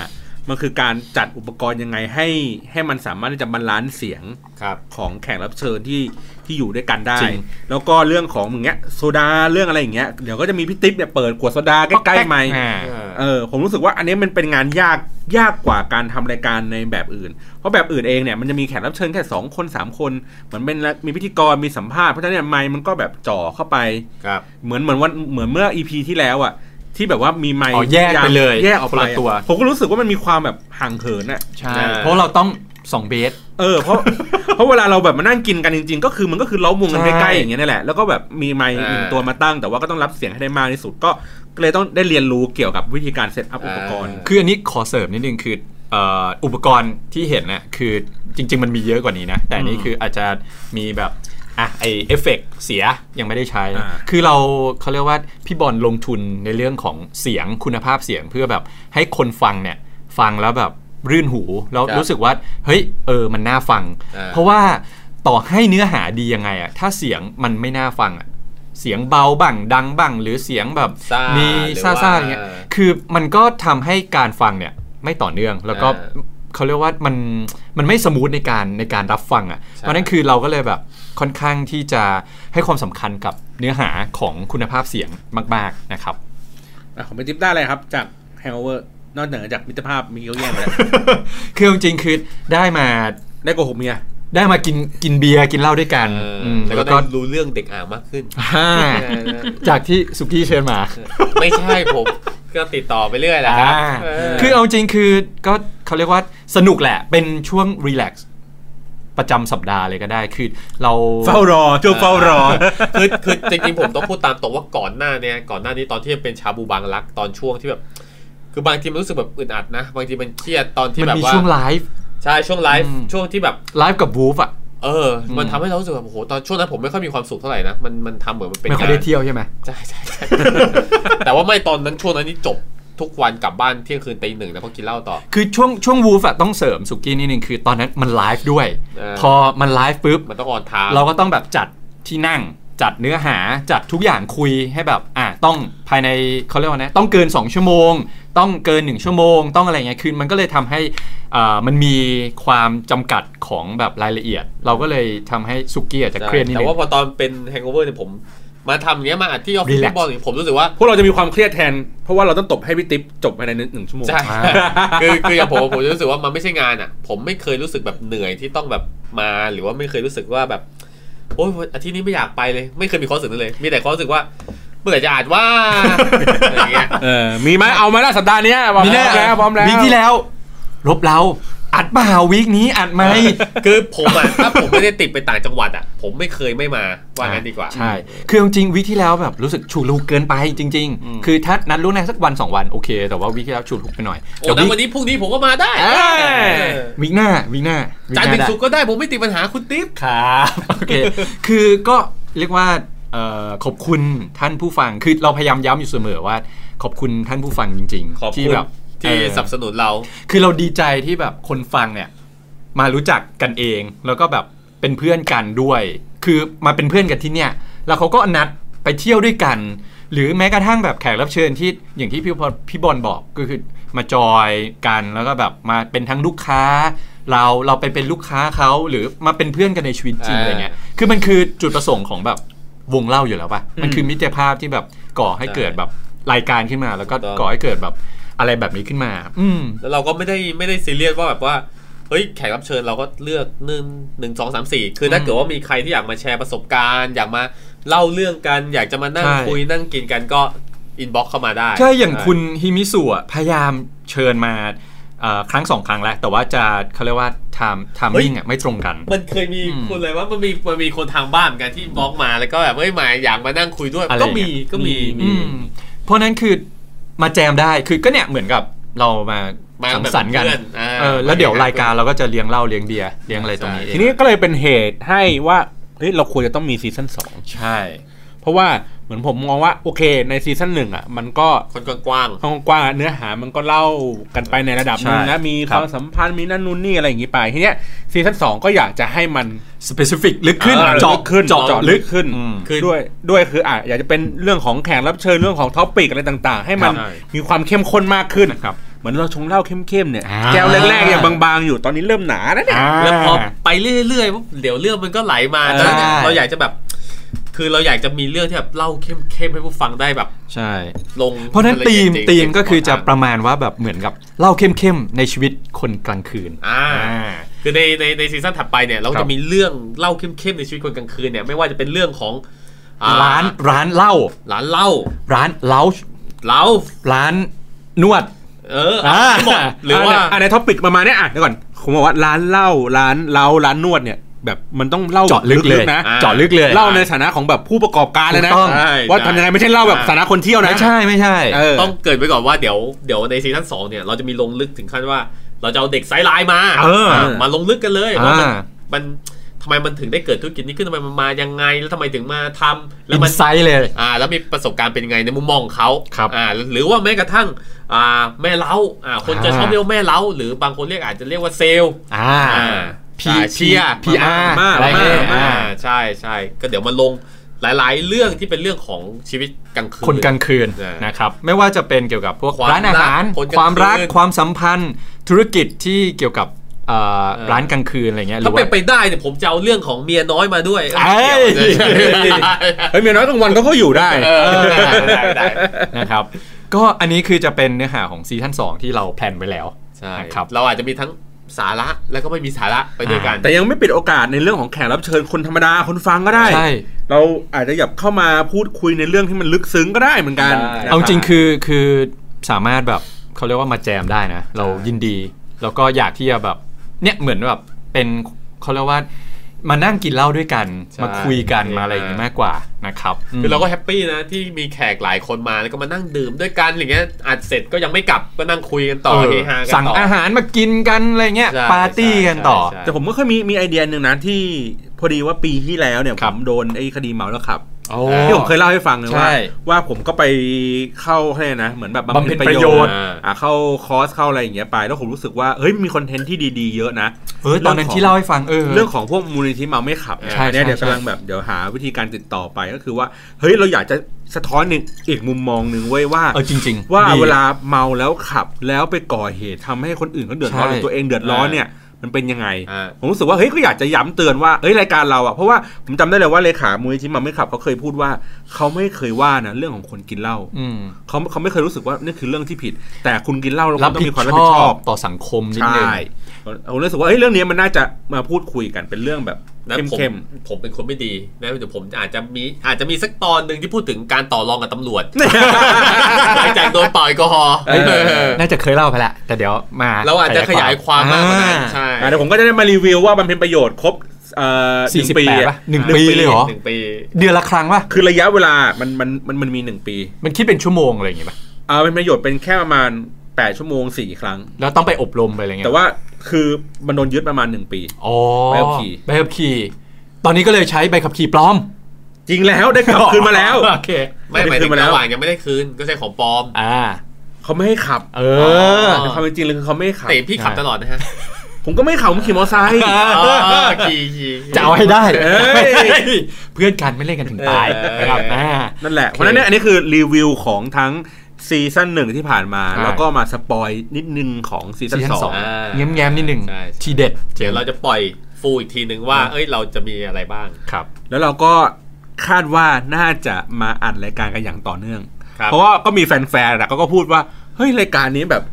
A: มันคือการจัดอุปกรณ์ยังไงให้ ให้มันสามารถที่จะบาลานซ์เสียง
C: ครับ
A: ของแขกรับเชิญที่ที่อยู่ด้วยกันได้
C: จริง
A: แล้วก็เรื่องของอย่างเงี้ยโซดาเรื่องอะไรอย่างเงี้ยเดี๋ยวก็จะมีพี่ติ๊บเนี่ยเปิดขวดโซดาใกล้ๆไหมค์
B: อ่า
A: เออผมรู้สึกว่าอันนี้มันเป็นงานยากยากกว่าการทำรายการในแบบอื่น เพราะแบบอื่นเองเนี่ยมันจะมีแขกรับเชิญแค่ 2 คน 3 คนเหมือนเป็นละมีพิธีกรมีสัมภาษณ์เพราะฉะนั้นเนี่ยไมค์มันก็แบบจ่อเข้าไป
C: ครับ
A: เหมือนเหมือนวันเหมือนเมื่ออีพีที่แล้วอ่ะที่แบบว่ามีไมค์
B: อ๋อแยกไปเลย
A: แยกออก
B: คน
A: ไป
B: ละตัว
A: ผมก็รู้สึกว่ามันมีความแบบห่างเขินอ่ะ
B: ใช่
C: อ่า
B: เพราะเราต้อง สองเบส
A: เออเพราะ เพราะเวลาเราแบบมานั่งกินกันจริง ๆ ก็คือมันก็คือเล้าวงกัน
B: ใช่
A: ใกล้ๆอย่างเงี้ยนี่แหละแล้วก็แบบมีไมค์หนึ่ง
C: อ่า
A: ตัวมาตั้ง แต่ว่าก็ต้องรับเสียงให้ได้มากที่สุดก็ก็เลยต้องได้เรียนรู้เกี่ยวกับวิธีการเซตอัพอุปกรณ์
B: คืออันนี้ขอเสริมนิดนึงคือเอ่ออุปกรณ์ที่เห็นน่ะคือจริง ๆ มันมีเยอะกว่านี้นะ แต่อันนี่คืออาจจะมีแบบอ่ะไอเอฟเฟกต์เสียยังไม่ได้ใช้นะ
A: อ่า
B: คือเราเขาเรียกว่าพี่บอลลงทุนในเรื่องของเสียงคุณภาพเสียงเพื่อแบบให้คนฟังเนี่ยฟังแล้วแบบรื่นหู แล้ว
C: ครับ
B: รู้สึกว่าเฮ้ยเออมันน่าฟัง
C: อ่า
B: เพราะว่าต่อให้เนื้อหาดียังไงอะถ้าเสียงมันไม่น่าฟังอะเสียงเบาบ้างดังบ้างหรือเสียงแบบ
C: ซ่า
B: มี
C: หรือ
B: ซ่า
C: ว่า
B: ๆอย่างเงี้ย คือมันก็ทำให้การฟังเนี่ยไม่ต่อเนื่อง แล้วก็
C: อ่
B: เขาเรียกว่ามันมันไม่สมูทในการในการรับฟังอะ่ะ เพราะฉะนั้นคือเราก็เลยแบบค่อนข้างที่จะให้ความสำคัญกับเนื้อหาของคุณภาพเสียงมาก ๆนะครับ
A: อ่ะของไปจิ๊บได้อะไรครับ จาก Hangover นอกเหนือจากมิตรภาพมีเยอะแยะไปแล้ว
B: คือจริงๆคือได้มา
A: ได้โกหกเมีย
B: ได้มากินกินเบียร์กินเหล้าด้วยกัน
C: เออ
B: ม
C: แล้วก็ได้รู้เรื่องเด็กอ่างมากขึ้น
B: อ่าจากที่สุกี้เชิญมา
C: ไม่ใช่ผม ก็ติดต่อไปเรื่อยแหละครับ
B: อ่า
C: เออ
B: คือเอาจริงคือก็เขาเรียกว่าสนุกแหละ เป็นช่วงรีแลกซ์ประจำสัปดาห์เลยก็ได้คือเรา
A: เฝ้ารอช่วงเฝ้ารอ
C: คือคือจริงๆผมต้องพูดตามตรงว่าก่อนหน้าเนี่ยก่อนหน้านี้ตอนที่เป็นชาบูบางรักตอนช่วงที่แบบ คือบางทีมันรู้สึกแบบอึดอัดนะ บางทีมันเครียดตอนที่
B: มัน
C: แบบ
B: มี
C: ว่า
B: ช่วงไลฟ์
C: ใช่ช่วงไลฟ์
B: อืม
C: ช่วงที่แบบ
B: ไลฟ์กับวูฟอ่ะ
C: เออ มัน
B: อืม
C: ทำให้เรารู้สึกแบบโอ้โหตอนช่วงนั้นผมไม่ค่อยมีความสุขเท่าไหร่นะมันมันทำเหมือนมันเป็
B: ไม่ค่อง
C: นาย น
B: ได้เที่ยวใช่ไหม
C: ใช่ใช่ใช่ แต่ว่าไม่ตอนนั้นช่วงนั้นนี่จบทุกวันกลับบ้านเที่ยงคืนตีหนึ่งแล้วก็กินเหล้าต่อ
B: คือช่วงช่วงวูฟอะต้องเสริมสุกี้นิดนึงคือตอนนั้นมันไลฟ์ด้วย
C: เออ
B: พอมันไลฟ์ปุ๊บ
C: มันต้องออนทาม
B: เราก็ต้องแบบจัดที่นั่ง จัดเนื้อหาจัดทุกอย่างคุยให้แบบอ่ะต้องภายในเขาเรียกว่านะต้องเกิน 2 ชั่วโมง ต้องเกิน 1 ชั่วโมง ต้องอะไรเงี้ยคือมันก็เลยทำให้อ่ามันมีความจำกัดของแบบรายละเอียด เราก็เลยทำให้สุกี้อาจจะเครียดนิด
C: แต่
B: นึง
C: ว่าพอตอนเป็นแฮง g อ v เวอร์เนี่ยผม มาทำอย่างเงี้ยมาอัดที่ออฟฟิศ
B: Relax
C: ฟุตบอลเนี่ยผมรู้สึกว่า
A: พวกเราจะมีความเครียดแทน เพราะว่าเราต้องตบให้พี่ติ๊บจบภายในหนึ่งชั่วโมง
C: ใช่
B: อ่า
C: คือคืออย่างผมอะผมจะรู้สึกว่ามันไม่ใช่งานอ่ะ ผมไม่เคยรู้สึกแบบเหนื่อยที่ต้องแบบมาหรือว่าไม่เคยรู้สึกว่าแบบโอ๊ยอาทิตย์นี้ไม่อยากไปเลย ไม่เคยมีความรู้สึกนั้นเลย มีแต่ความรู้สึกว่าเมื่อไหร่จะอ่าน ว่าอะไรอย่างเงี้ย
A: เออ มีไหมเอามาแล้วสัปดาห์เนี้ยพร้อม
B: มีแน่
A: แล้วพร้อมแล้ว
B: วีคที่แล้วลบเราอัดเปล่าวีคนี้อัดไหม
C: คือผมอ่ะ ถ้าผมไม่ได้ติดไปต่างจังหวัดอ่ะ ผมไม่เคยไม่มาว่างั้นดีกว่า
B: ใช่ คือจริงๆวิคที่แล้วแบบรู้สึกฉุกลูกเกินไปจริง ๆ คือถ้านัดล่วงหน้าสักวัน 2 วันโอเค แต่ว่าวิคที่แล้วฉุกลูกไปหน่อย
C: โอ้
B: แต่
C: แล้ว
B: วิค
C: วันนี้พรุ่งนี้ผมก็มาได้
B: เอ้ย
C: เออ
B: วิคหน้าวิคหน้าวิคห
C: จันทร์ถึง
B: น้า
C: ศุกร์ก็ได้ผมไม่ติดปัญหาคุณติ๊บ
B: ครับโอเค คือก็เรียกว่าเอ่อขอบคุณท่านผู้ฟัง คือเราพยายามย้ำอยู่เสมอว่า ขอบคุณท่านผู้ฟังจริง
C: ขอบ
B: ๆ ที่
C: คุณ
B: แบบ
C: ที่
B: เอ่อ
C: สนับสนุนเรา
B: คือเราดีใจที่แบบคนฟังเนี่ยมารู้จักกันเอง แล้วก็แบบเป็นเพื่อนกันด้วย คือมาเป็นเพื่อนกันที่เนี่ย แล้วเขาก็นัดไปเที่ยวด้วยกัน หรือแม้กระทั่งแบบแขกรับเชิญที่อย่างที่พี่บอลพี่บอลบอกก็คือมาจอยกันแล้วก็แบบมาเป็นทั้งลูกค้า เราเราไปเป็นลูกค้าเขาหรือมาเป็นเพื่อนกันในชีวิตจริง
C: อ่า
B: อะไรเงี้ยคือมันคือจุดประสงค์ของแบบวงเล่าอยู่แล้วปะมันคือมิตรภาพที่แบบก่อให้เกิดแบบรายการขึ้นมา แล้วก็ก่อให้เกิดแบบอะไรแบบนี้ขึ้นมา อืม
C: แล้วเราก็ไม่ได้ไม่ได้ซีเรียสว่าแบบว่า เฮ้ยแขกรับเชิญเราก็เลือกหนึ่งหนึ่งสองสามสี่คือถ้าเกิดว่ามีใครที่อยากมาแชร์ประสบการณ์ อยากมาเล่าเรื่องกัน อยากจะมานั่ง
B: ใช่
C: คุยนั่งกินกันก็อินบ็อกเข้ามาได้
B: ใช่ อย่างคุณฮิมิสุอะพยายามเชิญมาเอ่อครั้งสองครั้งแล้ว แต่ว่าจะเขาเรียกว่าไทม์ไทมิ่งอะไม่ตรงกัน
C: มันเคยมี
B: อืม
C: คนเลยว่ามันมีมันมีคนทางบ้านเหมือนกันที่บล็อกมาแล้วก็แบบเฮ้ยหมายอยากมานั่งคุยด้วย
B: อะไรอ
C: ก็
B: ย่างเงี้
C: มี
B: ย
C: ก็มี
B: อืมเพราะนั้นคือมาแจมได้คือก็เนี่ยเหมือนกับเรามา
C: มา
B: สัง
C: แบบ
B: สรรค์กัน
C: เพื่ออ่า
B: เออแล้วเดี๋ยวรายการเราก็จะเลี้ยงเหล้าเลี้ยงเบียร์เลี้ยงอะไรตรงนี้เอง
A: ทีนี้ก็เลยเป็นเหตุให้ว่าเฮ้ยเราควรจะต้องมีซีซั่นสอง
B: ใช่
A: เพราะว่าเหมือนผมมองว่าโอเคในซีซั่นหนึ่งอ่ะมันก็
C: คนกว้าง
A: ห้องกว้างเนื้อหามันก็เล่ากันไปในระดับหนึงนะมีความสัมพันธ์มีนั่นนู่นนี่อะไรอย่างนี้ไปทีเนี้ยซีซั่นสองก็อยากจะให้มัน
B: สเปซิฟิกลึกขึ้น
A: อ่
B: เจาะ
A: ขึ้น
B: เจาะ
A: เจาะ
B: ลึ
A: ลึ
B: ก
A: กขึ้น
B: อืม
A: คือด้วยด้วยคืออ่ะอยากจะเป็นเรื่องของแขกรับเชิญเรื่องของท็อปิกอะไรต่างๆ ให้มัน
B: ครับ
A: มีความเข้มข้นมากขึ้น
B: ครับ
A: เหมือนเราชงเหล้าเข้มๆเนี่ย
B: อ่า
A: แก้วแรกๆยังบางๆอยู่ตอนนี้เริ่มหนาแล้วเนี่ย
C: ๆแล้วพอไปเรื่อยๆปุ๊บเดี๋ยวเรื่องมันก็ไหลมา
B: ใช่
C: ตอนนั้นเนี่ยเราอยากจะแบบ คือเราอยากจะมีเรื่องที่แบบเล่าเข้มๆให้ผู้ฟังได้แบบ
B: ใช่
C: ลง
B: เพราะฉะนั้น
C: ละ
B: ธี
C: อียด
B: ม
C: จริง
B: ธีม
C: เป็น
B: ก็คือจะ
C: ขง
B: ประมาณว่าแบบเหมือนกับเล่าเข้มๆในชีวิตคนกลางคืน
C: อ่าคือในในในซีซั่นถัดไปเนี่ยเรา
B: ครั
C: จะ
B: บ
C: มีเรื่องเล่าเข้มๆในชีวิตคนกลางคืนเนี่ยไม่ว่าจะเป็นเรื่องของอ่
B: ร้านร้านเหล้า
C: ร้านเหล้า
B: ร้านเล้า
C: เหล้า
B: ร้านนวด
C: เอออ่ะ
B: อ่า
C: หมดหรือว่า
A: อ่ะเนี่ยในท็อปิกประมาณเนี้ยอ่ะเดี๋ยวก่อน ผมบอกว่าร้านเหล้าร้านเหล้าร้านนวดเนี่ย แบบมันต้องเล่า
B: เจาะลึกเลย
A: นะ
B: เจาะลึกเลย
A: เล่าในฐานะของแบบผู้ประกอบการเลยนะ
B: ถูกต้อง
A: ใช่ว่า
C: ใช่
A: ทำยังไงไม่ใช่เล่าแบบฐานะคนเที่ยวนะ
B: ไม่ใช่ไม่ใช่
A: เออ
C: ต้องเกิดไว้ก่อนว่าเดี๋ยวเดี๋ยวในซีซั่นสองเนี่ยเราจะมีลงลึกถึงขั้นว่า เราจะเอาเด็กไซด์ไลน์มา
B: เออ
C: เออมาลงลึกกันเลยว่ามัน
B: อ่า
C: มันทำไมมันถึงได้เกิดธุรกิจนี้ขึ้นทำไมมันมายังไงแล้วทำไมถึงมาทำแล้
B: แล้ว
C: ว
B: มั
C: มัน น
B: ไซส์เลย
C: อ่าแล้วมีประสบการณ์เป็นไงในมุมมองของเขา
B: ครับ
C: อ่าหรือว่าแม้กระทั่งอ่าแม่เล้าอ่าคนจะ
B: อ่า
C: ชอบเรียกว่าแม่เล้าหรือบางคนเรียกอาจจะเรียกว่าเซลล์
B: อ่า
C: อ่า
B: พี
C: อ่าเชียร์
B: พีอาร์
A: มาม่า
B: อะไร
C: มา
B: เงี้ย
C: อ่า
B: อ่า
C: ใช่ใช่ก็เดี๋ยวมาลงหลาย ๆ เรื่องที่เป็นเรื่องของชีวิตกลางคืน
B: คนกลางคืน
C: เออ
B: นะครับไม่ว่าจะเป็นเกี่ยวกับพวก
C: ความ
B: ร้านอาหาร
C: รักคนกลาง
B: ความรัก
C: คืน
B: ความสัมพันธ์ธุรกิจที่เกี่ยวกับเอ่อ
C: เออ
B: ร้านกลางคืนอะไรเงี้ยหรื
C: ถ้า
B: อ
C: เป็น
B: ว่า
C: ไปได้เนี่ยผมจะเอาเรื่องของเมียน้อยมาด้วย
B: เอ้ย
A: เฮ้ยเมียน้อยกลางวันก็เขาอยู่ได้
C: เออได้ได้
B: นะครับ ก็อันนี้คือจะเป็นเนื้อหาของซีซั่น2ที่เราแพลนไว้แล้ว
C: ใช่
B: ครับ
C: เราอาจจะมีทั้งสาระแล้วก็ไม่มีสาระไปด้วยกัน
A: แต่ยังไม่ปิดโอกาสในเรื่องของแขกรับเชิญคนธรรมดาคนฟังก็ได้ เราอาจจะหยับเข้ามาพูดคุยในเรื่องที่มันลึกซึ้งก็ได้เหมือนกัน
C: ได้
A: นะคบ
B: เอาจริงคือคือสามารถแบบเขาเรียกว่ามาแจมได้นะ เรายินดี แล้วก็อยากที่จะแบบเนี่ยเหมือนแบบเป็นเขาเรียกว่ามานั่งกินเหล้าด้วยกัน
C: ใช่
B: มาคุยกัน
C: ใช่
B: มาอะไรอย่างนี้มากกว่านะครับม
C: คือเราก็แฮปปี้นะที่มีแขกหลายคนมาแล้วก็มานั่งดื่มด้วยกันอย่างเงี้ยอัดเสร็จก็ยังไม่กลับก็นั่งคุยกันต่อ
B: เออ
C: เฮฮากันต่อ
B: สั่งอาหารมากินกันอะไรเงี้ย
C: ใช่
B: ปาร์ตี้กันต่อ
C: ใช่ใช่
A: แต่ผมก็เคยมีมีไอเดียหนึ่งนะที่พอดีว่าปีที่แล้วเนี่ย
B: ค
A: ผ
B: รับ
A: มโดนไอ้คดีเมาแล้วขับ
B: โอ้
A: ที่ผมเคยเล่าให้ฟังเลย
B: ใช่
A: ว่าว่าผมก็ไปเข้าให้นะเหมือนแบบ
B: บำเพ็ญประโยชน์
A: อ่าอ่าเข้าคอร์สเข้าอะไรอย่างเงี้ยไป แล้วผมรู้สึกว่าเฮ้ยมีคอนเทนต์ที่ดีๆเยอะนะ
B: เออตอนนั้นที่เล่าให้ฟังเออ
A: เรื่องของพวกมูลนิธิเมาไม่ขับเนี่ย
B: ใช่
A: อันเนี่ย
B: ใช่
A: เดี๋ยว
B: ใช่
A: กำลังแบบเดี๋ยวหาวิธีการติดต่อไปก็คือว่าเฮ้ยเราอยากจะสะท้อนหนึ่งอีกมุมมองหนึ่งไว้ยว่า
B: เออจริงๆ
A: ว่า
B: ดี
A: เวลาเมาแล้วขับแล้วไปก่อเหตุทำให้คนอื่นเขาเดือดร้อนห
B: ใช่
A: รือตัวเองเดือดร้อนเนี่ยมันเป็นยังไง
C: อ่า
A: ผมรู้สึกว่าเฮ้ยก็อยากจะย้ำเตือนว่าเฮ้ยรายการเราอ่ะเพราะว่าผมจำได้เลยว่าเลขามูลนิธิมาไม่ขับเขาเคยพูดว่าเขาไม่เคยว่านะเรื่องของคนกินเหล้า
B: อืม
A: เขาเขาไม่เคยรู้สึกว่านี่คือเรื่องที่ผิด แต่คุณกินเหล้าแล้ว
B: รับ
A: คุณต้อง
B: ผิด
A: มีความรับ
B: ช
A: ผิดช
B: อ
A: อ
B: บบ ต่อสังคมนิด
A: ใช่
B: นึง
A: ผมรู้สึกว่าเฮ้ยเรื่องนี้มันน่าจะมาพูดคุยกันเป็นเรื่องแบบ
C: นะผม
A: เข้ม
C: ผมเป็นคนไม่ดีนะเดี๋ยวผมอาจจะมีอาจจะมีสักตอนหนึ่งที่พูดถึงการต่อรองกับตำรวจหลังจากโดนเป่าแอลกอฮอล์
B: เออ น่าจะเคยเล่าไปละแต่เดี๋ยวมา
C: เราอาจจะขยายความมากกว่านั้น
B: อ่
C: ใช่
A: ๆอ่ะเดี๋ยวผมก็จะได้มารีวิวว่ามันเป็นประโยชน์ครบเอ่อหนึ่ง
B: 48
A: ปีอะ
B: ป่ะหนึ่งปีเลยเหรอ
C: หนึ่งปี
B: เดือนละครั้งป่ะ
A: คือระยะเวลา มันมันมันมันมีหนึ่งปี
B: มันคิดเป็นชั่วโมงอะไรอย่างงี้ป่ะ
A: อ่าเป็นประโยชน์เป็นแค่ประมาณ 8 ชั่วโมง 4 ครั้ง
B: แล้วต้องไปอบรมไปอะไรเงี้ย
A: แต่ว่าคือมันโดนยึดประมาณ 1 ปี
B: อ๋อ
A: ใบขับขี่
B: ใบขับขี่ ตอนนี้ก็เลยใช้ใบขับขี่ปลอม
A: จริงแล้วได้กลับคืนมาแล้ว
B: โอเค
C: ไม่หมายถึงระหว่างยังไม่ได้คืนก็ใช้ของปลอม
B: อ่า
A: เขาไม่ให้ขับ
B: เออ
A: ในความเป็นจริงเลยคือเขาไม่ให้ขับ
C: เตะพี่ขับตลอดนะฮะ
A: ผมก็ไม่ขับผมขี่มอเตอร์ไซค์
C: อ๋อขี่ขี่
B: จะเอาให้ได้
A: เอ้ย
B: เพื่อนกันไม่เล่นกันถึงตาย
C: เออ
B: นะครับอ่า
A: นั่นแหละ เพราะฉะนั้นเนี่ยอันนี้คือรีวิวของทั้งซีซั่นหนึ่งที่ผ่านมา
B: ใช่
A: แล้วก็มาสปอยนิดนึงของซีซั่
B: ซี
A: น
B: ซั่น
A: ส
B: ส
A: อ
B: อ
A: ง
B: งแง้มแง้มๆนิดนึง
C: ใช่ใช่
B: ทีเด็ด
C: เดี๋ยวเราจะปล่อยฟูลอีกทีนึงว่า เอ้ยเราจะมีอะไรบ้าง
B: ครับ
A: แล้วเราก็คาดว่าน่าจะมาอัดรายการกันอย่างต่อเนื่อง
C: ครับ
A: เพราะว่าก็มีแฟนๆแหละเขาก็พูดว่าเฮ้ยรายการนี้แบบ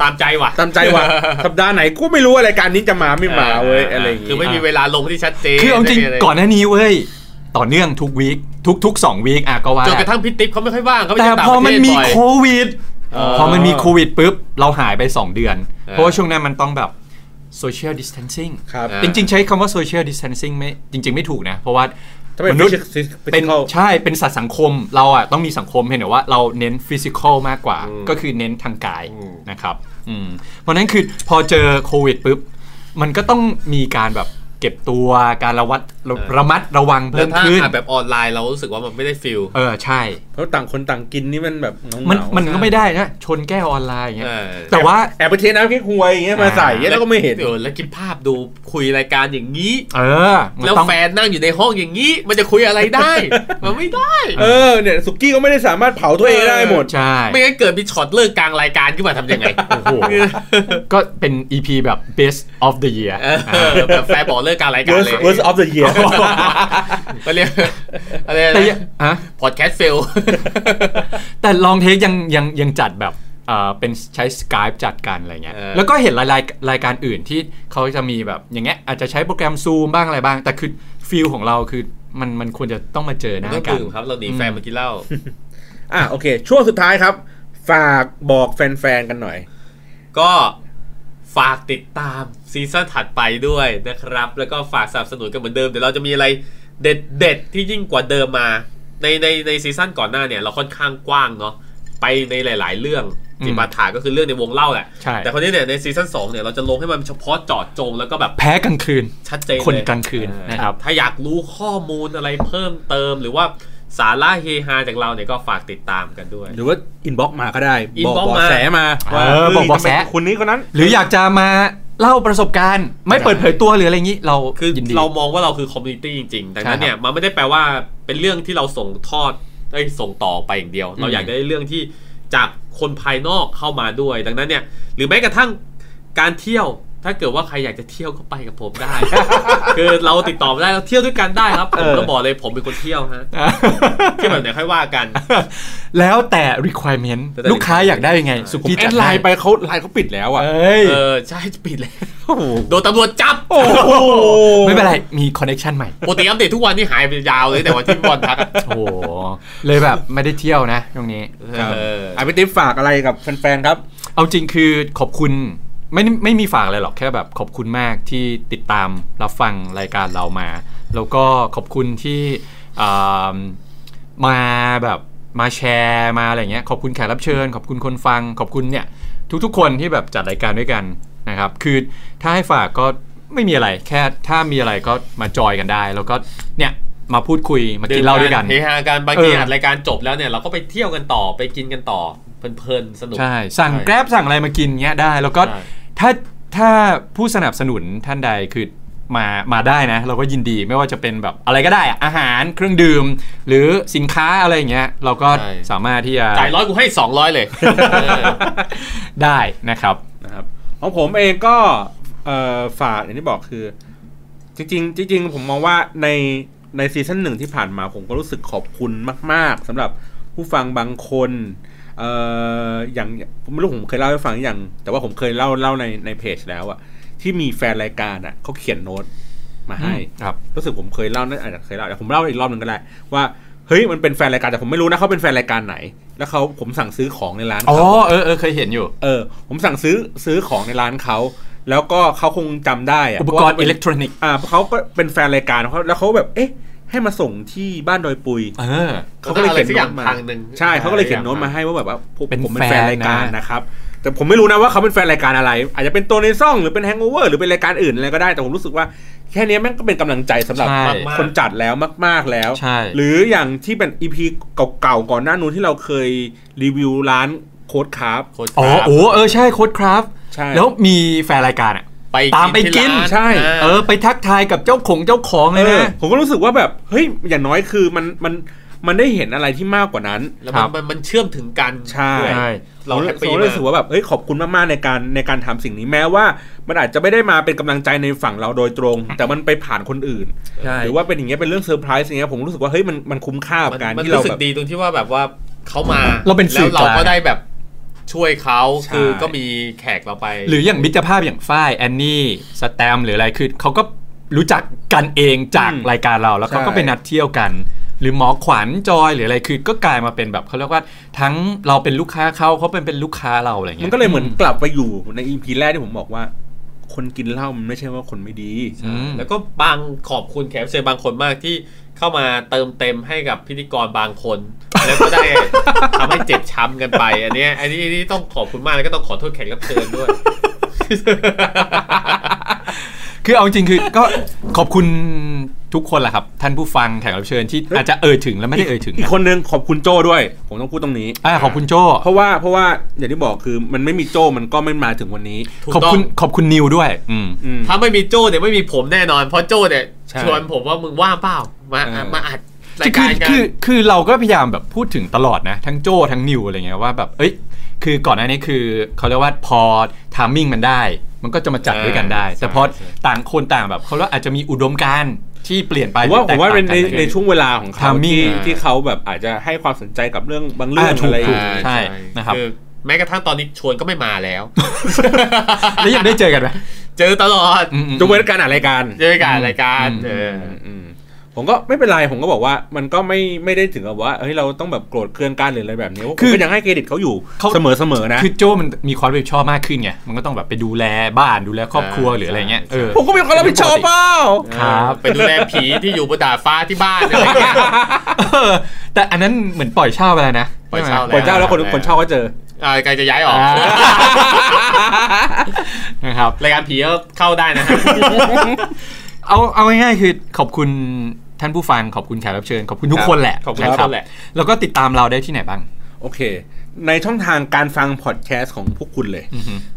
C: ตามใจว่ะ
A: ตามใจ ว่ะ สัปดาห์ไหนกูไม่รู้ว่ารายการนี้จะมาไม่มาเว้ยอะไรอย่าง
C: คือ
A: งี้
C: ไม่มีเวลาลงที่ชัดเจน
B: คือเอาจริง
C: ไม่มีะไ
B: ก่อนหน้านี้เว้ย ต่อเนื่องทุกวีคทุกทุกสองวีคอ่ะก็ว่า
C: จนกระทั่งพี่ติ๊บเขาไม่ค่อยว่างเขาไป
B: แต่
C: เที่ยวต่าง
B: พอ
C: ประ
B: มัน
C: เทศ
B: มี
C: บ่อย
B: โควิด
C: เออ
B: พอมันมีโควิดปุ๊บ เราหายไป 2 เดือน
C: เออ
B: เพราะว่าช่วงนั้นมันต้องแบบ social distancing
A: ครับ
C: อ่า
B: จริง ๆ ใช้คำว่า social distancing ไม่จริง ๆ ไม่ถูกนะ เพราะว่า
A: ถ้าเป็น
B: ม
A: มนุ
B: นุ
A: ษ
B: ษ
A: ย์
B: ย์เป็นใช่เป็นสัตว์สังคมเราอ่ะต้องมีสังคมเห็นแต่ว่าเราเน้น physical มากกว่า ก็คือเน้นทางกายนะครับอืมเพราะฉะนั้นคือพอเจอโควิดปุ๊บ มันก็ต้องมีการแบบเก็บตัวการระวัดระระมัดระวัง
C: แล้
B: เพิ่
C: ว
B: ม
C: ถ้า
B: ขึ้น
C: อ่านแบบออนไลน์เรารู้สึกว่ามันไม่ได้ฟิล
B: เออใช่
A: เพราะต่างคนต่างกินนี่มันแบบเหงาๆ
B: มันมันก็ไม่ได้นะชนแก้วออนไลน์อย่างเงี้ย
C: เออ
B: แต่ว่า
A: แอบไปเทน้ำแค่หวยอย่างเงี้ยมาใส่เงี้ยแล้วก็ไม่เห็น
C: เออแล้วคิดภาพดูคุยรายการอย่างนี้
B: เออมัน
C: แล้ว
B: ต้อง
C: แฟนนั่งอยู่ในห้องอย่างนี้ มันจะคุยอะไรได้ มันไม่ได้
A: เออเนี่ยสุกี้ก็ไม่ได้สามารถเผาตัวเองได้หมด
B: ใช่
C: ไม่งั้นเกิดมีช็อตเลิกกลางรายการขึ้นมาทำยังไง
B: โอ้โห ก็เป็น EP แบบ best of the year
C: เออแบบแฟนบอกเลิกกลางรายการเล
A: worst
C: ย
A: worst of the year
C: ก็เรียกอะไร
B: แต่ยังฮะ
C: พอดแคสต์เฟล
B: แต่ลองเทคยังยังยังจัดแบบเอ่อเป็นใช้ Skype จัดกันอะไรเงี้ย
C: เออ
B: แล้วก็เห็นรายรายรายการอื่นที่เขาจะมีแบบอย่างเงี้ยอาจจะใช้โปรแกรม Zoom บ้างอะไรบ้าง แต่คือฟิลของเราคือมันมันควรจะต้องมาเจอหน้า
C: ก็
B: กัน
C: ดื่มครับเราหนีแฟนมากินเหล้า
A: อ่ะโอเค ช่วงสุดท้ายครับ ฝากบอกแฟนๆกันหน่อย
C: ก็ฝ ฝากติดตามซีซั่นถัดไปด้วยนะครับ แล้วก็ฝากสนับสนุนกันเหมือนเดิม เดี๋ยวเราจะมีอะไรเด็ดเด็ดๆที่ยิ่งกว่าเดิมมา ในในในซีซั่นก่อนหน้าเนี่ยเราค่อนข้างกว้างเนาะไปในหลาย ๆ เรื่อง
B: อืม
C: จิมาถาก็คือเรื่องในวงเล่าแหละ
B: ใช่
C: แต่คนนี้เนี่ยในซีซั่น2เนี่ยเราจะลงให้มันเฉพาะเจาะจงแล้วก็แบบ
B: แพ้กลางคืน
C: ชัดเจนเลย
B: คนกลางคืน
C: อ่า
B: นะครับ
C: ถ้าอยากรู้ข้อมูลอะไรเพิ่มเติม หรือว่าสาระเฮฮาจากเราเนี่ยก็ฝากติดตามกันด้วย
A: หรือว่าอินบ็อกมาก็ได้ บอก
C: inbox
A: เบาะ
C: มา
A: แสมาว่า
B: เออบอกเบาะแส
A: ทำไมคนนี้คนนั้น
B: หรืออยากจะมาเล่าประสบการณ์ ไม่เปิดเผยตัวหรืออะไรอย่างนี้ เรา
C: คือ
B: ยินดี
C: เรามองว่าเราคือคอมมูนิตี้จริงๆ ดังนั้น
B: ใช่ครับ
C: เนี่ยมันไม่ได้แปลว่าเป็นเรื่องที่เราส่งทอดเอ้ยส่งต่อไปอย่างเดียว เราอยากได้เรื่องที่จากคนภายนอกเข้ามาด้วย ดังนั้นเนี่ยหรือแม้กระทั่งการเที่ยว ถ้าเกิดว่าใครอยากจะเที่ยวก็ไปกับผมได้ คือเราติดต่อมาได้เราเที่ยวด้วยกันได้ครับผม
B: เออ
C: ก็บอกเลยผมเป็นคนเที่ยวฮะเที่ยวแบบไหนค่อยว่ากัน
B: แล้วแต่ requirement
C: แต่
B: ลูกค้าอยากได้ยังไง สุ
A: ผม
B: กี้
A: แอ
B: จัด
A: ดไล
B: ให้
A: น์ไปเขาไลน์เขาปิดแล้วอ่ะ
B: เอ้ย
C: เออใช่ปิดเลยโดนตำรวจจับ
B: ไม่เป็นไร มีคอนเน c t ชันใหม่
C: ปกติอัปเดตทุกวันนี่หายไปยาวเลยแต่วันที่บอลทักอะ
B: โอ้โห เลยแบบไม่ได้เที่ยวนะตรงนี้
A: ครับ
C: เออ
A: อ่ะพี่ติ๊บฝากอะไรกับแฟนๆครับ
B: เอาจริงคือขอบคุณไม่ไม่มีฝากอะไรหรอกแค่แบบขอบคุณมากที่ติดตามรับฟังรายการเรามา แล้วก็ขอบคุณที่อ่ามาแบบมาแชร์มาอะไรเงี้ยขอบคุณแขกรับเชิญ ขอบคุณคนฟัง ขอบคุณเนี่ยทุกๆคนที่แบบจัดรายการด้วยกันนะครับคือถ้าให้ฝากก็ไม่มีอะไรแค่ถ้ามีอะไรก็มาจอยกันได้ แล้วก็เนี่ยมาพูดคุยมากินเหล้าด้วยกัน
C: เฮฮากันบางที
B: เอออั
C: อัดรายการจบแล้วเนี่ยเราก็ไปเที่ยวกันต่อไปกินกันต่อเพลินๆสนุก
B: ใช่สั่ง
C: ใช่
B: แกร็บสั่งอะไรมากินเงี้ยได้ แล้วก็
C: ใช่
B: ถ้าถ้าผู้สนับสนุนท่านใดคือมามาได้นะ เราก็ยินดีไม่ว่าจะเป็นแบบอะไรก็ได้อะอาหารเครื่องดื่ม หรือสินค้าอะไรอย่างเงี้ยเราก็สามารถที่จะ
C: จ่ายร้อยกูให้ 200 เลย
B: ได้นะครับ
A: นะครับของผมเองก็เอ่อฝากอย่างที่บอกคือ จริงๆจริงๆผมมองว่าในในซีซั่นหนึ่งที่ผ่านมาผมก็รู้สึกขอบคุณมาก ๆสำหรับผู้ฟังบางคนเอ่ออย่างผมไม่รู้ผมเคยเล่าให้ฟังหรือยัง แต่ว่าผมเคยเล่าเล่าในในเพจแล้วอะที่มีแฟนรายการอะเขาเขียนโน้ตมาให้
B: ครับ
A: รู้สึกผมเคยเล่าน่าจะเคยเล่าแต่ผมเล่าอีกรอบหนึ่งก็ได้ ว่าเฮ้ยมันเป็นแฟนรายการแต่ผมไม่รู้นะเขาเป็นแฟนรายการไหน แล้วเขาผมสั่งซื้อของในร้าน
B: อ๋อ
A: เขา
B: เออเออเคยเห็นอยู่
A: เออผมสั่งซื้อซื้อของในร้านเขา แล้วก็เขาคงจำได้ะ
B: อุปกรณ์
A: ว่าป็
B: อิ
A: น
B: เล็กทรอนิกส์
A: อ่าเขาก็เป็นแฟนรายการเขาแล้วเขาแบบเอ๊ะ ให้มาส่งที่บ้านดอยปุย
B: เออ
A: เขาก็เลยเขียน
C: แล้วก็อะไรสัก
A: โน้ต
C: อย่าง
A: มา
C: พังหนึ่ง
A: ใช่เขาก็เลยเขียนโน้ตมาให้ว่าแบบว่าผม
B: เป็น
A: ผมเป็นแฟน
B: แฟนนะ
A: รายการนะครับ แต่ผมไม่รู้นะว่าเขาเป็นแฟนรายการอะไร อาจจะเป็นตัวในซ่องหรือเป็นแฮงโอเวอร์หรือเป็นรายการอื่นอะไรก็ได้แต่ผมรู้สึกว่าแค่เนี้ยแม่งก็เป็นกำลังใจสำหรับ
B: ใช่
C: มาก
A: คนจัดแล้วมาก ๆ แล้ว
B: ใช่
A: หรืออย่างที่เป็นอีพีเก่าๆก่อนหน้านู้นที่เราเคยรีวิวร้านโค้ดคาร์บ
C: โคตร
B: อ๋อโอ้เออใช่โค้ดครับ
A: ใช่
B: แล้วมีแฟนรายการอะ
C: ไป
B: ตามไปกิน
C: ที่ร้า
A: ใช่
C: า
B: เออไปทักทายกับเจ้าของเจ้าของเลย
A: เออ
B: นะ
A: ผมก็รู้สึกว่าแบบเฮ้ยอย่างน้อยคือมันมันมันได้เห็นอะไรที่มากกว่านั้น
C: แล้ว
B: ค
C: มั
B: รั
C: น
B: บ
C: มันมันเชื่อมถึงกัน
A: ใช่
C: ด้วย
B: ใช่
C: เราแฮปปี้
A: ผม
C: มา
A: รู้สึกว่าแบบเอ้ยขอบคุณมากๆในการในการทำสิ่งนี้แม้ว่า มันอาจจะไม่ได้มาเป็นกำลังใจในฝั่งเราโดย ตรง แต่มันไปผ่านคนอื่น หรือว่าเป็นอย่างเงี้ยเป็นเรื่องเซอร์ไพรส์อย่างเงี้ยผมรู้สึกว่าเฮ้ยมันมันคุ้มค่ากับ
C: มัน
A: การ
C: มัน
A: ที่เรา
C: รู้สึ
A: แบ
C: ก
A: บ
C: ดีตรงที่ว่าแบบว่าเขามา
B: เราเป็นสื่
C: แล้
B: อ
C: ว
B: ก
C: เรา
B: ลาง
C: ก็ได้แบบช่วยเขา
A: ใช่
C: คือก็มีแขกเราไป
B: หรืออย่างมิตรภาพอย่างฝ้ายแอนนี่สแตมป์หรืออะไรคือเขาก็รู้จักกันเองจาก
A: อืม
B: รายการเราแล้วเขา
A: ใช่
B: ก็ไปนัดเที่ยวกัน หรือหมอขวัญจอยหรืออะไรคือก็กลายมาเป็นแบบเขาเรียกว่าทั้งเราเป็นลูกค้าเขาเขาเป็นเป็นลูกค้าเราอะไรเงี้ย
A: มันก็เลยเหมือนกลับไปอยู่ในอีพีแรกที่ผมบอกว่า คนกินเหล้ามันไม่ใช่ว่าคนไม่ดี
B: อืม
C: แล้วก็บางขอบคุณแขกรับเชิญบางคนมากที่เข้ามาเติมเต็มให้กับพิธีกรบางคน แล้วก็ได้ ทำให้เจ็บช้ำกันไป อันเนี้ยอันนี้อันนี้ต้องขอบคุณมากแล้วก็ต้องขอโทษแขกรับเชิญด้วย
B: คือเอาจริงๆคือก็ ขอบคุณทุกคนแหละครับ ท่านผู้ฟังแขกรับเชิญที่อาจจะเอ่ยถึงและไม่ได้เอ่ยถึง
A: อีก
B: นะ
A: คนนึงขอบคุณโจ้ด้วย ผมต้องพูดตรงนี้
B: อ่าขอบคุณโจ
A: เพราะว่าเพราะว่าอย่างที่บอกคือมันไม่มีโจ้มันก็ไม่มาถึงวันนี้
C: ถูก
B: ขอบ
C: ต้อง
B: คุณขอบคุณนิวด้วย อืม
A: อืม
C: ถ้าไม่มีโจ้เนี่ยไม่มีผมแน่นอน เพราะโจ้เนี่ย
A: ใช่
C: ชวนผมว่ามึงว่างเปล่ามา
A: เออ
C: มาอัดราย
B: คื
C: กา
B: อ
C: รกัน
B: คือคือเราก็พยายามแบบพูดถึงตลอดนะ ทั้งโจ้ทั้งนิวอะไรเงี้ยว่าแบบเอ้ยคือก่อนหน้านี้คือเขาเรียกว่าพอทามมิ่งมันได้ มันก็จะมาจัดด้วยกันได้ แต่พอต่างคนต่างแบบเขาเรียกว่าอาจจะมีอุดมการณ์ที่เปลี่ยนไป
A: ผมว่าผมว่า
B: แตก
A: เป็น
B: ต่
A: ใน
B: งกัอะไร
A: ใน
B: เงี้ย
A: ช่วงเวลาของเขา
B: Timing
A: ที่
B: อ่า
A: ที่เขาแบบอาจจะให้ความสนใจกับเรื่องบางเรื่อง
B: อ่าถูก
A: อะไร
B: ถูก
C: อ่า
B: ใช่นะครับ
C: อแม้กระทั่งตอนนี้ชวนก็ไม่มาแล้ว
B: แล้วยังได้เจอกันไหม
C: เจอตลอด
B: อืมอืม
A: จงเว้นการอ่านรายการ
C: เจอกันรายการเออ
A: อืมผ ผมก็ไม่เป็นไรผมก็บอกว่ามันก็ไม่ไม่ได้ถึงกับว่าเฮ้ยเราต้องแบบโกรธเคืองกันหรืออะไรแบบนี้
B: คื
A: คือ
B: อ
A: ยังให้เครดิตเขาอยู่
B: เขา
A: เสมอเสมอนะ
B: คือโจ้มันมีความรับผิดชอบมากขึ้นไงมันก็ต้องแบบไปดูแลบ้านดูแลครอบครัว
C: ใช่
B: หรืออะไรเงี้ยเออ
A: ผมก็มีความรับผิดชอบเปล่า
B: ครับ
C: ไปดูแลผีที่อยู่บนดาดฟ้าที่บ้านอะไรเงี้ย
B: เออแต่อันนั้นเหมือนปล่อยเช่าไปแล้วนะ
C: ปล่อยเช่า
B: ใไหม
A: ผลเจ้าแล้วคนคนชอบก็เจอ
C: อ่ากายจะย้ายออก
B: อ่านะครับ
C: รายการผีก็เข้าได้นะ ฮะ
B: เอาเอาง่ายๆคือขอบคุณท่านผู้ฟังขอบคุณแขกรับเชิญ ขอบคุณทุกคนแหละ
C: ขอบคุณทุก
B: รั
C: คนแหละ
B: แล้วก็ติดตามเราได้ที่ไหนบ้าง
A: โอเค ในช่องทางการฟังพอดแคสต์ของพวกคุณเลย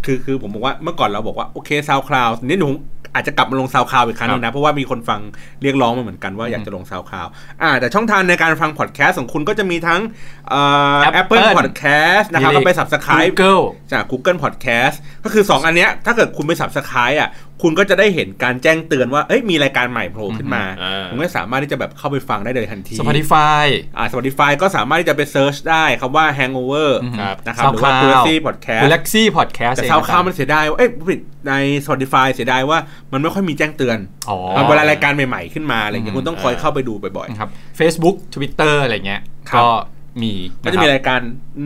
A: คือคือผมบอกว่าเมื่อก่อนเราบอกว่า โอเคซาวคลาวนี่หนูอาจจะกลับมาลงซาวคลาวอีกครั้งหนึงนะ เพราะว่ามีคนฟังเรียกร้องมาเหมือนกันว่าอยากจะลงซาวคลาวอ่าแต่ช่องทางในการฟังพอดแคสต์ของคุณก็จะมีทั้งเอ่อ
B: Apple
A: Apple Podcast นะครับ
B: มีเลข
A: ก็ไป subscribe
B: Google
A: จาก Google Podcast ก็คือ 2 อันเนี้ยถ้าเกิดคุณไป subscribe อ่ะคุณก็จะได้เห็นการแจ้งเตือนว่าเอ้ยมีรายการใหม่โผล่ขึ้นมา
C: อืมอ่า
A: คุณก็สามารถที่จะแบบเข้าไปฟังได้เลยทันที
B: Spotify
A: อ่า Spotify ก็สามารถที่จะไปเซิร์ชได้คำว่า Hangover
C: ครับ
A: นะครับหรือว่า
B: SoundCloud
A: Curiosity Podcast
B: Galaxy Podcast
A: แต่
B: เอง
A: ซาว
B: นะ
A: คา
B: รับ
A: มันเสียดายว่าเอ้ยผิดใน Spotify เสียดายว่ามันไม่ค่อยมีแจ้งเตือน
B: อ๋อ
A: เอาเวลารายการใหม่ๆขึ้นมาอะไรอย่างเงี้ย
B: อืม
A: คุณต้องคอยเข้าไปดูบ่อย
B: นะครับ Facebook Twitter อะไรเงี้ย
A: ครับ
B: ก็มี
A: ๆ
B: นค
A: ก็
B: บ
A: จะมีรายการ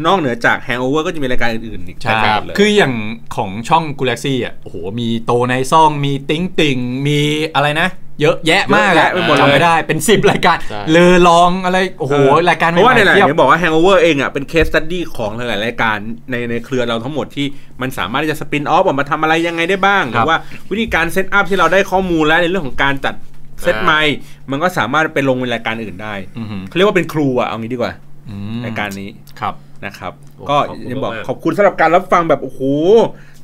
A: นอกเหนือจาก Hangover ก็จะมีรายการอื่นๆอีก
B: ใช่
A: รายการเลย
B: คืออย่างของช่อง Galaxy อ่ะโอ้โหมีโตในซ่องมีติ๊งติ่งมีอะไรนะ เยอะแยะมาก
A: เยอะแยะไปหมดเลย
B: จำไม่ได้เป็น 10 รายการ
C: ใช่
B: เลอลองอะไรโอ้โหรายการ
A: เพราะว่า
B: ให
A: ใน
B: ม่
A: หลาย
B: ๆเทียบ
A: เนี่ยบอกว่า Hangover เองอ่ะเป็นเคสตัดดี้ของหลายๆรายการในในเครือเราทั้งหมดที่มันสามารถที่จะสปินออฟออกมาทำอะไรยังไงได้บ้างห
B: ครั
A: รื
B: บ
A: อว่าวิธีการเซตอัพที่เราได้ข้อมูลแล้วในเรื่องของการจัดเซต
C: อ่า
A: ใหม่มันก็สามารถไปลงในรายการอื่นได้
B: อือหือ
A: เขาเรียกว่าเป็นครูอ่ะเอางี้ดีกว่า
B: อืม
A: รายการนี้
B: ครับ
A: นะครับ
C: โอ้
A: ก็
C: ขอบคุณ
A: ยังบอก
C: มาก
A: ขอบคุณสำหรับการรับฟังแบบโอ้โห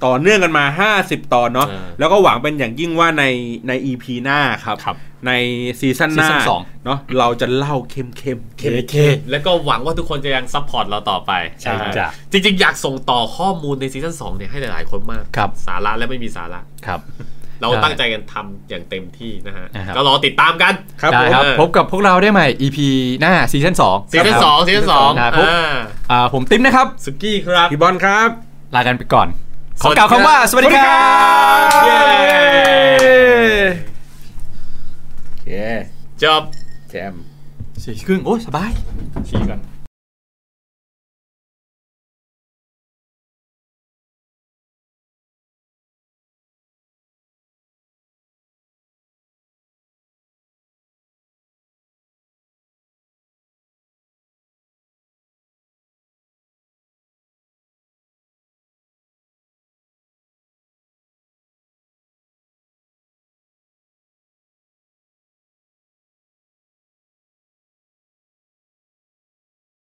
A: ต่อเนื่องกันมา 50 ตอนเนาะ
C: อ่า
A: แล้วก็หวังเป็นอย่างยิ่งว่าในใน EP หน้าครับ
B: ครับ
A: ในซีซั่นหน้า
B: ซีซั่นสอง
A: เนาะเราจะเล่าเข้มๆเข้ม
B: เคเค
C: แล้วก็หวังว่าทุกคนจะยังซัพพอร์ตเราต่อไป
B: ใช่จ้ะ
C: จริง ๆ อยากส่งต่อข้อมูลในซีซั่น2เนี่ยให้หลาย ๆ คนมาก
B: ครับ
C: สาระและไม่มีสาระ
B: ครับ
C: เรา
B: ได้
C: ตั้งใจกันทำอย่างเต็มที่นะฮะ
B: นะครับ
C: ก็รอติดตามกัน
A: ครับผ
B: ได้
A: ม
B: ครับ
C: ผม
B: พบกับพวกเราได้ใหม่ EP หน้าซีซั่น2
C: ซีซั่นสองซีซั่นสอง
B: ได้ครับ
C: อ่า
B: อ่าผมติ๊มนะครับ
C: สุกี้ครับ
A: พี่บอลครับ
B: ลากันไปก่อน ข
C: ส
B: อ
C: วัสดี
B: กล่าวคำว่า
C: ครับ
B: สวัสดีครับ
A: สวัสดีครับ
C: เย้
A: โอเค
C: จบ
A: แจม
B: สี่ครึ่งโอ้ยสบาย ชี้ก่อน